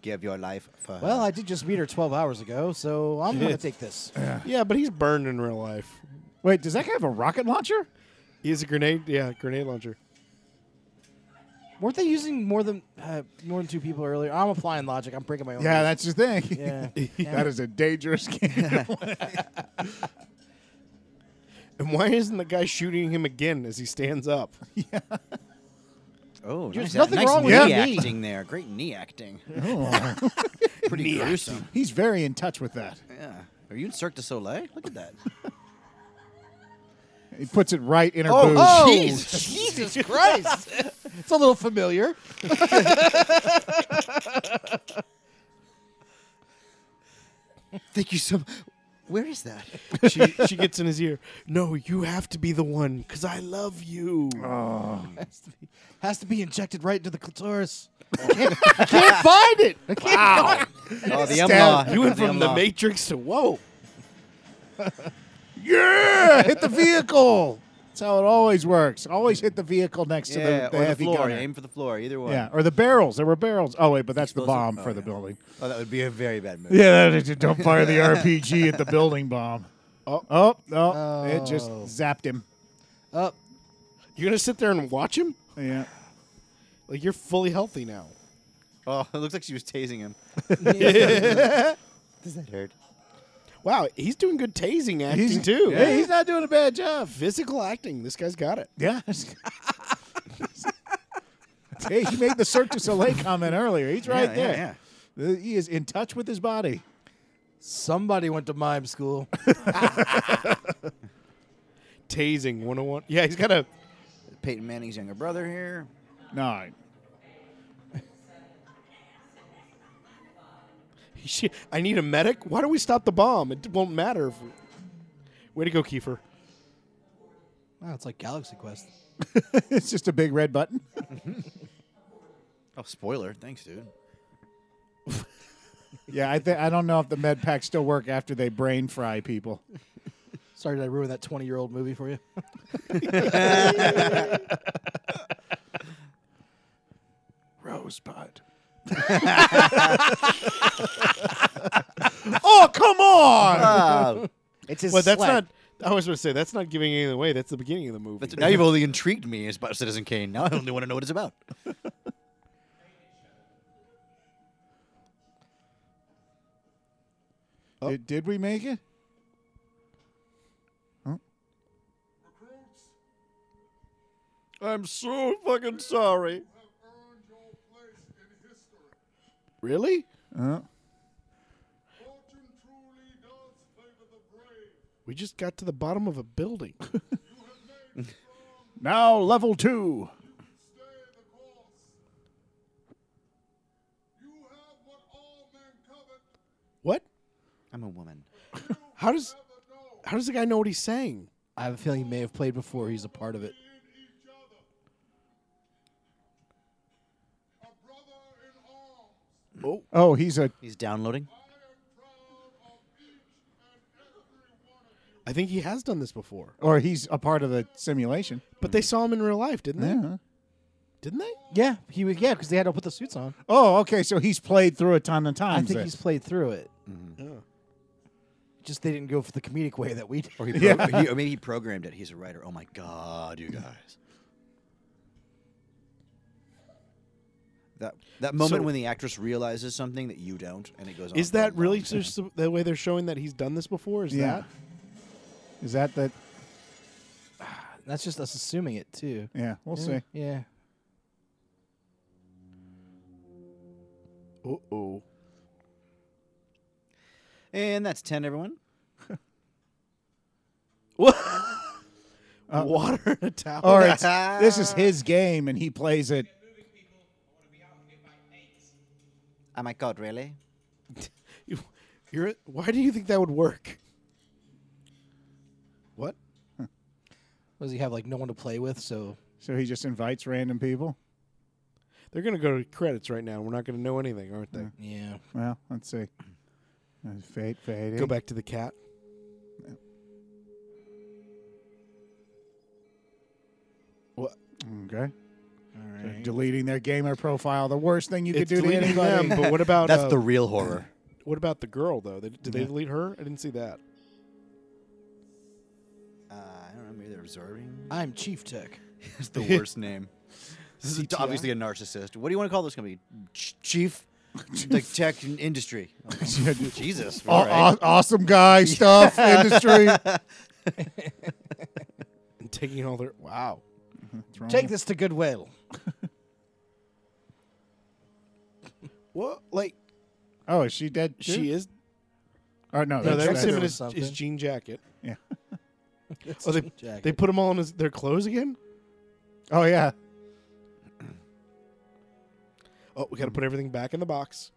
Speaker 4: Give your life for
Speaker 3: Well,
Speaker 4: her.
Speaker 3: I did just meet her 12 hours ago, so I'm going to take this.
Speaker 2: it. Yeah, but he's burned in real life.
Speaker 1: Wait, does that guy have a rocket launcher?
Speaker 2: He has a grenade. Yeah, grenade launcher.
Speaker 3: Weren't they using more than uh, more than two people earlier? I'm applying logic. I'm breaking my own.
Speaker 1: Yeah,
Speaker 3: rules.
Speaker 1: that's the thing.
Speaker 3: yeah.
Speaker 1: that is a dangerous game.
Speaker 2: And why isn't the guy shooting him again as he stands up?
Speaker 4: oh,
Speaker 3: There's
Speaker 4: nice,
Speaker 3: nothing
Speaker 4: nice
Speaker 3: wrong
Speaker 4: knee
Speaker 3: with
Speaker 1: that
Speaker 4: acting there. Great knee acting. Oh. Pretty gruesome.
Speaker 1: He's very in touch with that.
Speaker 4: Yeah. Are you in Cirque du Soleil? Look at that.
Speaker 1: He puts it right in her
Speaker 4: Oh,
Speaker 1: boob.
Speaker 4: oh.
Speaker 3: Oh,
Speaker 4: Jesus.
Speaker 3: Jesus Christ. it's a little familiar.
Speaker 4: Thank you so. Where is that?
Speaker 2: she she gets in his ear. No, you have to be the one because I love you.
Speaker 3: Has to, be, has to be injected right into the clitoris. I can't, I can't find it. I can't find it.
Speaker 4: Oh, the
Speaker 1: Stab.
Speaker 4: umlaut.
Speaker 2: you went from the
Speaker 4: umlaut.
Speaker 2: Matrix to whoa.
Speaker 1: Yeah, hit the vehicle. That's how it always works. Always hit the vehicle next to
Speaker 4: Yeah,
Speaker 1: the, the
Speaker 4: or the
Speaker 1: heavy
Speaker 4: floor.
Speaker 1: gunner.
Speaker 4: Aim for the floor. Either one.
Speaker 1: Yeah, or the barrels. There were barrels. Oh wait, but that's the
Speaker 4: Explosive-
Speaker 1: bomb
Speaker 4: oh,
Speaker 1: for the
Speaker 4: yeah.
Speaker 1: building.
Speaker 4: Oh, that would be a very bad move.
Speaker 1: Yeah, that, don't fire the RPG at the building bomb. Oh, oh, no! It just
Speaker 3: Oh.
Speaker 1: zapped him.
Speaker 3: Oh,
Speaker 2: You're gonna sit there and watch him?
Speaker 1: Yeah.
Speaker 2: Like you're fully healthy now.
Speaker 4: Oh, it looks like she was tasing him. Does that hurt?
Speaker 2: Wow, he's doing good tasing acting
Speaker 1: He's,
Speaker 2: too.
Speaker 1: yeah, he's not doing a bad job.
Speaker 2: Physical acting. This guy's got it.
Speaker 1: Yeah. hey, he made the Cirque du Soleil comment earlier. He's right
Speaker 4: yeah,
Speaker 1: there. Uh, He is in touch with his body.
Speaker 3: somebody went to mime school.
Speaker 2: Tasing 101. Yeah, he's got a.
Speaker 4: Peyton Manning's younger brother here.
Speaker 1: No.
Speaker 2: Shit, I need a medic. Why don't we stop the bomb? It won't matter. If we... Way to go, Kiefer.
Speaker 10: Wow, it's like Galaxy Quest.
Speaker 1: It's just a big red button.
Speaker 4: Oh, spoiler. Thanks, dude.
Speaker 1: Yeah, I think I don't know if the med packs still work after they brain fry people.
Speaker 10: Sorry, did I ruin that 20 year old movie for you?
Speaker 1: Rosebud. oh, come on.
Speaker 3: It's his
Speaker 2: But that's
Speaker 3: sled.
Speaker 2: not. I was going to say that's not giving anything away. That's the beginning of the movie.
Speaker 4: That's, now you've only intrigued me as about Citizen Kane. Now I only want to know what it's about.
Speaker 1: Did, did we make it?
Speaker 11: Recruits,
Speaker 4: I'm so Oh, fucking sorry.
Speaker 2: Really? We just got to the bottom of a building.
Speaker 1: Now level two.
Speaker 2: what?
Speaker 4: I'm a woman.
Speaker 2: How does how does the guy know what he's saying?
Speaker 3: I have a feeling he may have played before. He's a part of it.
Speaker 2: Oh,
Speaker 1: Oh, he's a
Speaker 4: He's downloading.
Speaker 2: I think he has done this before.
Speaker 1: or he's a part of the simulation.
Speaker 2: But they saw him in real life, didn't they?
Speaker 1: Yeah.
Speaker 2: Didn't they?
Speaker 3: Yeah, he was. Yeah, because they had to put the suits on.
Speaker 1: Oh, okay. So he's played through a ton of
Speaker 3: I
Speaker 1: times.
Speaker 3: think
Speaker 1: then.
Speaker 3: he's played through it. Mm-hmm.
Speaker 2: Yeah.
Speaker 3: Just they didn't go for the comedic way that we did.
Speaker 4: Or, he pro- he- or maybe he programmed it. He's a writer. Oh my god, you guys. That that moment
Speaker 2: So-
Speaker 4: when the actress realizes something that you don't, and it goes. on
Speaker 2: Is
Speaker 4: for a
Speaker 2: that
Speaker 4: long
Speaker 2: really
Speaker 4: time.
Speaker 2: just the- the way they're showing that he's done this before? Is
Speaker 1: Yeah. Is that the?
Speaker 3: That's just us assuming it too.
Speaker 1: Yeah, we'll see.
Speaker 3: Yeah.
Speaker 2: that? Uh oh.
Speaker 4: And that's ten, everyone.
Speaker 2: Water in a towel.
Speaker 1: Or it's this is his game and he plays it.
Speaker 4: Oh my god, really?
Speaker 2: You- You're, why do you think that would work? What?
Speaker 3: What does he have like no one to play with? So
Speaker 1: So he just invites random people.
Speaker 2: They're going to go to credits right now. and We're not going to know anything, aren't they?
Speaker 3: yeah.
Speaker 1: Well, let's see. There's Fate, fading.
Speaker 2: Go back to the cat.
Speaker 1: Okay. They're Deleting their gamer profile. The worst thing you could
Speaker 2: It's
Speaker 1: do to
Speaker 2: deleting
Speaker 1: anybody.
Speaker 2: them, but what about
Speaker 4: That's
Speaker 2: uh,
Speaker 4: the real horror.
Speaker 2: what about the girl though? They- Did, they delete her? I didn't see that.
Speaker 4: Uh, I don't know. Maybe they're observing.
Speaker 3: I'm Chief Tech.
Speaker 4: It's the worst name. This is obviously a narcissist. What do you want to call this company? Ch- Chief, like tech in- industry.
Speaker 1: Yeah, dude.
Speaker 4: Jesus,
Speaker 1: Aw-
Speaker 4: all right.
Speaker 1: aw- awesome guy stuff industry.
Speaker 2: And taking all their wow.
Speaker 3: Take this to Goodwill.
Speaker 2: What? Like
Speaker 1: Oh, is she dead? Too?
Speaker 2: she is?
Speaker 1: Oh no, that's,
Speaker 2: No, that was
Speaker 1: that's-
Speaker 2: him in his,
Speaker 3: Something.
Speaker 2: his jean jacket.
Speaker 1: Yeah.
Speaker 2: oh, they
Speaker 3: jacket.
Speaker 2: they put him all in his, their clothes again.
Speaker 1: Oh yeah.
Speaker 2: Oh, we got to put everything back in the box.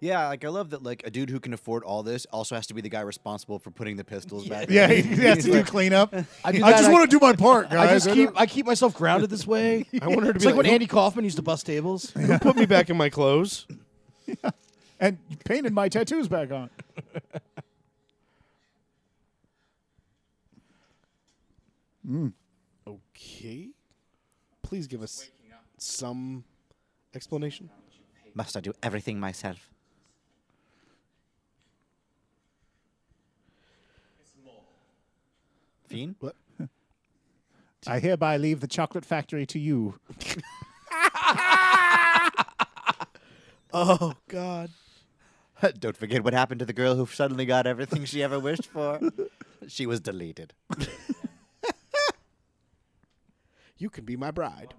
Speaker 4: Yeah, like I love that. Like a dude who can afford all this also has to be the guy responsible for putting the pistols back.
Speaker 1: Yeah, he,
Speaker 4: in.
Speaker 1: he has to do
Speaker 4: Like,
Speaker 1: cleanup.
Speaker 3: I, do
Speaker 1: I
Speaker 3: that,
Speaker 1: just want to do my part,
Speaker 3: I
Speaker 1: guys.
Speaker 3: just keep I keep myself grounded this way.
Speaker 2: I want her to
Speaker 3: It's
Speaker 2: be
Speaker 3: like
Speaker 2: like,
Speaker 3: when Andy Kaufman used to bust tables.
Speaker 2: "Who- who put me back in my clothes.
Speaker 1: and painted my tattoos back on. Mm.
Speaker 2: Okay. Please give us some explanation.
Speaker 4: Must I do everything myself? Fiend?
Speaker 2: What?
Speaker 1: I hereby leave the chocolate factory to you.
Speaker 2: Oh God.
Speaker 4: Don't forget what happened to the girl who suddenly got everything she ever wished for. she was deleted.
Speaker 2: You can be my bride.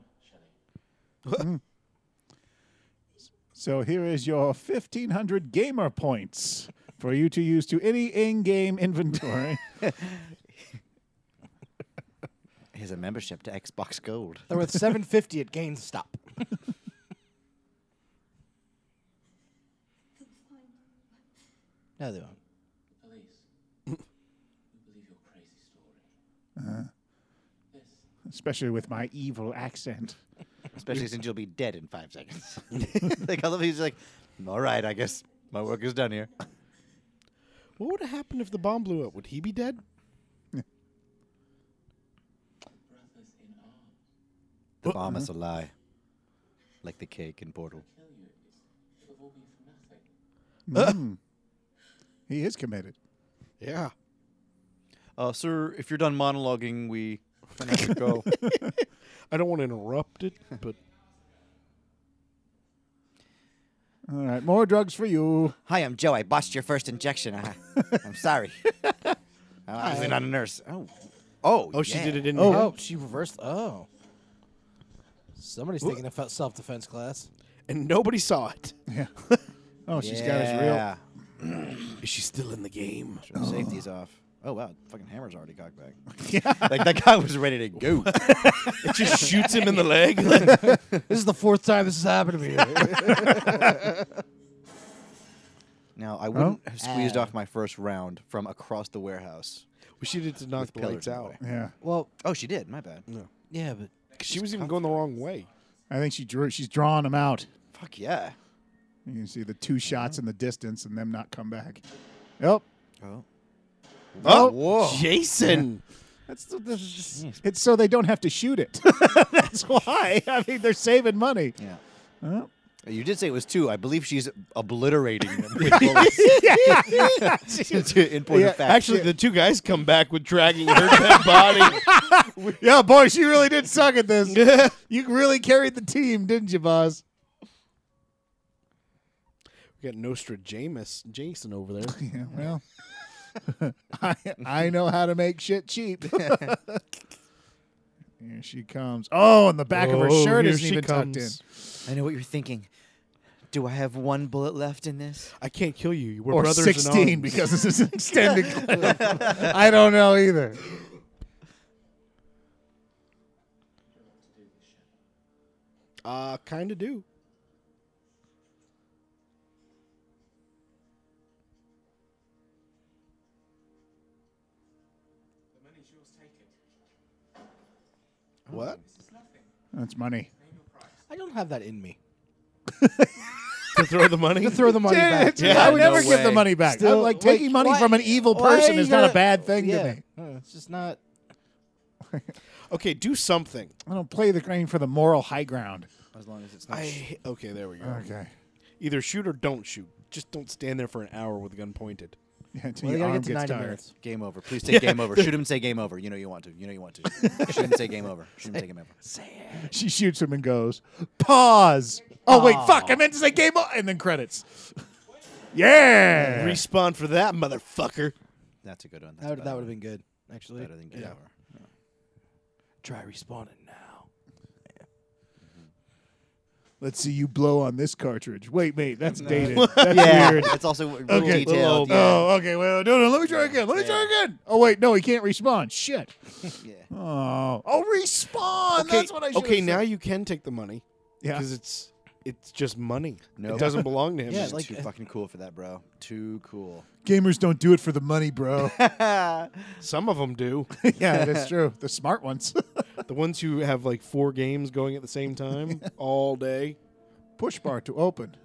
Speaker 1: So here is your 1500 gamer points for you to use to any in-game inventory.
Speaker 4: Here's a membership to Xbox Gold.
Speaker 3: They're worth 750 at GameStop. no, they won't.
Speaker 7: Elise, we believe your crazy story. This
Speaker 1: Especially with my evil accent.
Speaker 4: Especially since you'll be dead in five seconds. like, all of these, like, all right, I guess my work is done here.
Speaker 2: What would have happened if the bomb blew up? Would he be dead?
Speaker 7: brothers in arms
Speaker 4: The bomb is a lie. Like the cake in Portal.
Speaker 7: kill you. It would all be for nothing.
Speaker 1: He is committed.
Speaker 2: Yeah.
Speaker 4: Uh, sir, if you're done monologuing, we can have to go.
Speaker 2: I don't want to interrupt it, but
Speaker 1: All right, more drugs for you.
Speaker 4: Hi, I'm Joe. I botched your first injection. I, I'm sorry. I'm obviously not a nurse. Oh, oh,
Speaker 2: oh, she
Speaker 4: yeah.
Speaker 2: did it in.
Speaker 3: Oh, she reversed. Oh, Somebody's taking a fe- self-defense class.
Speaker 2: and nobody saw it.
Speaker 1: Oh, she's got his real.
Speaker 4: Yeah.
Speaker 2: Is she still in the game?
Speaker 4: Sure, the Safety's off. Oh wow, fucking hammer's already cocked back. yeah. Like that guy was ready to go.
Speaker 2: It just shoots him in the leg.
Speaker 3: This is the fourth time this has happened to me.
Speaker 4: now I wouldn't have squeezed off my first round from across the warehouse.
Speaker 2: we should have to knock the lights
Speaker 4: pillars in the
Speaker 2: out.
Speaker 4: way.
Speaker 1: Yeah,
Speaker 3: well,
Speaker 4: Oh, she did. My bad.
Speaker 3: yeah, but
Speaker 2: 'Cause She was even going the wrong way.
Speaker 1: I think she drew. She's drawing them out.
Speaker 4: Fuck yeah.
Speaker 1: You can see the
Speaker 2: Mm-hmm.
Speaker 1: two shots in the distance and them not come back. Yep.
Speaker 4: Oh.
Speaker 1: Oh,
Speaker 2: Jason.
Speaker 1: That's, that's it's so they don't have to shoot it. that's why. I mean, they're saving money.
Speaker 4: Yeah.
Speaker 1: Oh.
Speaker 4: You did say it was two. I believe she's obliterating them with bullets. In point
Speaker 1: Yeah,
Speaker 4: of fact,
Speaker 2: Actually, the two guys come back with dragging her dead body.
Speaker 1: Yeah, boy, she really did suck at this. you really carried the team, didn't you, Boz?
Speaker 2: We got Nostra James Jason over there.
Speaker 1: Yeah, well, I, I know how to make shit cheap. here she comes. Oh, and the back of her
Speaker 2: Oh,
Speaker 1: shirt
Speaker 2: here
Speaker 1: isn't
Speaker 2: she
Speaker 1: even tucked in.
Speaker 2: comes.
Speaker 4: I know what you're thinking. Do I have one bullet left in this?
Speaker 2: I can't kill you. We're
Speaker 1: Or
Speaker 2: brothers
Speaker 1: 16
Speaker 2: in arms.
Speaker 1: because this is an extended clip. I don't know either.
Speaker 2: uh, kind of do.
Speaker 7: The money's yours, take it.
Speaker 2: What?
Speaker 7: This is nothing.
Speaker 1: That's money.
Speaker 3: I don't have that in me.
Speaker 2: to throw the money?
Speaker 3: To throw the money back.
Speaker 1: Yeah, I would
Speaker 4: no
Speaker 1: never give the
Speaker 4: way.
Speaker 1: money back. I-
Speaker 3: Still,
Speaker 1: like taking money
Speaker 3: why-
Speaker 1: from an evil
Speaker 3: why
Speaker 1: person
Speaker 3: you
Speaker 1: is not a
Speaker 3: gotta-
Speaker 1: bad thing
Speaker 3: yeah.
Speaker 1: to me.
Speaker 3: Uh, It's just not.
Speaker 2: Okay, do something.
Speaker 1: I don't play the game for the moral high ground.
Speaker 4: As long as it's not.
Speaker 2: I okay, there we go.
Speaker 1: Okay.
Speaker 2: Either shoot or don't shoot. Just don't stand there for an hour with a gun pointed.
Speaker 1: Yeah, until
Speaker 3: Well, you
Speaker 1: your
Speaker 3: gotta
Speaker 1: arm
Speaker 3: get to
Speaker 1: gets
Speaker 3: 90
Speaker 1: tired.
Speaker 3: minutes.
Speaker 4: Game over. Please say game over. Shoot him and say game over. You know you want to. You know you want to. Shoot him and say game over. Shoot him and say game over.
Speaker 1: She shoots him and goes, pause. Oh, wait, fuck. I meant to say game on. And then credits. Yeah.
Speaker 2: Respawn for that motherfucker.
Speaker 4: That's a good one. That's
Speaker 3: That would
Speaker 4: better.
Speaker 3: that would have been good, actually.
Speaker 4: better than game over.
Speaker 3: Try respawning now.
Speaker 1: Let's see you blow on this cartridge. Wait, mate, that's dated. That's weird.
Speaker 4: It's also real
Speaker 1: Okay.
Speaker 4: detailed. yeah.
Speaker 1: Oh, okay. Well, no, no. Let me try again. Let me try again. Oh, wait. No, he can't respawn. Shit.
Speaker 4: Yeah.
Speaker 1: Oh, oh, respawn.
Speaker 2: Okay,
Speaker 1: That's what I should
Speaker 2: okay,
Speaker 1: have
Speaker 2: now
Speaker 1: said.
Speaker 2: you can take the money
Speaker 1: Yeah.
Speaker 2: because it's it's just money.
Speaker 4: No.
Speaker 2: It doesn't belong to him.
Speaker 3: Yeah,
Speaker 4: It's
Speaker 3: like-
Speaker 4: too fucking cool for that, bro. Too cool.
Speaker 1: Gamers don't do it for the money, bro.
Speaker 2: Some of them do.
Speaker 1: yeah, that's true. The smart ones.
Speaker 2: the ones who have like four games going at the same time all day.
Speaker 1: Push bar to open.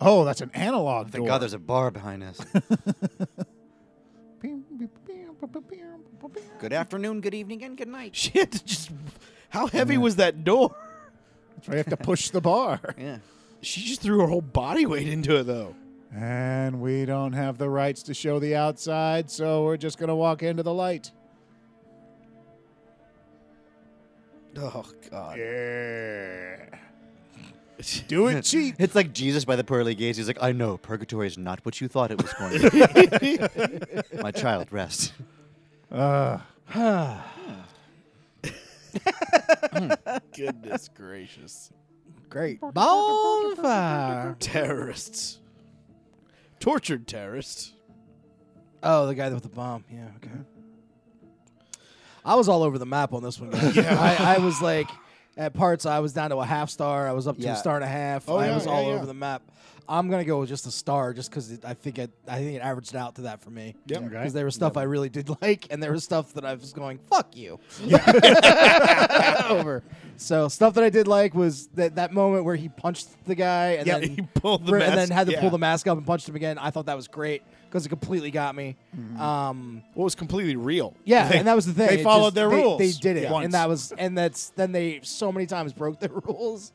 Speaker 1: Oh, that's an analog
Speaker 4: Thank
Speaker 1: door.
Speaker 4: God there's a bar behind us. good afternoon, good evening, and good night.
Speaker 2: Shit, just how heavy was that door?
Speaker 1: I have to push the bar.
Speaker 4: Yeah.
Speaker 2: She just threw her whole body weight into it though.
Speaker 1: And we don't have the rights to show the outside, so we're just going to walk into the light.
Speaker 2: Oh god.
Speaker 1: Yeah. Do it cheap.
Speaker 4: It's like Jesus by the pearly gates. He's like, I know, purgatory is not what you thought it was going to be. My child, rest.
Speaker 2: Goodness gracious.
Speaker 3: Great bonfire.
Speaker 2: Terrorists. Tortured terrorists.
Speaker 3: Oh, the guy with the bomb. Yeah. Okay. I was all over the map on this one. Guys. I, I was like, at parts, I was down to a half star. I was up to
Speaker 4: Yeah.
Speaker 3: a star and a half.
Speaker 2: Oh,
Speaker 3: I
Speaker 2: yeah,
Speaker 3: was
Speaker 2: yeah,
Speaker 3: all
Speaker 2: yeah.
Speaker 3: over the map. I'm gonna go with just a star, just because I think it, I think it averaged out to that for me.
Speaker 2: Yep.
Speaker 1: Okay.
Speaker 3: Because there was stuff I really did like, and there was stuff that I was going, "Fuck you." over. So stuff that I did like was that that moment where he punched the guy, and
Speaker 2: Yeah,
Speaker 3: then
Speaker 2: he pulled the
Speaker 3: and then
Speaker 2: mask-
Speaker 3: had to
Speaker 2: yeah.
Speaker 3: pull the mask up and punched him again. I thought that was great because it completely got me. Um,
Speaker 2: What was completely real.
Speaker 3: yeah, and that was the thing.
Speaker 1: they
Speaker 3: It
Speaker 1: followed their
Speaker 3: they-
Speaker 1: rules
Speaker 3: They did it,
Speaker 1: once.
Speaker 3: and that was and that's then they so many times broke their rules,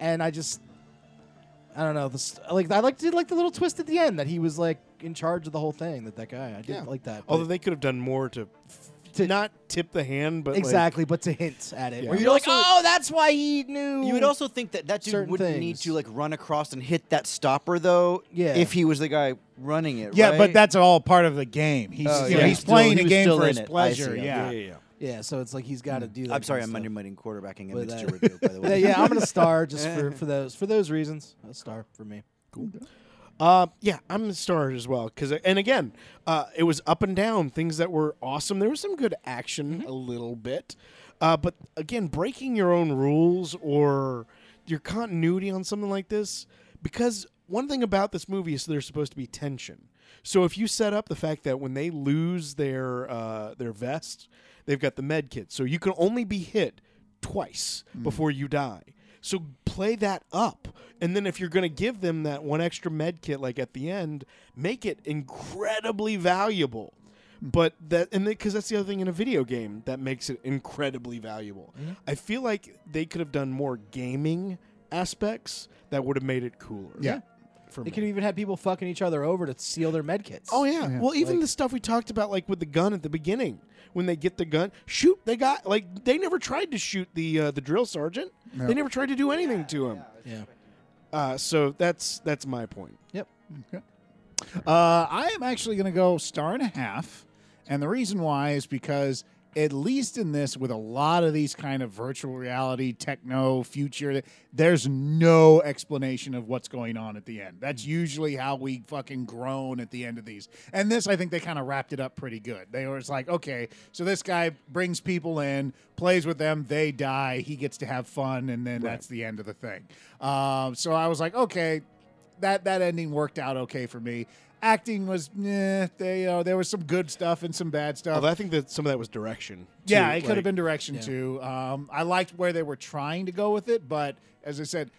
Speaker 3: and I just I don't know. This, like I like did like the little twist at the end that he was like in charge of the whole thing. That that guy, I didn't like that. but-
Speaker 2: Although they could have done more to,
Speaker 3: To-
Speaker 2: not tip the hand, but like-
Speaker 3: exactly, but to hint at it,
Speaker 2: Yeah.
Speaker 3: where
Speaker 2: You'd
Speaker 3: you're like,
Speaker 4: also-
Speaker 3: oh, that's why he knew.
Speaker 4: You would also think that that dude
Speaker 3: Mm. Certain
Speaker 4: wouldn't need
Speaker 3: things.
Speaker 4: to like run across and hit that stopper though.
Speaker 3: Yeah.
Speaker 4: If he was the guy running it.
Speaker 1: Yeah,
Speaker 4: right?
Speaker 1: but that's all part of the game. He's,
Speaker 4: Oh,
Speaker 1: you know,
Speaker 4: yeah.
Speaker 1: he's
Speaker 4: Still-
Speaker 1: playing
Speaker 4: he
Speaker 1: the
Speaker 4: was
Speaker 1: game
Speaker 4: still
Speaker 1: for
Speaker 4: in
Speaker 1: his
Speaker 4: it. I
Speaker 1: pleasure. Yeah.
Speaker 4: see.
Speaker 2: yeah, yeah, yeah.
Speaker 3: Yeah, so it's like he's got to do that.
Speaker 4: I'm sorry, I'm
Speaker 3: kind of stuff.
Speaker 4: undermining quarterbacking a
Speaker 3: With
Speaker 4: mixture
Speaker 3: that-
Speaker 4: review, by the way.
Speaker 3: Yeah, yeah, I'm gonna star just for, for those for those reasons. A star for me.
Speaker 2: Uh, yeah, I'm a star as well. Cause and again, uh, it was up and down things that were awesome. There was some good action a little bit, uh, but again, breaking your own rules or your continuity on something like this, because one thing about this movie is there's supposed to be tension. So if you set up the fact that when they lose their uh, their vest, they've got the med kit, so you can only be hit twice before you die. So play that up. And then if you're going to give them that one extra med kit like at the end, make it incredibly valuable. But that and because that's the other thing in a video game that makes it incredibly valuable. I feel like they could have done more gaming aspects that would have made it cooler.
Speaker 1: Yeah.
Speaker 2: For me.
Speaker 3: They could have even had people fucking each other over to seal their med kits.
Speaker 2: Oh yeah. Well, even
Speaker 3: Like-
Speaker 2: the stuff we talked about, like with the gun at the beginning, when they get the gun, shoot. They got like they never tried to shoot the uh, the drill sergeant. They never tried to do anything to him.
Speaker 3: yeah.
Speaker 2: Uh, so that's that's my point.
Speaker 3: Yep.
Speaker 1: Uh, I am actually going to go star and a half. And the reason why is because, at least in this, with a lot of these kind of virtual reality, techno, future, there's no explanation of what's going on at the end. That's usually how we fucking groan at the end of these. And this, I think they kind of wrapped it up pretty good. They were just like, okay, so this guy brings people in, plays with them, they die, he gets to have fun, and then that's the end of the thing. Um, so I was like, okay, that that ending worked out okay for me. Acting was, eh, they you know, there was some good stuff and some bad stuff.
Speaker 2: Although I think that some of that was direction.
Speaker 1: yeah,
Speaker 2: too,
Speaker 1: it could have
Speaker 2: like-
Speaker 1: been direction too. Um, I liked where they were trying to go with it, but as I said,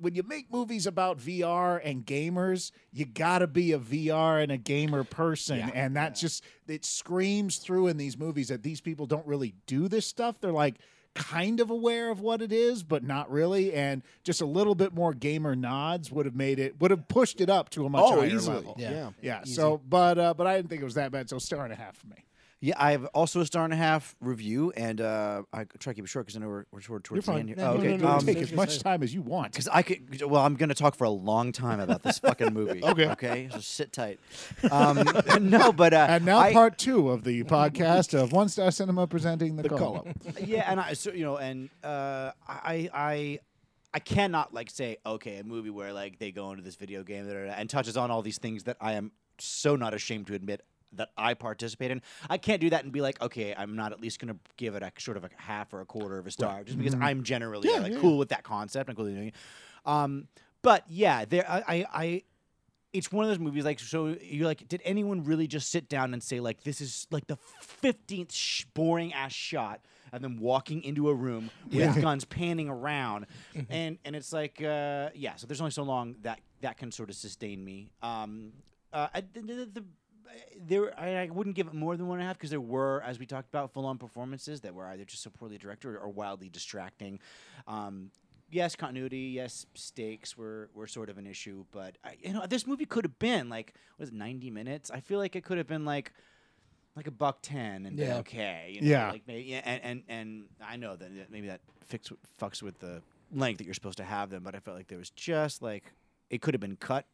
Speaker 1: when you make movies about VR and gamers, you gotta be a VR and a gamer person, and that just it screams through in these movies that these people don't really do this stuff. They're like kind of aware of what it is, but not really, and just a little bit more gamer nods would have made it would have pushed it up to a much
Speaker 2: Oh,
Speaker 1: higher
Speaker 2: easily.
Speaker 1: level.
Speaker 2: Yeah.
Speaker 1: yeah. So, but uh, but I didn't think it was that bad. So star and a half for me.
Speaker 4: Yeah, I have also a star and a half review, and uh, I try to keep it short because I know we're, we're toward, towards the end here.
Speaker 3: No,
Speaker 4: oh,
Speaker 3: no, no,
Speaker 4: okay,
Speaker 3: no,
Speaker 4: um,
Speaker 3: it's
Speaker 1: take
Speaker 3: Save
Speaker 1: as
Speaker 3: your
Speaker 1: much
Speaker 3: save.
Speaker 1: time as you want.
Speaker 4: Because I could, well, I'm going to talk for a long time about this fucking movie.
Speaker 2: Okay.
Speaker 4: Okay. So sit tight. Um, no, but uh,
Speaker 1: And now
Speaker 4: I-
Speaker 1: part two of the podcast of One Star Cinema presenting the,
Speaker 2: call
Speaker 1: call
Speaker 2: up.
Speaker 1: up.
Speaker 4: yeah, and I, so you know, and uh, I, I, I cannot like say okay, a movie where like they go into this video game da, da, da, and touches on all these things that I am so not ashamed to admit that I participate in. I can't do that and be like, okay, I'm not at least gonna give it a sort of a half or a quarter of a star, just because I'm generally like cool with that concept and cool with doing it. Um, but yeah, there, I, I. I it's one of those movies like so you're like did anyone really just sit down and say like this is like the 15th sh- boring ass shot of them walking into a room with guns panning around and and it's like uh, yeah so there's only so long that that can sort of sustain me um uh, I, the, the, the, there I, I wouldn't give it more than one and a half because there were as we talked about full-on performances that were either just so poorly directed or, or wildly distracting um yes, continuity, yes, stakes were, were sort of an issue, but I, you know, this movie could have been like was it 90 minutes. I feel like it could have been like like a buck 10 and been
Speaker 3: Yeah.
Speaker 4: okay, you know,
Speaker 1: Yeah.
Speaker 4: like maybe yeah, and, and and I know that that maybe that fix fucks with the length that you're supposed to have them, but I felt like there was just like it could have been cut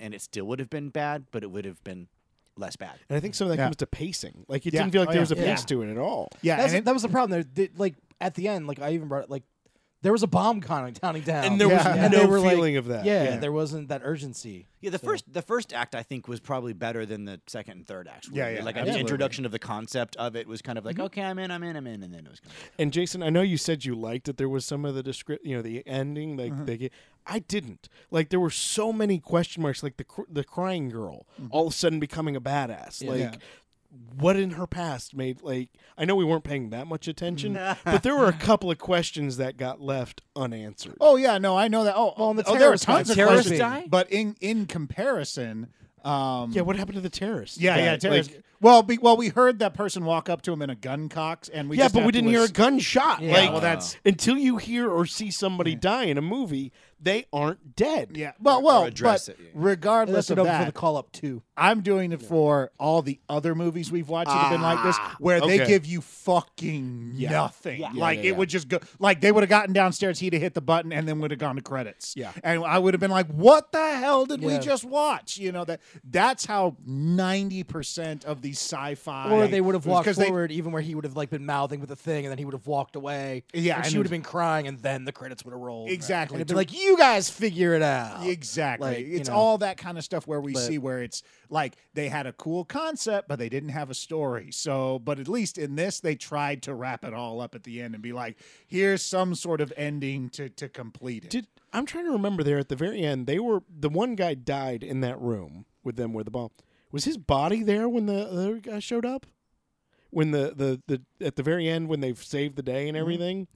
Speaker 4: and it still would have been bad, but it would have been less bad.
Speaker 2: And I think some of that
Speaker 1: Yeah.
Speaker 2: comes to pacing. Like it
Speaker 1: Yeah.
Speaker 2: didn't feel like
Speaker 1: Oh,
Speaker 2: there
Speaker 1: yeah.
Speaker 2: was a
Speaker 3: Yeah.
Speaker 2: pace to it at all.
Speaker 1: Yeah,
Speaker 3: That's,
Speaker 1: and it-
Speaker 3: that was the problem. There, they, like at the end, like I even brought it. Like there was a bomb counting counting down,
Speaker 2: And there was
Speaker 1: Yeah.
Speaker 3: And
Speaker 2: no
Speaker 3: they were, like-
Speaker 2: feeling of that.
Speaker 3: Yeah,
Speaker 2: Yeah.
Speaker 3: there wasn't that urgency.
Speaker 4: Yeah, the first the first act I think was probably better than the second and third acts. were.
Speaker 1: Yeah, yeah,
Speaker 4: Like the
Speaker 1: absolutely.
Speaker 4: introduction of the concept of it was kind of like, okay, I'm in, I'm in, I'm in, and then it was kind of
Speaker 2: And Jason, I know you said you liked that there was some of the descript, you know, the ending.
Speaker 1: Mm-hmm.
Speaker 2: Like they get, I didn't. Like there were so many question marks. Like the cr- the crying girl
Speaker 1: Mm-hmm.
Speaker 2: all of a sudden becoming a badass. Like. What in her past made like I know we weren't paying that much attention, but there were a couple of questions that got left unanswered.
Speaker 1: oh yeah, no, I know that. Oh,
Speaker 3: Well, and the
Speaker 1: oh, there were
Speaker 3: terrorist
Speaker 1: tons
Speaker 3: guy.
Speaker 1: of
Speaker 3: Terrorist
Speaker 1: questions,
Speaker 3: guy?
Speaker 1: but in in comparison, um,
Speaker 2: yeah, what happened to the terrorists?
Speaker 1: yeah,
Speaker 2: That,
Speaker 1: yeah, terrorist.
Speaker 2: like-
Speaker 1: well, be, well, we heard that person walk up to him in a gun cocks, and we
Speaker 2: yeah,
Speaker 1: just
Speaker 2: but
Speaker 1: have
Speaker 2: we
Speaker 1: to
Speaker 2: didn't hear a
Speaker 1: ass-
Speaker 2: gunshot.
Speaker 3: Yeah,
Speaker 2: like
Speaker 1: well, that's-
Speaker 2: until you hear or see somebody die in a movie, they aren't dead.
Speaker 1: Yeah. Well, well,
Speaker 4: address
Speaker 1: but
Speaker 4: it, yeah.
Speaker 1: regardless
Speaker 3: Unless
Speaker 1: of
Speaker 3: it over for
Speaker 1: that,
Speaker 3: the call up too.
Speaker 1: I'm doing it for all the other movies we've watched that have been like this,
Speaker 3: Ah,
Speaker 1: where they
Speaker 2: okay.
Speaker 1: give you fucking nothing. like it would just go, like they would have gotten downstairs, he'd have hit the button, and then would have gone to credits.
Speaker 2: Yeah.
Speaker 1: and I would have been like, "What the hell did we
Speaker 3: Yeah.
Speaker 1: just watch?" You know that that's how ninety percent of these sci-fi
Speaker 3: Or they would have walked
Speaker 1: 'cause they-
Speaker 3: forward, even where he would have like been mouthing with the thing, and then he would have walked away.
Speaker 1: Yeah,
Speaker 3: and
Speaker 1: and
Speaker 3: she
Speaker 1: it
Speaker 3: would
Speaker 1: was-
Speaker 3: have been crying, and then the credits would have rolled.
Speaker 1: Exactly.
Speaker 3: and it'd be
Speaker 1: To-
Speaker 3: like, "You guys figure it out."
Speaker 1: Exactly.
Speaker 3: Like, you
Speaker 1: it's
Speaker 3: know.
Speaker 1: all that kind of stuff where we
Speaker 3: But-
Speaker 1: see where it's like they had a cool concept, but they didn't have a story. So, but at least in this, they tried to wrap it all up at the end and be like, here's some sort of ending to, to complete it.
Speaker 2: Did I'm trying to remember there at the very end? They were the one guy died in that room with them where the bomb was. His body there when the other guy showed up. When the the, the at the very end when they've saved the day and everything,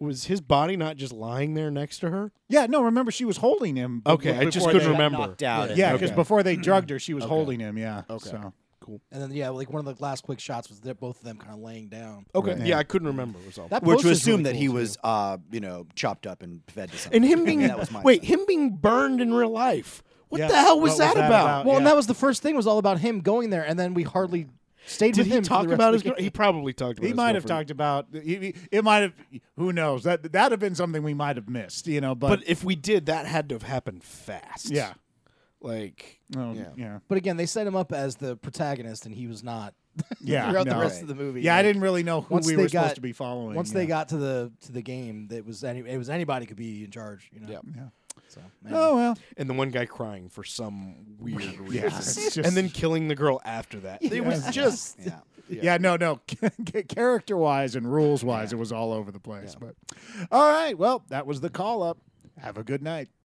Speaker 2: was his body not just lying there next to her?
Speaker 1: yeah, no, remember she was holding him. be-
Speaker 2: Okay, I just
Speaker 1: before
Speaker 2: couldn't
Speaker 1: they-
Speaker 2: remember.
Speaker 4: knocked out.
Speaker 1: Yeah,
Speaker 4: and-
Speaker 1: because
Speaker 2: Okay.
Speaker 1: before they drugged her, she was holding him. Yeah. Okay. So.
Speaker 3: And then yeah, like one of the last quick shots was that both of them kind of laying down.
Speaker 2: Okay, yeah, I couldn't remember. Was all.
Speaker 3: That
Speaker 4: We're to
Speaker 3: poster's
Speaker 4: assume
Speaker 3: really
Speaker 4: that
Speaker 3: cool,
Speaker 4: he
Speaker 3: too.
Speaker 4: was, uh, you know, chopped up and fed to something.
Speaker 2: and him being
Speaker 4: that was my
Speaker 2: wait, him being burned in real life. What
Speaker 1: Yeah,
Speaker 2: the hell was
Speaker 1: what
Speaker 2: that, about?
Speaker 3: Well, and
Speaker 1: Yeah.
Speaker 3: that was the first thing was all about him going there, and then we hardly stayed
Speaker 2: Did
Speaker 3: with
Speaker 2: he
Speaker 3: him. for the
Speaker 2: talk
Speaker 3: rest
Speaker 2: about
Speaker 3: of
Speaker 2: his?
Speaker 3: the
Speaker 2: Girl? He probably talked. about
Speaker 1: He
Speaker 2: his
Speaker 1: might have
Speaker 2: girlfriend.
Speaker 1: talked about he, he- it. Might have who knows that that have been something we might have missed, you know. But,
Speaker 2: But if we did, that had to have happened fast.
Speaker 1: yeah,
Speaker 2: like
Speaker 1: Oh,
Speaker 2: Yeah.
Speaker 1: yeah.
Speaker 3: But again, they set him up as the protagonist, and he was not
Speaker 1: Yeah,
Speaker 3: throughout
Speaker 1: no.
Speaker 3: the rest of the movie.
Speaker 1: Yeah, I
Speaker 3: Like,
Speaker 1: didn't really know who
Speaker 3: once
Speaker 1: we
Speaker 3: they
Speaker 1: were supposed
Speaker 3: got-
Speaker 1: to be following.
Speaker 3: Once
Speaker 1: yeah.
Speaker 3: they got to the to the game, that was any it was anybody could be in charge. You know.
Speaker 2: Yeah.
Speaker 1: Yeah.
Speaker 3: So,
Speaker 1: oh well,
Speaker 2: and the one guy crying for some weird reason,
Speaker 1: it's just-
Speaker 2: and then killing the girl after that. It was just
Speaker 4: Yeah.
Speaker 1: yeah, no, no, character wise and rules wise, it was all over the place. But all right, well, that was the call up. Have a good night.